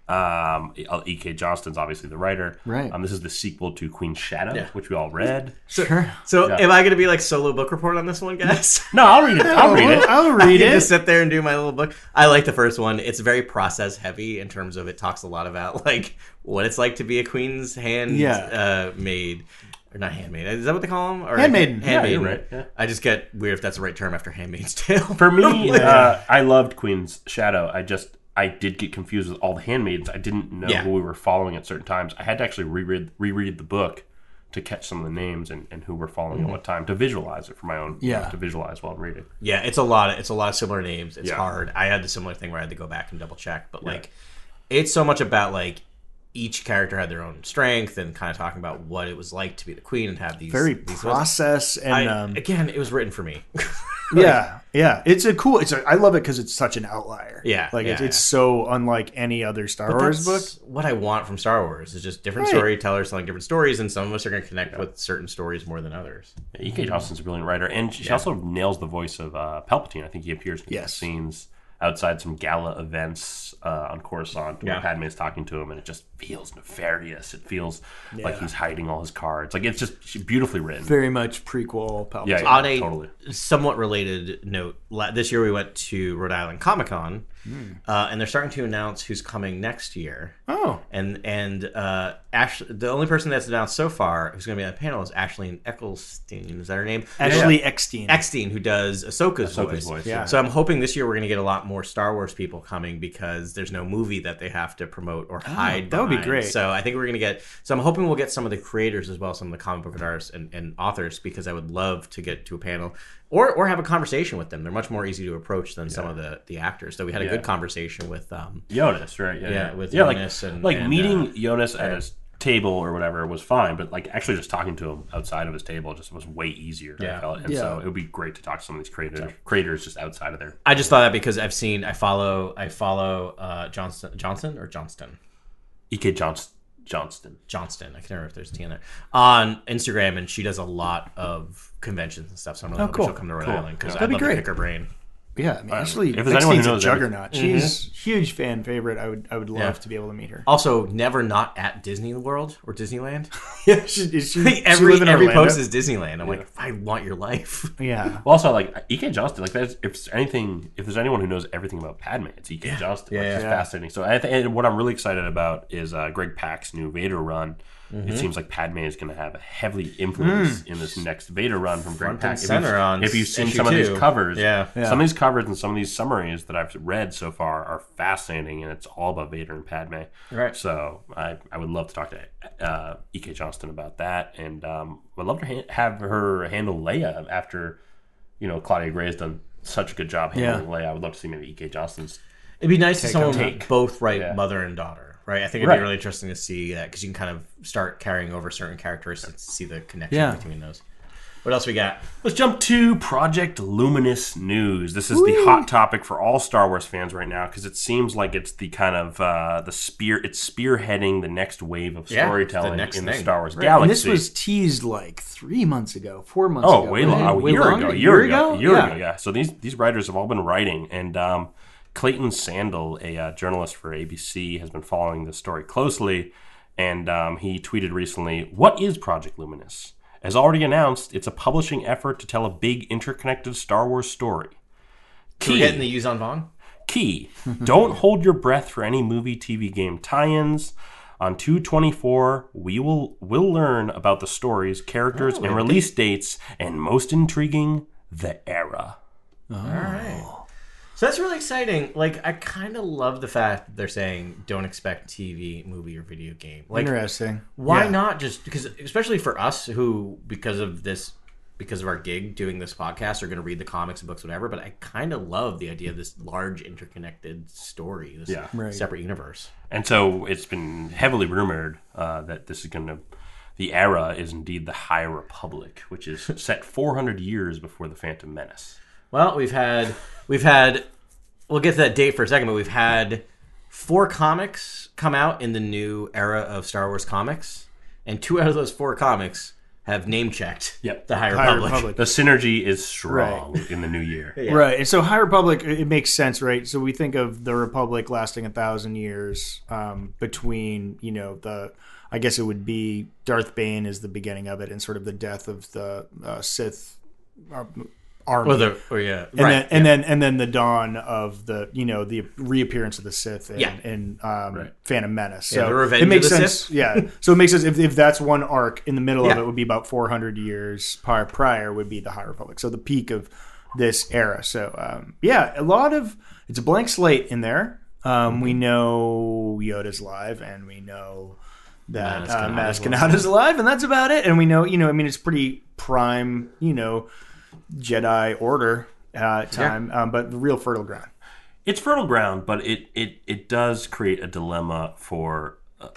Speaker 4: Um, E.K. Johnston's obviously the writer.
Speaker 5: Right.
Speaker 4: Um, this is the sequel to Queen's Shadow, which we all read.
Speaker 5: Sure.
Speaker 6: So am I going to be like solo book report on this one, guys?
Speaker 4: No, I'll read it. I'll read it.
Speaker 5: I'll read
Speaker 6: I can
Speaker 5: it.
Speaker 6: just sit there and do my little book. I like the first one. It's very process heavy in terms of it talks a lot about like what it's like to be a queen's hand
Speaker 5: Yeah.
Speaker 6: uh, maid. Or not handmaid. Is that what they call them? Or
Speaker 5: Handmaiden. Yeah,
Speaker 6: Handmaiden.
Speaker 4: you're right, yeah.
Speaker 6: I just get weird if that's the right term after Handmaid's Tale.
Speaker 4: For me,
Speaker 6: Oh,
Speaker 4: uh, I loved Queen's Shadow. I just I did get confused with all the handmaids. I didn't know
Speaker 6: Yeah.
Speaker 4: who we were following at certain times. I had to actually reread reread the book to catch some of the names and, and who we're following at what time to visualize it for my own
Speaker 5: Yeah.
Speaker 4: to visualize while I'm reading.
Speaker 6: yeah, it's a lot. Of, it's a lot of similar names. It's
Speaker 4: Yeah.
Speaker 6: hard. I had the similar thing where I had to go back and double check. But like, it's so much about like each character had their own strength and kind of talking about what it was like to be the queen and have these
Speaker 5: Very
Speaker 6: these
Speaker 5: process and
Speaker 6: I,
Speaker 5: um,
Speaker 6: again, it was written for me.
Speaker 5: yeah, yeah. It's a cool. It's a, I love it because it's such an outlier.
Speaker 6: Yeah,
Speaker 5: like it's,
Speaker 6: yeah,
Speaker 5: it's so unlike any other Star
Speaker 6: But
Speaker 5: Wars book.
Speaker 6: that's What I want from Star Wars is just different
Speaker 5: Right.
Speaker 6: storytellers telling different stories, and some of us are going to connect with certain stories more than others.
Speaker 4: E.K. Johnson's E a brilliant writer, and she also nails the voice of uh, Palpatine. I think he appears in
Speaker 5: Yes.
Speaker 4: scenes outside some gala events uh, on Coruscant where
Speaker 6: Yeah.
Speaker 4: Padme's talking to him, and it just feels nefarious. It feels like he's hiding all his cards. Like it's just she's beautifully written.
Speaker 5: Very much prequel. Palpatine.
Speaker 4: Yeah, yeah.
Speaker 6: On a
Speaker 4: totally.
Speaker 6: somewhat related note, la- this year we went to Rhode Island Comic Con, uh, and they're starting to announce who's coming next year.
Speaker 5: Oh,
Speaker 6: And and uh, Ash, the only person that's announced so far who's going to be on the panel is Ashley Ecclestein. Is that her name?
Speaker 5: Ashley Eckstein.
Speaker 6: Eckstein, who does Ahsoka's,
Speaker 4: Ahsoka's
Speaker 6: voice.
Speaker 4: voice,
Speaker 5: yeah.
Speaker 6: So I'm hoping this year we're going to get a lot more Star Wars people coming because there's no movie that they have to promote or hide.
Speaker 5: Oh, that would be
Speaker 6: behind.
Speaker 5: great.
Speaker 6: So I think we're going to get. So I'm hoping we'll get some of the creators as well, some of the comic book artists and, and authors, because I would love to get to a panel or or have a conversation with them. They're much more easy to approach than some of the the actors. So we had a
Speaker 4: Yeah.
Speaker 6: good conversation with. Um,
Speaker 4: Jonas, right? Yeah,
Speaker 6: Yeah, with
Speaker 4: yeah,
Speaker 6: Jonas
Speaker 4: like,
Speaker 6: and-
Speaker 4: like
Speaker 6: and, uh,
Speaker 4: meeting Jonas at his table or whatever was fine, but like actually just talking to him outside of his table just was way easier. I
Speaker 6: Yeah.
Speaker 4: felt. and so it would be great to talk to some of these creators, creators just outside of there.
Speaker 6: I just thought that because I've seen I follow I follow uh, Johnson Johnson or Johnston.
Speaker 4: Ek Johnston. E Johnston.
Speaker 6: Johnston. I can remember if there's a T in there on Instagram, and she does a lot of conventions and stuff. So I'm really hoping
Speaker 5: Oh, cool.
Speaker 6: she'll come to Rhode
Speaker 4: Cool.
Speaker 6: Island because
Speaker 5: That'd
Speaker 6: I'd
Speaker 5: be
Speaker 6: love
Speaker 5: great.
Speaker 6: to pick her brain.
Speaker 5: Yeah, I mean, Ashley
Speaker 4: if there's anyone who
Speaker 5: Eckstein's a
Speaker 4: knows everything-
Speaker 5: juggernaut. She's huge fan favorite. I would I would love
Speaker 6: Yeah.
Speaker 5: to be able to meet her.
Speaker 6: Also, never not at Disney World or Disneyland.
Speaker 5: yeah, she, is she, she
Speaker 6: every
Speaker 5: live in
Speaker 6: every
Speaker 5: Orlando?
Speaker 6: post is Disneyland. I'm like, I want your life.
Speaker 5: yeah.
Speaker 4: Well, also like Ek Johnston, like there's if there's anything, if there's anyone who knows everything about Padme, it's Ek Johnston. Like,
Speaker 6: Yeah,
Speaker 4: it's
Speaker 5: yeah.
Speaker 4: fascinating. So I th- and what I'm really excited about is uh, Greg Pak's new Vader run.
Speaker 6: Mm-hmm.
Speaker 4: It seems like Padme is going to have a heavily influence in this next Vader run from Greg
Speaker 6: Hmm. Front
Speaker 4: Pak. If
Speaker 6: and
Speaker 4: you've-
Speaker 6: center on
Speaker 4: if you've seen
Speaker 6: issue
Speaker 4: some of
Speaker 6: two.
Speaker 4: these covers,
Speaker 6: Yeah.
Speaker 5: Yeah.
Speaker 4: some of these covers and some of these summaries that I've read so far are fascinating, and it's all about Vader and Padme.
Speaker 6: Right.
Speaker 4: So I, I would love to talk to uh, E.K. Johnston about that, and um, I'd love to ha- have her handle Leia after you know Claudia Gray's done such a good job handling Leia. I would love to see maybe E E.K. Johnston's.
Speaker 6: It'd be nice if someone
Speaker 4: home.
Speaker 6: would both write
Speaker 4: Yeah.
Speaker 6: mother and daughter. Right. I think it'd
Speaker 4: Right.
Speaker 6: be really interesting to see that because you can kind of start carrying over certain characteristics to see the connection
Speaker 5: Yeah.
Speaker 6: between those. What else we got?
Speaker 4: Let's jump to Project Luminous News. This is the hot topic for all Star Wars fans right now because it seems like it's the kind of uh, the spear. It's spearheading the next wave of
Speaker 6: Yeah,
Speaker 4: storytelling
Speaker 6: the next
Speaker 4: in the
Speaker 6: thing.
Speaker 4: Star Wars
Speaker 6: Right.
Speaker 4: galaxy.
Speaker 5: And this was teased like three months ago, four months
Speaker 4: Oh,
Speaker 5: ago.
Speaker 4: way, long, a
Speaker 5: Way
Speaker 4: year
Speaker 5: long?
Speaker 4: ago, a year ago, a year ago. Yeah. So these these writers have all been writing, and um, Clayton Sandel, a uh, journalist for ABC, has been following this story closely, and um, he tweeted recently, "What is Project Luminous?" As already announced, it's a publishing effort to tell a big interconnected Star Wars story.
Speaker 6: So we're
Speaker 4: Key.
Speaker 6: getting the use on Vong.
Speaker 4: Key, don't hold your breath for any movie, TV, game tie-ins. On 224, we will will learn about the stories, characters, and release dates, and most intriguing, the era.
Speaker 6: So that's really exciting. Like, I kind of love the fact that they're saying don't expect TV, movie, or video game. Like,
Speaker 5: Interesting.
Speaker 6: why
Speaker 5: Yeah.
Speaker 6: not just because, especially for us who, because of this, because of our gig doing this podcast, are going to read the comics and books, whatever. But I kind of love the idea of this large interconnected story, this
Speaker 4: Yeah.
Speaker 5: Right.
Speaker 6: separate universe.
Speaker 4: And so it's been heavily rumored uh, that this is going to. The era is indeed the High Republic, which is set 400 years before the Phantom Menace.
Speaker 6: Well, we've had we've had we'll get to that date for a second, but we've had four comics come out in the new era of Star Wars comics, and two out of those four comics have name checked.
Speaker 4: Yep.
Speaker 6: the High
Speaker 5: High
Speaker 6: Republic.
Speaker 5: Republic.
Speaker 4: The synergy is strong in the new year.
Speaker 6: Yeah.
Speaker 5: Right. And so High Republic, it it makes sense, right? So we think of the Republic lasting a thousand years um, between, you know, the, I guess it would be Darth Bane is the beginning of it and sort of the death of the uh, Sith ar- army.
Speaker 6: Well, the or yeah,
Speaker 5: and
Speaker 6: right.
Speaker 5: then and then and then the dawn of the you know the reappearance of the Sith and,
Speaker 6: Yeah.
Speaker 5: and um, Phantom Menace. So
Speaker 6: Yeah, the revenge
Speaker 5: it makes
Speaker 6: of the
Speaker 5: sense.
Speaker 6: Sith.
Speaker 5: Yeah, so it makes sense if, if that's one arc in the middle of
Speaker 6: Yeah.
Speaker 5: it would be about 400 years prior, prior would be the High Republic. So the peak of this era. So um, yeah, a lot of it's a blank slate in there. Um,
Speaker 6: Mm-hmm.
Speaker 5: We know Yoda's live, and we know that
Speaker 6: Maz
Speaker 5: uh,
Speaker 6: Kanata's
Speaker 5: Maz Kanata's alive, and that's about it. And we know, you know, I mean, it's pretty prime, you know, Jedi Order uh, time, um, but real fertile ground.
Speaker 4: it's fertile ground, but it it it does create a dilemma for uh,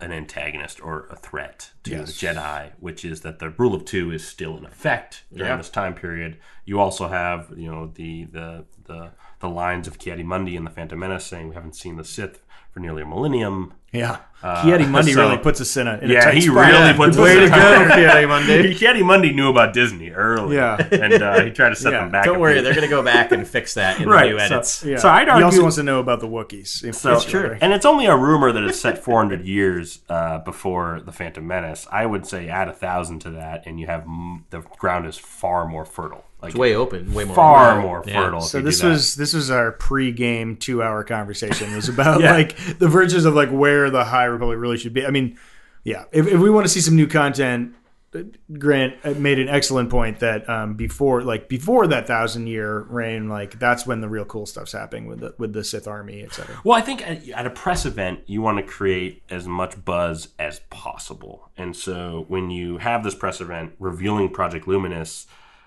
Speaker 4: an antagonist or a threat to the Jedi, which is that the rule of two is still in effect during
Speaker 6: Yeah.
Speaker 4: this time period. You also have you know the the the the lines of Kiadi Mundi and the Phantom Menace saying we haven't seen the Sith for nearly a millennium.
Speaker 5: Yeah, Kiedi Mundi
Speaker 4: Uh, so-
Speaker 5: really puts us in a in a
Speaker 4: Yeah,
Speaker 5: tight
Speaker 4: he
Speaker 5: spot.
Speaker 4: really puts
Speaker 5: way
Speaker 4: us
Speaker 5: to
Speaker 4: in a
Speaker 5: go, Kiedi Mundi.
Speaker 4: Kiadi Mundi knew about Disney early,
Speaker 5: Yeah.
Speaker 4: and uh, he tried to set
Speaker 5: Yeah.
Speaker 4: them back.
Speaker 6: don't
Speaker 4: a
Speaker 6: worry,
Speaker 4: bit.
Speaker 6: they're gonna go back and fix that in the
Speaker 4: right.
Speaker 6: new edits.
Speaker 4: So, so I'd argue
Speaker 5: he also wants to know about the Wookiees. If
Speaker 4: So, And it's only a rumor that it's set 400 years uh, before the Phantom Menace. I would say add a thousand to that, and you have m- the ground is far more fertile. Like
Speaker 6: It's way open, way more.
Speaker 4: far
Speaker 6: open.
Speaker 4: more
Speaker 6: Yeah.
Speaker 4: fertile. if
Speaker 5: So
Speaker 4: you do
Speaker 5: this
Speaker 4: that.
Speaker 5: was this was our pre-game two-hour conversation. It was about
Speaker 4: Yeah.
Speaker 5: like the virtues of like where the High Republic really should be. I mean, yeah, if, if we want to see some new content, uh, Grant uh, made an excellent point that um, before like before that thousand-year reign, like that's when the real cool stuff's happening with the with the Sith army, etc.
Speaker 4: Well, I think at, at a press event, you want to create as much buzz as possible. And so when you have this press event revealing Project Luminous,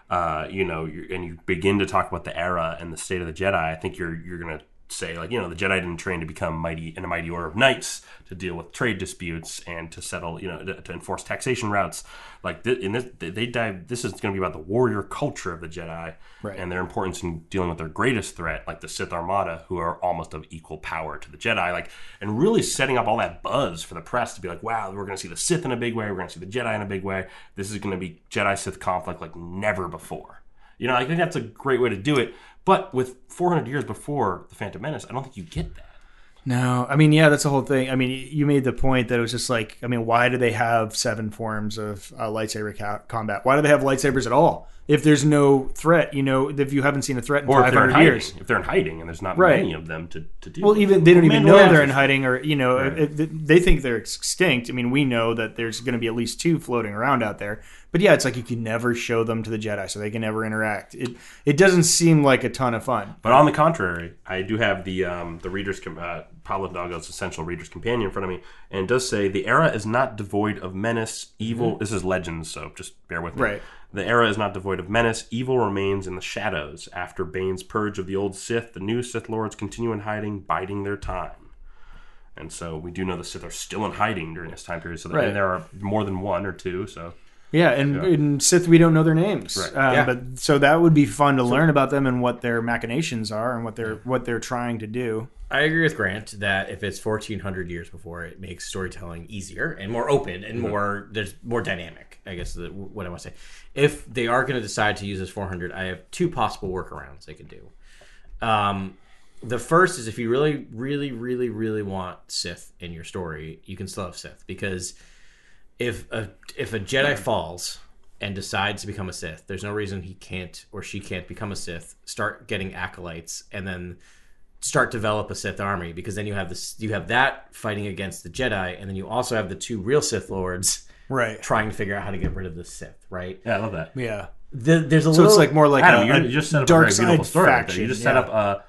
Speaker 4: uh, you know, you and you begin to talk about the era and the state of the Jedi, I think you're you're gonna say like, you know, the Jedi didn't train to become mighty in a mighty order of knights to deal with trade disputes and to settle, you know, to, to enforce taxation routes. Like, th- in this, they dive. This is going to be about the warrior culture of the Jedi
Speaker 5: Right.
Speaker 4: and their importance in dealing with their greatest threat, like the Sith Armada, who are almost of equal power to the Jedi, like, and really setting up all that buzz for the press to be like, wow, we're going to see the Sith in a big way, we're going to see the Jedi in a big way. This is going to be Jedi Sith conflict like never before. You know, I think that's a great way to do it. But with 400 years before the Phantom Menace, I don't think you get that.
Speaker 5: No, I mean, yeah, that's the whole thing. I mean, y- you made the point that it was just like, I mean, why do they have seven forms of uh, lightsaber co- combat? Why do they have lightsabers at all? If there's no threat, you know, if you haven't seen a threat in
Speaker 4: Or if they're in
Speaker 5: 500
Speaker 4: hiding,
Speaker 5: years.
Speaker 4: if they're in hiding, and there's not
Speaker 5: Right.
Speaker 4: many of them to, to deal.
Speaker 5: Well,
Speaker 4: with.
Speaker 5: even they don't even know
Speaker 4: Mandalorian
Speaker 5: they're in
Speaker 4: is-
Speaker 5: hiding, or you know, it, it, they think they're extinct. I mean, we know that there's going to be at least two floating around out there. But yeah, it's like you can never show them to the Jedi, so they can never interact. It it doesn't seem like a ton of fun.
Speaker 4: But on the contrary, I do have the um, the readers com- uh, Pablo Hidalgo's essential readers companion in front of me, and it does say the era is not devoid of menace, evil. This is legends, so just bear with me.
Speaker 5: Mm-hmm. Right.
Speaker 4: The era is not devoid of menace. Evil remains in the shadows. After Bane's purge of the old Sith, the new Sith lords continue in hiding, biding their time. And so we do know the Sith are still in hiding during this time period. So there-
Speaker 5: Right.
Speaker 4: and there are more than one or two. So
Speaker 5: Yeah, and in Sith we don't know their names,
Speaker 4: Right.
Speaker 5: um,
Speaker 6: Yeah.
Speaker 5: but so that would be fun to learn about them and what their machinations are and what they're what they're trying to do.
Speaker 6: I agree with Grant that if it's 1400 years before, it makes storytelling easier and more open and more there's more dynamic. I guess is what I want to say. If they are going to decide to use this 400, I have two possible workarounds they could do. Um, the first is if you really, really, really, really want Sith in your story, you can still have Sith because if a if a Jedi falls and decides to become a Sith, there's no reason he can't or she can't become a Sith. Start getting acolytes and then start develop a Sith army because then you have this you have that fighting against the Jedi and then you also have the two real Sith lords
Speaker 5: Right.
Speaker 6: trying to figure out how to get rid of the Sith, right?
Speaker 4: yeah, I love that.
Speaker 5: Yeah.
Speaker 6: The, there's a
Speaker 5: So
Speaker 6: little
Speaker 5: it's like more like
Speaker 4: Adam,
Speaker 5: a,
Speaker 4: you're-
Speaker 5: a
Speaker 4: you just set up a
Speaker 5: dark
Speaker 4: very beautiful
Speaker 5: side
Speaker 4: story. right there.
Speaker 5: faction.
Speaker 4: You just
Speaker 5: yeah.
Speaker 4: set up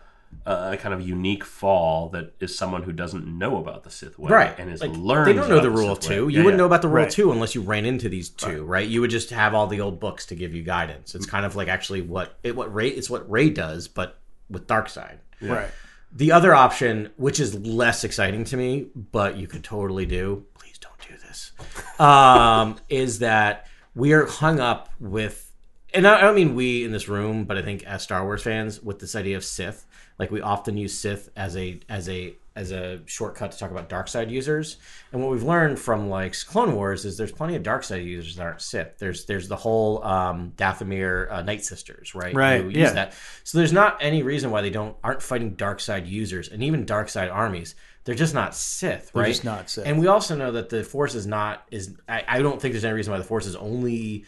Speaker 4: a, a kind of unique fall that is someone who doesn't know about the Sith way,
Speaker 6: right
Speaker 4: And is
Speaker 6: Like,
Speaker 4: learned.
Speaker 6: They don't know
Speaker 4: about
Speaker 6: the rule of
Speaker 4: Sith way.
Speaker 6: two. You
Speaker 4: Yeah,
Speaker 6: wouldn't
Speaker 4: yeah.
Speaker 6: know about the rule
Speaker 5: Right.
Speaker 6: of two unless you ran into these two, right. You would just have all the old books to give you guidance. It's kind of like actually what it what Ray it's what Ray does, but with Dark Side.
Speaker 5: Right.
Speaker 6: The other option, which is less exciting to me, but you could totally do, please don't do this, um, is that we are hung up with, and I I don't mean we in this room, but I think as Star Wars fans, with this idea of Sith, like we often use Sith as a as a as a shortcut to talk about dark side users. And what we've learned from like Clone Wars is there's plenty of dark side users that aren't Sith. There's there's the whole um, Dathomir uh, Night Sisters, right?
Speaker 5: Right,
Speaker 6: Who use
Speaker 5: yeah.
Speaker 6: that that. So there's not any reason why they don't aren't fighting dark side users and even dark side armies. They're just not Sith, right?
Speaker 5: just not Sith.
Speaker 6: And we also know that the Force is not is. I, I don't think there's any reason why the Force is only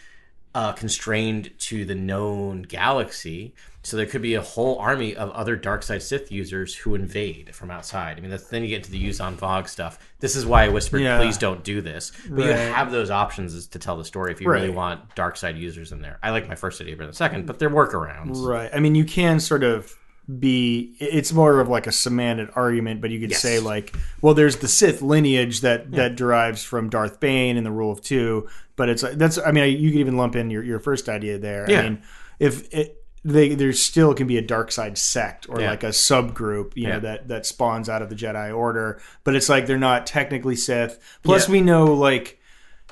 Speaker 6: uh, constrained to the known galaxy. So there could be a whole army of other dark side Sith users who invade from outside. I mean, that's, then you get into the Yuuzhan Vog stuff. This is why I whispered,
Speaker 5: Yeah.
Speaker 6: "Please don't do this." But you
Speaker 5: Right.
Speaker 6: have those options is to tell the story if you really
Speaker 5: Right.
Speaker 6: want dark side users in there. I like my first idea better than the second, but they're workarounds.
Speaker 5: Right. I mean, you can sort of be. It's more of like a semantic argument, but you could
Speaker 6: Yes.
Speaker 5: say like, well, there's the Sith lineage that that derives from Darth Bane and the Rule of Two. But it's like that's. I mean, you could even lump in your your first idea there. I
Speaker 6: Yeah.
Speaker 5: mean, if it. They, there still can be a dark side sect or
Speaker 6: Yeah.
Speaker 5: like a subgroup, you
Speaker 6: Yeah.
Speaker 5: know, that that spawns out of the Jedi Order, but it's like they're not technically Sith. Plus,
Speaker 6: Yeah.
Speaker 5: we know like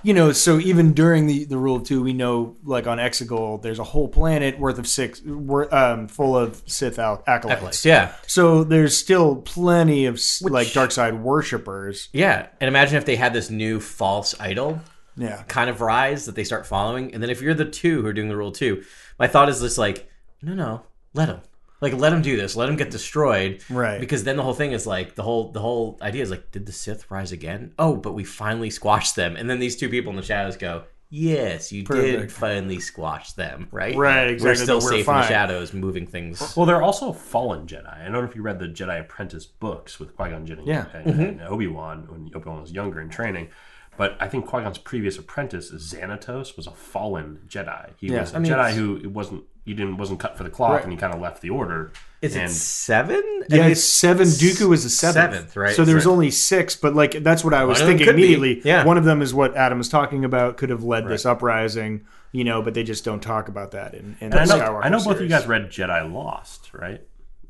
Speaker 5: you know, so even during the, the rule of two, we know like on Exegol, there's a whole planet worth of six, wor- um, full of Sith al- acolytes.
Speaker 6: Acolytes, yeah.
Speaker 5: So there's still plenty of s like dark side worshippers.
Speaker 6: Yeah. And imagine if they had this new false idol
Speaker 5: Yeah.
Speaker 6: kind of rise that they start following. And then if you're the two who are doing the rule two, my thought is this like, no, no, let them. Like let them do this. Let them get destroyed.
Speaker 5: Right.
Speaker 6: Because then the whole thing is like the whole the whole idea is like, did the Sith rise again? Oh, but we finally squashed them. And then these two people in the shadows go, yes, you did
Speaker 5: Perfect.
Speaker 6: finally squash them, right?
Speaker 5: Right,
Speaker 6: We're
Speaker 5: exactly,
Speaker 6: still
Speaker 5: but we're
Speaker 6: safe in the
Speaker 5: fine.
Speaker 6: shadows, moving things.
Speaker 4: Well, they're also fallen Jedi. I don't know if you read the Jedi Apprentice books with Qui Gon Jinn and,
Speaker 5: Yeah. Mm-hmm.
Speaker 4: Obi Wan when Obi Wan was younger in training, but I think Qui Gon's previous apprentice Xanatos was a fallen Jedi. He
Speaker 5: Yeah.
Speaker 4: was a
Speaker 5: I mean,
Speaker 4: Jedi
Speaker 5: it's-
Speaker 4: who it wasn't he didn't wasn't cut for the cloth,
Speaker 5: Right.
Speaker 4: and he kind of left the order.
Speaker 6: Is it
Speaker 4: and
Speaker 6: seven? I
Speaker 5: Yeah,
Speaker 6: mean,
Speaker 5: it's seven. Dooku is the seventh.
Speaker 6: seventh, right?
Speaker 5: So there's
Speaker 6: Right.
Speaker 5: only six, but like that's what I was
Speaker 6: One of them
Speaker 5: thinking
Speaker 6: could be,
Speaker 5: immediately.
Speaker 6: yeah.
Speaker 5: One of them is what Adam was talking about, could have led this uprising, you know, but they just don't talk about that in, in the
Speaker 4: and I know,
Speaker 5: Skywalker
Speaker 4: I know both of you
Speaker 5: series.
Speaker 4: guys read Jedi Lost, right?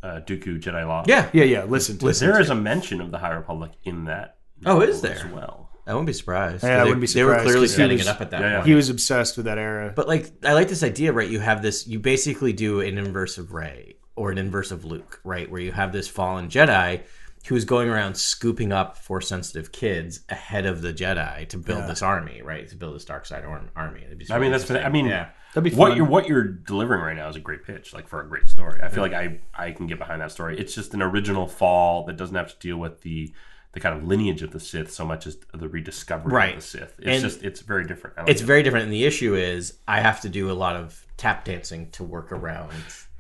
Speaker 4: Uh, Dooku Jedi Lost.
Speaker 6: yeah.
Speaker 5: Yeah, yeah, listen to
Speaker 6: Listen.
Speaker 4: there is a mention of the High Republic in that.
Speaker 6: Oh, is
Speaker 4: novel as
Speaker 6: there?
Speaker 4: well?
Speaker 6: I wouldn't be surprised.
Speaker 5: Yeah, I
Speaker 6: They-
Speaker 5: wouldn't be
Speaker 6: They
Speaker 5: surprised,
Speaker 6: were clearly
Speaker 5: 'cause he
Speaker 6: setting
Speaker 5: was-
Speaker 6: it up at that
Speaker 4: Yeah, yeah.
Speaker 6: point.
Speaker 5: it. He was obsessed with that era.
Speaker 6: But like, I like this idea, right? You have this, you basically do an inverse of Ray or an inverse of Luke, right? Where you have this fallen Jedi who is going around scooping up force sensitive kids ahead of the Jedi to build this army, right? To build this dark side arm, army. It'd be
Speaker 4: I mean,
Speaker 6: really
Speaker 4: that's. I
Speaker 6: interesting.
Speaker 4: mean,
Speaker 6: yeah.
Speaker 5: That'd be
Speaker 4: what
Speaker 5: fun.
Speaker 4: you're what you're delivering right now is a great pitch, like for a great story. I feel like I I can get behind that story. It's just an original fall that doesn't have to deal with the the kind of lineage of the Sith so much as the rediscovery
Speaker 6: Right.
Speaker 4: of the Sith. It's
Speaker 6: And-
Speaker 4: just it's very different. I like
Speaker 6: It's
Speaker 4: it.
Speaker 6: very different. And the issue is, I have to do a lot of tap dancing to work around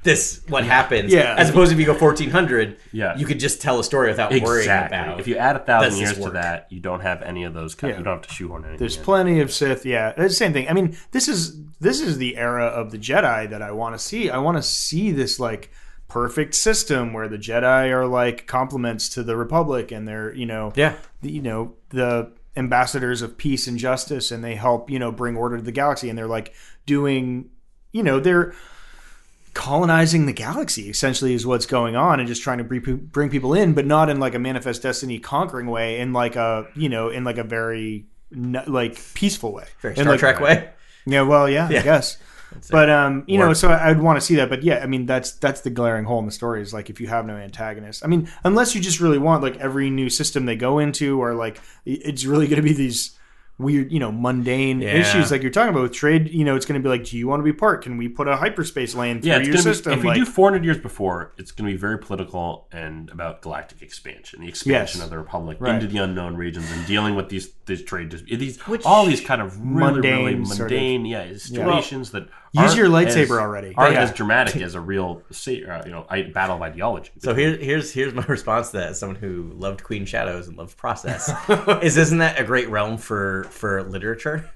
Speaker 6: this. What happens?
Speaker 5: Yeah.
Speaker 6: As opposed to if you go 1400,
Speaker 4: Yeah.
Speaker 6: you could just tell a story without worrying
Speaker 4: exactly.
Speaker 6: about.
Speaker 4: if you add a thousand
Speaker 6: does this
Speaker 4: years to
Speaker 6: work?
Speaker 4: that, you don't have any of those. Kind,
Speaker 5: Yeah.
Speaker 4: You don't have to shoehorn anything.
Speaker 5: There's
Speaker 4: in.
Speaker 5: plenty of Sith. Yeah, it's the same thing. I mean, this is this is the era of the Jedi that I want to see. I want to see this like perfect system where the Jedi are like complements to the Republic, and they're you know
Speaker 6: yeah.
Speaker 5: the, you know the ambassadors of peace and justice, and they help you know bring order to the galaxy, and they're like doing you know they're colonizing the galaxy essentially is what's going on and just trying to bring pe- bring people in but not in like a manifest destiny conquering way in like a you know in like a very n- like peaceful way
Speaker 6: Very
Speaker 5: In,
Speaker 6: Star
Speaker 5: like-
Speaker 6: Trek way.
Speaker 5: yeah well yeah,
Speaker 6: Yeah.
Speaker 5: i guess but um you know so i'd want to see that but yeah i mean that's that's the glaring hole in the story is like if you have no antagonist i mean unless you just really want like every new system they go into or like i- it's really going to be these weird you know mundane
Speaker 6: Yeah.
Speaker 5: issues like you're talking about with trade you know it's going to be like do you want to be part can we put a hyperspace lane through
Speaker 4: yeah, it's
Speaker 5: your
Speaker 4: gonna be-
Speaker 5: system
Speaker 4: if we
Speaker 5: Like-
Speaker 4: do 400 years before, it's going to be very political and about galactic expansion, the expansion
Speaker 5: Yes.
Speaker 4: of the Republic
Speaker 5: Right.
Speaker 4: into the unknown regions and dealing with these these trade dis- these
Speaker 6: Which-
Speaker 4: all these kind of really really
Speaker 5: Mundane sort of-
Speaker 4: mundane yeah situations that
Speaker 5: Use
Speaker 4: aren't
Speaker 5: your
Speaker 4: as-
Speaker 5: lightsaber already.
Speaker 4: aren't
Speaker 6: Yeah.
Speaker 4: as dramatic as a real sa- uh, you know I, battle of ideology.
Speaker 6: So here, here's here's my response to that. As someone who loved Queen Shadows and loved process, is isn't that a great realm for for literature?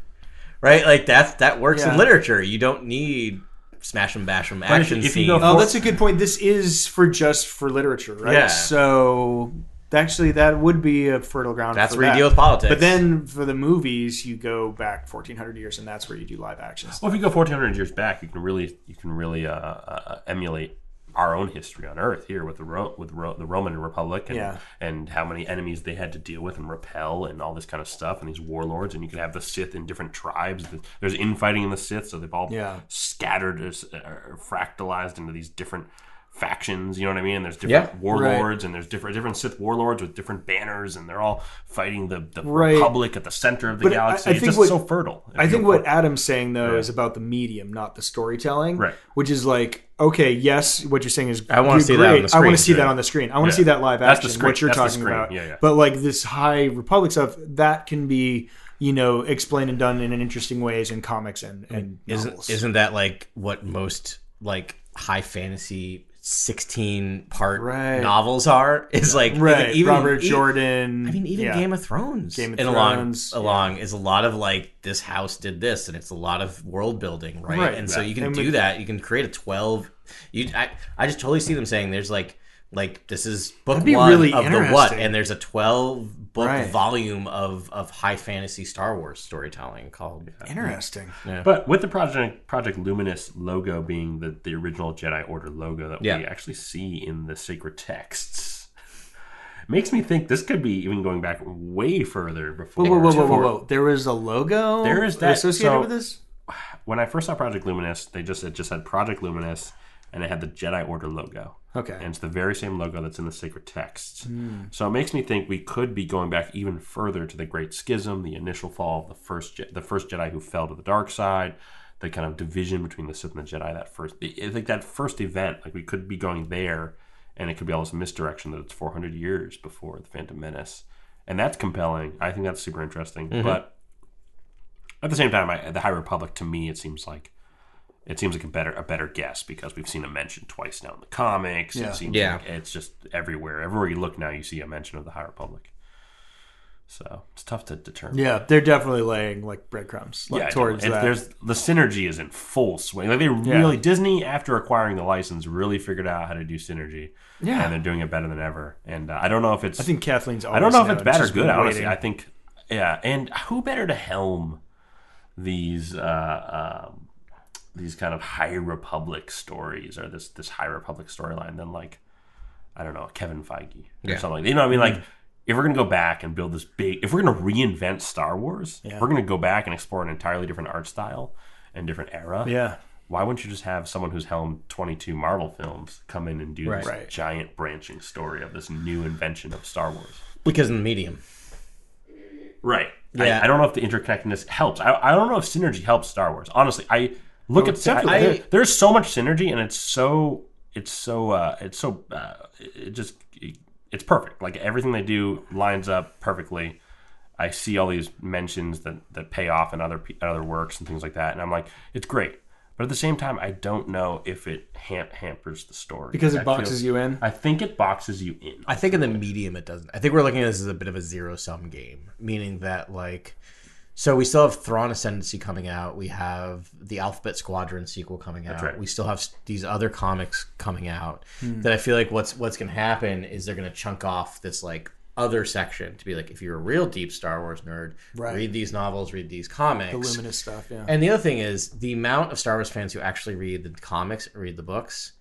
Speaker 6: Right, like that's that works in
Speaker 5: Yeah.
Speaker 6: literature. You don't need smash and bash 'em
Speaker 4: if-
Speaker 6: action
Speaker 4: if you
Speaker 6: scene.
Speaker 4: go
Speaker 5: Oh,
Speaker 4: for-
Speaker 5: that's a good point. This is for just for literature, right?
Speaker 6: Yeah.
Speaker 5: So actually, that would be a fertile ground.
Speaker 6: That's
Speaker 5: for
Speaker 6: where you
Speaker 5: that.
Speaker 6: deal with politics.
Speaker 5: But then for the movies, you go back 1400 years, and that's where you do live action. stuff.
Speaker 6: Oh,
Speaker 4: Well, if you go 1400 years back, you can really you can really uh, uh, emulate our own history on Earth here with the Ro- with Ro- the Roman Republic and
Speaker 5: Yeah.
Speaker 4: and how many enemies they had to deal with and repel and all this kind of stuff and these warlords and you could have the Sith in different tribes. There's infighting in the Sith, so they've all
Speaker 5: Yeah.
Speaker 4: scattered as uh, fractalized into these different factions. You know what I mean? And there's different
Speaker 6: Yeah.
Speaker 4: warlords and there's different different Sith warlords with different banners and they're all fighting the, the
Speaker 5: Right.
Speaker 4: Republic at the center of the
Speaker 5: But I-
Speaker 4: galaxy.
Speaker 5: I
Speaker 4: it's
Speaker 5: think
Speaker 4: just
Speaker 5: what-
Speaker 4: so fertile.
Speaker 5: I think
Speaker 4: If you-
Speaker 5: what Adam's saying though
Speaker 4: Yeah.
Speaker 5: is about the medium, not the storytelling.
Speaker 4: Right.
Speaker 5: Which is like, okay, yes, what you're saying is
Speaker 6: I wanna
Speaker 5: you're
Speaker 6: see that
Speaker 5: great.
Speaker 6: on the
Speaker 5: I want
Speaker 6: screen,
Speaker 5: to see
Speaker 6: yeah.
Speaker 5: that on the screen. I want
Speaker 4: Yeah.
Speaker 5: to see that live
Speaker 4: That's the
Speaker 5: action.
Speaker 4: screen-
Speaker 5: What you're
Speaker 4: that's the
Speaker 5: talking
Speaker 4: screen,
Speaker 5: about.
Speaker 4: yeah, yeah.
Speaker 5: But like this High Republic stuff that can be, you know, explained and done in interesting ways in comics and and novels.
Speaker 6: isn't isn't that like what most like high fantasy sixteen part
Speaker 5: Right.
Speaker 6: novels are? Is like
Speaker 5: right?
Speaker 6: even, even-
Speaker 5: Robert
Speaker 6: e-
Speaker 5: Jordan.
Speaker 6: I mean, even
Speaker 5: yeah.
Speaker 6: Game of Thrones.
Speaker 5: Game of
Speaker 6: and
Speaker 5: Thrones, yeah.
Speaker 6: along, along is a lot of like this house did this, and it's a lot of world building, right?
Speaker 5: Right,
Speaker 6: and so
Speaker 5: yeah.
Speaker 6: you can
Speaker 5: And
Speaker 6: do
Speaker 5: with-
Speaker 6: that. You can create a twelve. You, I, I just totally see them saying there's like, like this is book
Speaker 5: That'd be
Speaker 6: one
Speaker 5: really
Speaker 6: of the what,
Speaker 5: interesting.
Speaker 6: and there's a twelve book
Speaker 5: Right.
Speaker 6: volume of of high fantasy Star Wars storytelling called.
Speaker 5: Interesting.
Speaker 4: But with the project Project Luminous logo being the, the original Jedi Order logo that
Speaker 6: Yeah.
Speaker 4: we actually see in the sacred texts, makes me think this could be even going back way further before.
Speaker 5: Whoa, whoa, whoa, whoa, whoa,
Speaker 4: before-
Speaker 5: whoa! There is a logo.
Speaker 4: There is that-
Speaker 5: associated
Speaker 4: so-
Speaker 5: with this.
Speaker 4: When I first saw Project Luminous, they just it just had Project Luminous, and it had the Jedi Order logo.
Speaker 5: Okay.
Speaker 4: And it's the very same logo that's in the sacred texts. So it makes me think we could be going back even further to the Great Schism, the initial fall of the first Je- the first Jedi who fell to the dark side, the kind of division between the Sith and the Jedi. That first, I think that first event, like we could be going there, and it could be all this misdirection that it's 400 years before the Phantom Menace, and that's compelling. I think that's super interesting, but At the same time, I, the High Republic to me it seems like it seems like a better a better guess because we've seen it mentioned twice now in the comics.
Speaker 5: Yeah.
Speaker 4: It seems
Speaker 6: Yeah.
Speaker 4: like it's just everywhere. Everywhere you look now, you see a mention of the High Republic. So it's tough to determine.
Speaker 5: Yeah, they're definitely laying like breadcrumbs like,
Speaker 4: Yeah,
Speaker 5: towards
Speaker 4: it-
Speaker 5: that.
Speaker 4: there's the synergy is in full swing. Like they really Disney after acquiring the license really figured out how to do synergy.
Speaker 5: Yeah.
Speaker 4: and they're doing it better than ever. And uh, I don't know if it's
Speaker 5: I think Kathleen's.
Speaker 4: I don't
Speaker 5: always
Speaker 4: know if it's
Speaker 5: known.
Speaker 4: bad or
Speaker 5: She's
Speaker 4: good.
Speaker 5: been
Speaker 4: Honestly,
Speaker 5: waiting.
Speaker 4: I think yeah. And who better to helm these uh, um, these kind of High Republic stories or this this High Republic storyline than like I don't know Kevin Feige or
Speaker 6: Yeah.
Speaker 4: something like that. You know what I mean?
Speaker 5: Mm-hmm.
Speaker 4: Like if we're gonna go back and build this big, if we're gonna reinvent Star Wars, if we're gonna go back and explore an entirely different art style and different era.
Speaker 5: Yeah.
Speaker 4: Why wouldn't you just have someone who's helmed 22 Marvel films come in and do this
Speaker 5: Right. Right.
Speaker 4: giant branching story of this new invention of Star Wars?
Speaker 6: because in the medium.
Speaker 4: Right.
Speaker 6: Yeah.
Speaker 4: I, I don't know if the interconnectedness helps. I, I don't know if synergy helps Star Wars. Honestly, I look at
Speaker 6: definitely-
Speaker 4: I, there- there's so much synergy, and it's so it's so uh, it's so uh, it just it's perfect. Like everything they do lines up perfectly. I see all these mentions that that pay off in other pe- other works and things like that, and I'm like, it's great. But at the same time, I don't know if it ham- hampers the story
Speaker 5: because
Speaker 4: I
Speaker 5: it boxes
Speaker 4: feel-
Speaker 5: you in.
Speaker 4: I think it boxes you in.
Speaker 6: I think in the medium it doesn't. I think we're looking at this as a bit of a zero sum game, meaning that like, so we still have Thrawn Ascendancy coming out. We have the Alphabet Squadron sequel coming out.
Speaker 4: right.
Speaker 6: We still have s- these other comics coming out.
Speaker 5: Hmm.
Speaker 6: That I feel like what's what's going to happen is they're going to chunk off this like other section to be like, if you're a real deep Star Wars nerd,
Speaker 5: Right.
Speaker 6: read these novels, read these comics.
Speaker 5: the luminous stuff. Yeah.
Speaker 6: And the other thing is the amount of Star Wars fans who actually read the comics and read the books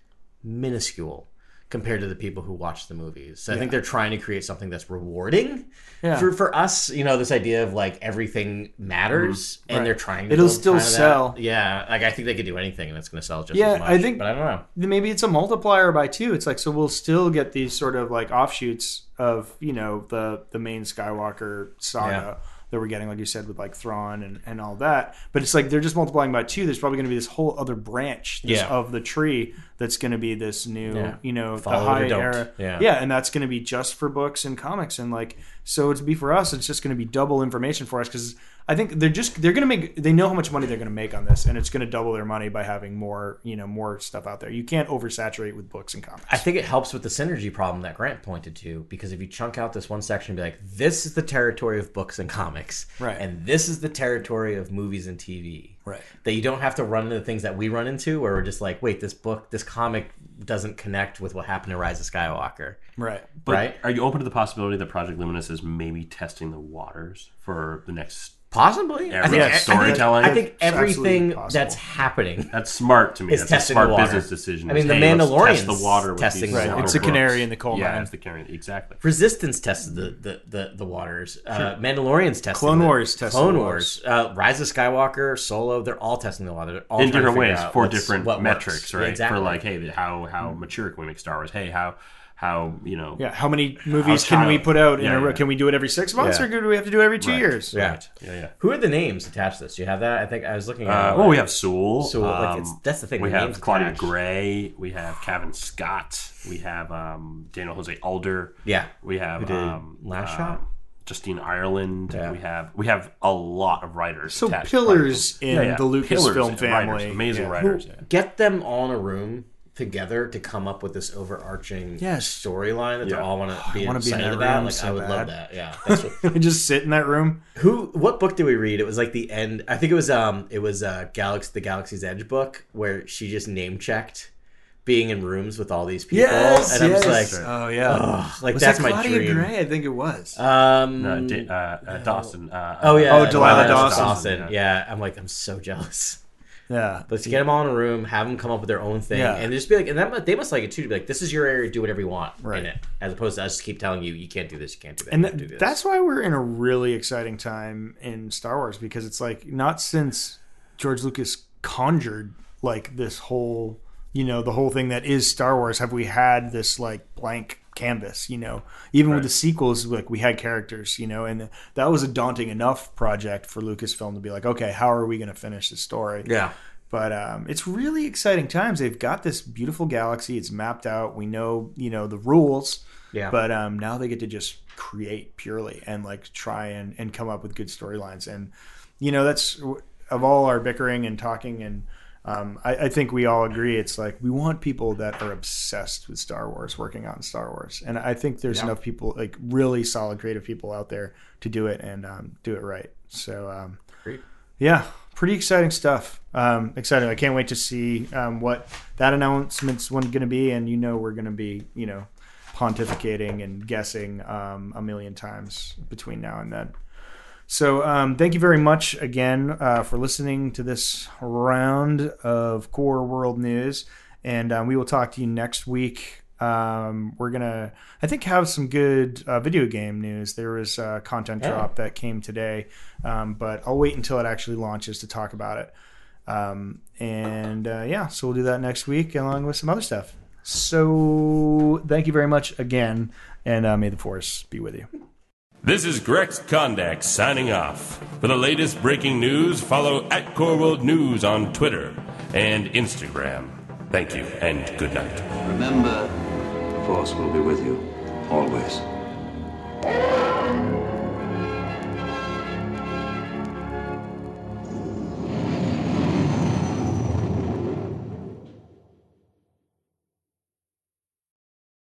Speaker 6: minuscule compared to the people who watch the movies. So I think they're trying to create something that's rewarding
Speaker 5: Yeah.
Speaker 6: for for us. You know, this idea of like everything matters,
Speaker 5: Mm-hmm.
Speaker 6: and
Speaker 5: Right.
Speaker 6: they're trying. to
Speaker 5: It'll
Speaker 6: build
Speaker 5: still
Speaker 6: kind of that.
Speaker 5: sell.
Speaker 6: Yeah, like I think they could do anything, and it's going to sell just
Speaker 5: Yeah,
Speaker 6: as much.
Speaker 5: I think-
Speaker 6: but I don't know.
Speaker 5: Then maybe it's a multiplier by two. It's like so we'll still get these sort of like offshoots of you know the the main Skywalker saga that we're getting, like you said, with like Thrawn and and all that. But it's like they're just multiplying by two. There's probably going to be this whole other branch this,
Speaker 6: Yeah.
Speaker 5: of the tree that's going to be this new
Speaker 6: Yeah.
Speaker 5: you know the
Speaker 6: Follow it or
Speaker 5: high
Speaker 6: don't.
Speaker 5: era.
Speaker 6: Yeah.
Speaker 5: yeah, and that's going to be just for books and comics and like so it's be for us. It's just going to be double information for us because. I think they're just they're gonna make they know how much money they're gonna make on this, and it's gonna double their money by having more you know more stuff out there. You can't oversaturate with books and comics.
Speaker 6: I think it helps with the synergy problem that Grant pointed to because if you chunk out this one section and be like, this is the territory of books and comics,
Speaker 5: Right.
Speaker 6: and this is the territory of movies and TV,
Speaker 5: Right.
Speaker 6: that you don't have to run into the things that we run into where we're just like, wait, this book, this comic doesn't connect with what happened to Rise of Skywalker,
Speaker 5: Right.
Speaker 4: But
Speaker 6: right?
Speaker 4: Are you open to the possibility that Project Luminous is maybe testing the waters for the next?
Speaker 6: Possibly.
Speaker 4: Yeah, right. Storytelling.
Speaker 6: I think
Speaker 5: It's absolutely
Speaker 6: everything
Speaker 5: possible.
Speaker 6: that's happening
Speaker 4: That's smart to me.
Speaker 6: It's
Speaker 4: That's
Speaker 6: testing
Speaker 4: a smart
Speaker 6: the water.
Speaker 4: business decision.
Speaker 6: I mean,
Speaker 4: Is,
Speaker 6: The
Speaker 4: hey, let's
Speaker 6: Mandalorian's
Speaker 4: test the water with
Speaker 6: testing
Speaker 4: these
Speaker 6: the
Speaker 4: smaller
Speaker 6: water.
Speaker 5: It's a canary
Speaker 4: books.
Speaker 5: in the coal
Speaker 4: yeah,
Speaker 5: mine.
Speaker 4: It's the canary. Exactly.
Speaker 6: Resistance tested the the, the, the waters. Uh, Mandalorian's tested.
Speaker 5: Clone
Speaker 6: the-
Speaker 5: Wars tested
Speaker 6: Clone
Speaker 5: the
Speaker 6: Wars. Uh, Rise of Skywalker, Solo. They're all testing the water. They're all
Speaker 4: In
Speaker 6: trying to
Speaker 4: different
Speaker 6: figure
Speaker 4: ways,
Speaker 6: out
Speaker 4: for
Speaker 6: what's-
Speaker 4: different
Speaker 6: what works.
Speaker 4: metrics,
Speaker 6: Yeah,
Speaker 4: right?
Speaker 6: exactly.
Speaker 4: For like, hey, how how mature can we make Star Wars? Hey, how how you know?
Speaker 5: Yeah. How many movies
Speaker 4: How
Speaker 5: can we
Speaker 4: child-
Speaker 5: put out? in
Speaker 4: Yeah,
Speaker 5: a row?
Speaker 4: yeah.
Speaker 5: Can we do it every six months,
Speaker 6: Yeah.
Speaker 5: or do we have to do it every two
Speaker 4: Right.
Speaker 5: years?
Speaker 6: Yeah.
Speaker 4: yeah, yeah.
Speaker 6: Who are the names attached to this? Do you have that? I think I was looking.
Speaker 4: Uh,
Speaker 6: at
Speaker 4: well, we have Sewell. um,
Speaker 6: Sewell, like, it's- that's the thing,
Speaker 4: We
Speaker 6: the
Speaker 4: have
Speaker 6: name's
Speaker 4: Claudia
Speaker 6: attached.
Speaker 4: Gray. We have Kevin Scott. We have um, Daniel Jose Alder.
Speaker 6: Yeah.
Speaker 4: We have
Speaker 6: did
Speaker 4: um,
Speaker 6: Last
Speaker 4: uh,
Speaker 6: Shot?
Speaker 4: Justine Ireland.
Speaker 6: Yeah.
Speaker 4: We have we have a lot of writers.
Speaker 5: So
Speaker 4: attached,
Speaker 5: pillars
Speaker 4: right?
Speaker 5: in the Lucasfilm
Speaker 4: Pillars and writers,
Speaker 5: family.
Speaker 4: amazing
Speaker 5: Yeah.
Speaker 4: writers. yeah.
Speaker 6: Get them all in a room together to come up with this overarching
Speaker 5: Yes.
Speaker 6: storyline that they
Speaker 4: Yeah.
Speaker 6: all want to be
Speaker 5: wanna be in
Speaker 6: excited
Speaker 5: that
Speaker 6: about.
Speaker 5: room
Speaker 6: Like,
Speaker 5: so
Speaker 6: I would love
Speaker 5: bad.
Speaker 6: that. Yeah. That's what,
Speaker 5: We just sit in that room.
Speaker 6: who what book did we read it was like the end i think it was um it was uh galaxy the galaxy's edge book where she just name checked being in rooms with all these people and i'm just like
Speaker 5: oh yeah.
Speaker 6: "Ugh," like
Speaker 5: Was
Speaker 6: that's
Speaker 5: that
Speaker 6: my
Speaker 5: Claudia
Speaker 6: dream
Speaker 5: Gray? I think it was.
Speaker 6: um
Speaker 4: Uh, Da- uh, uh, Dawson. Uh,
Speaker 6: oh yeah
Speaker 5: Oh, Delilah Dawson.
Speaker 6: yeah i'm like i'm so jealous
Speaker 5: yeah.
Speaker 6: Let's get them all in a room, have them come up with their own thing,
Speaker 5: Yeah.
Speaker 6: and just be like, and that mu- they must like it too. To be like, this is your area, do whatever you want
Speaker 5: Right.
Speaker 6: in it, as opposed to us just keep telling you, you can't do this, you can't do that,
Speaker 5: and
Speaker 6: you can't do
Speaker 5: th-
Speaker 6: this.
Speaker 5: that's why we're in a really exciting time in Star Wars because it's like not since George Lucas conjured like this whole you know the whole thing that is Star Wars have we had this like blank canvas you know even with the sequels like we had characters you know and that was a daunting enough project for Lucasfilm to be like okay how are we going to finish this story
Speaker 6: yeah.
Speaker 5: but um, it's really exciting times. They've got this beautiful galaxy. It's mapped out. We know, you know, the rules.
Speaker 6: Yeah.
Speaker 5: But um, now they get to just create purely and like try and and come up with good storylines. And you know, that's of all our bickering and talking, and um, I, I think we all agree it's like we want people that are obsessed with Star Wars, working on Star Wars, and I think there's enough people, like really solid creative people out there to do it and um, do it right. So, um, yeah, pretty exciting stuff. Um, exciting. I can't wait to see um, what that announcement's one going to be, and you know we're going to be, you know, pontificating and guessing um, a million times between now and then. So um, thank you very much again uh, for listening to this round of Core World News, and um, we will talk to you next week. Um, we're gonna, I think, have some good uh, video game news. There was uh, content drop that came today, um, but I'll wait until it actually launches to talk about it. Um, and uh, yeah, so we'll do that next week along with some other stuff. So thank you very much again, and uh, may the force be with you.
Speaker 8: This is Grex Kondak signing off. For the latest breaking news, follow at Core World News on Twitter and Instagram. Thank you and good night.
Speaker 1: Remember, the Force will be with you always.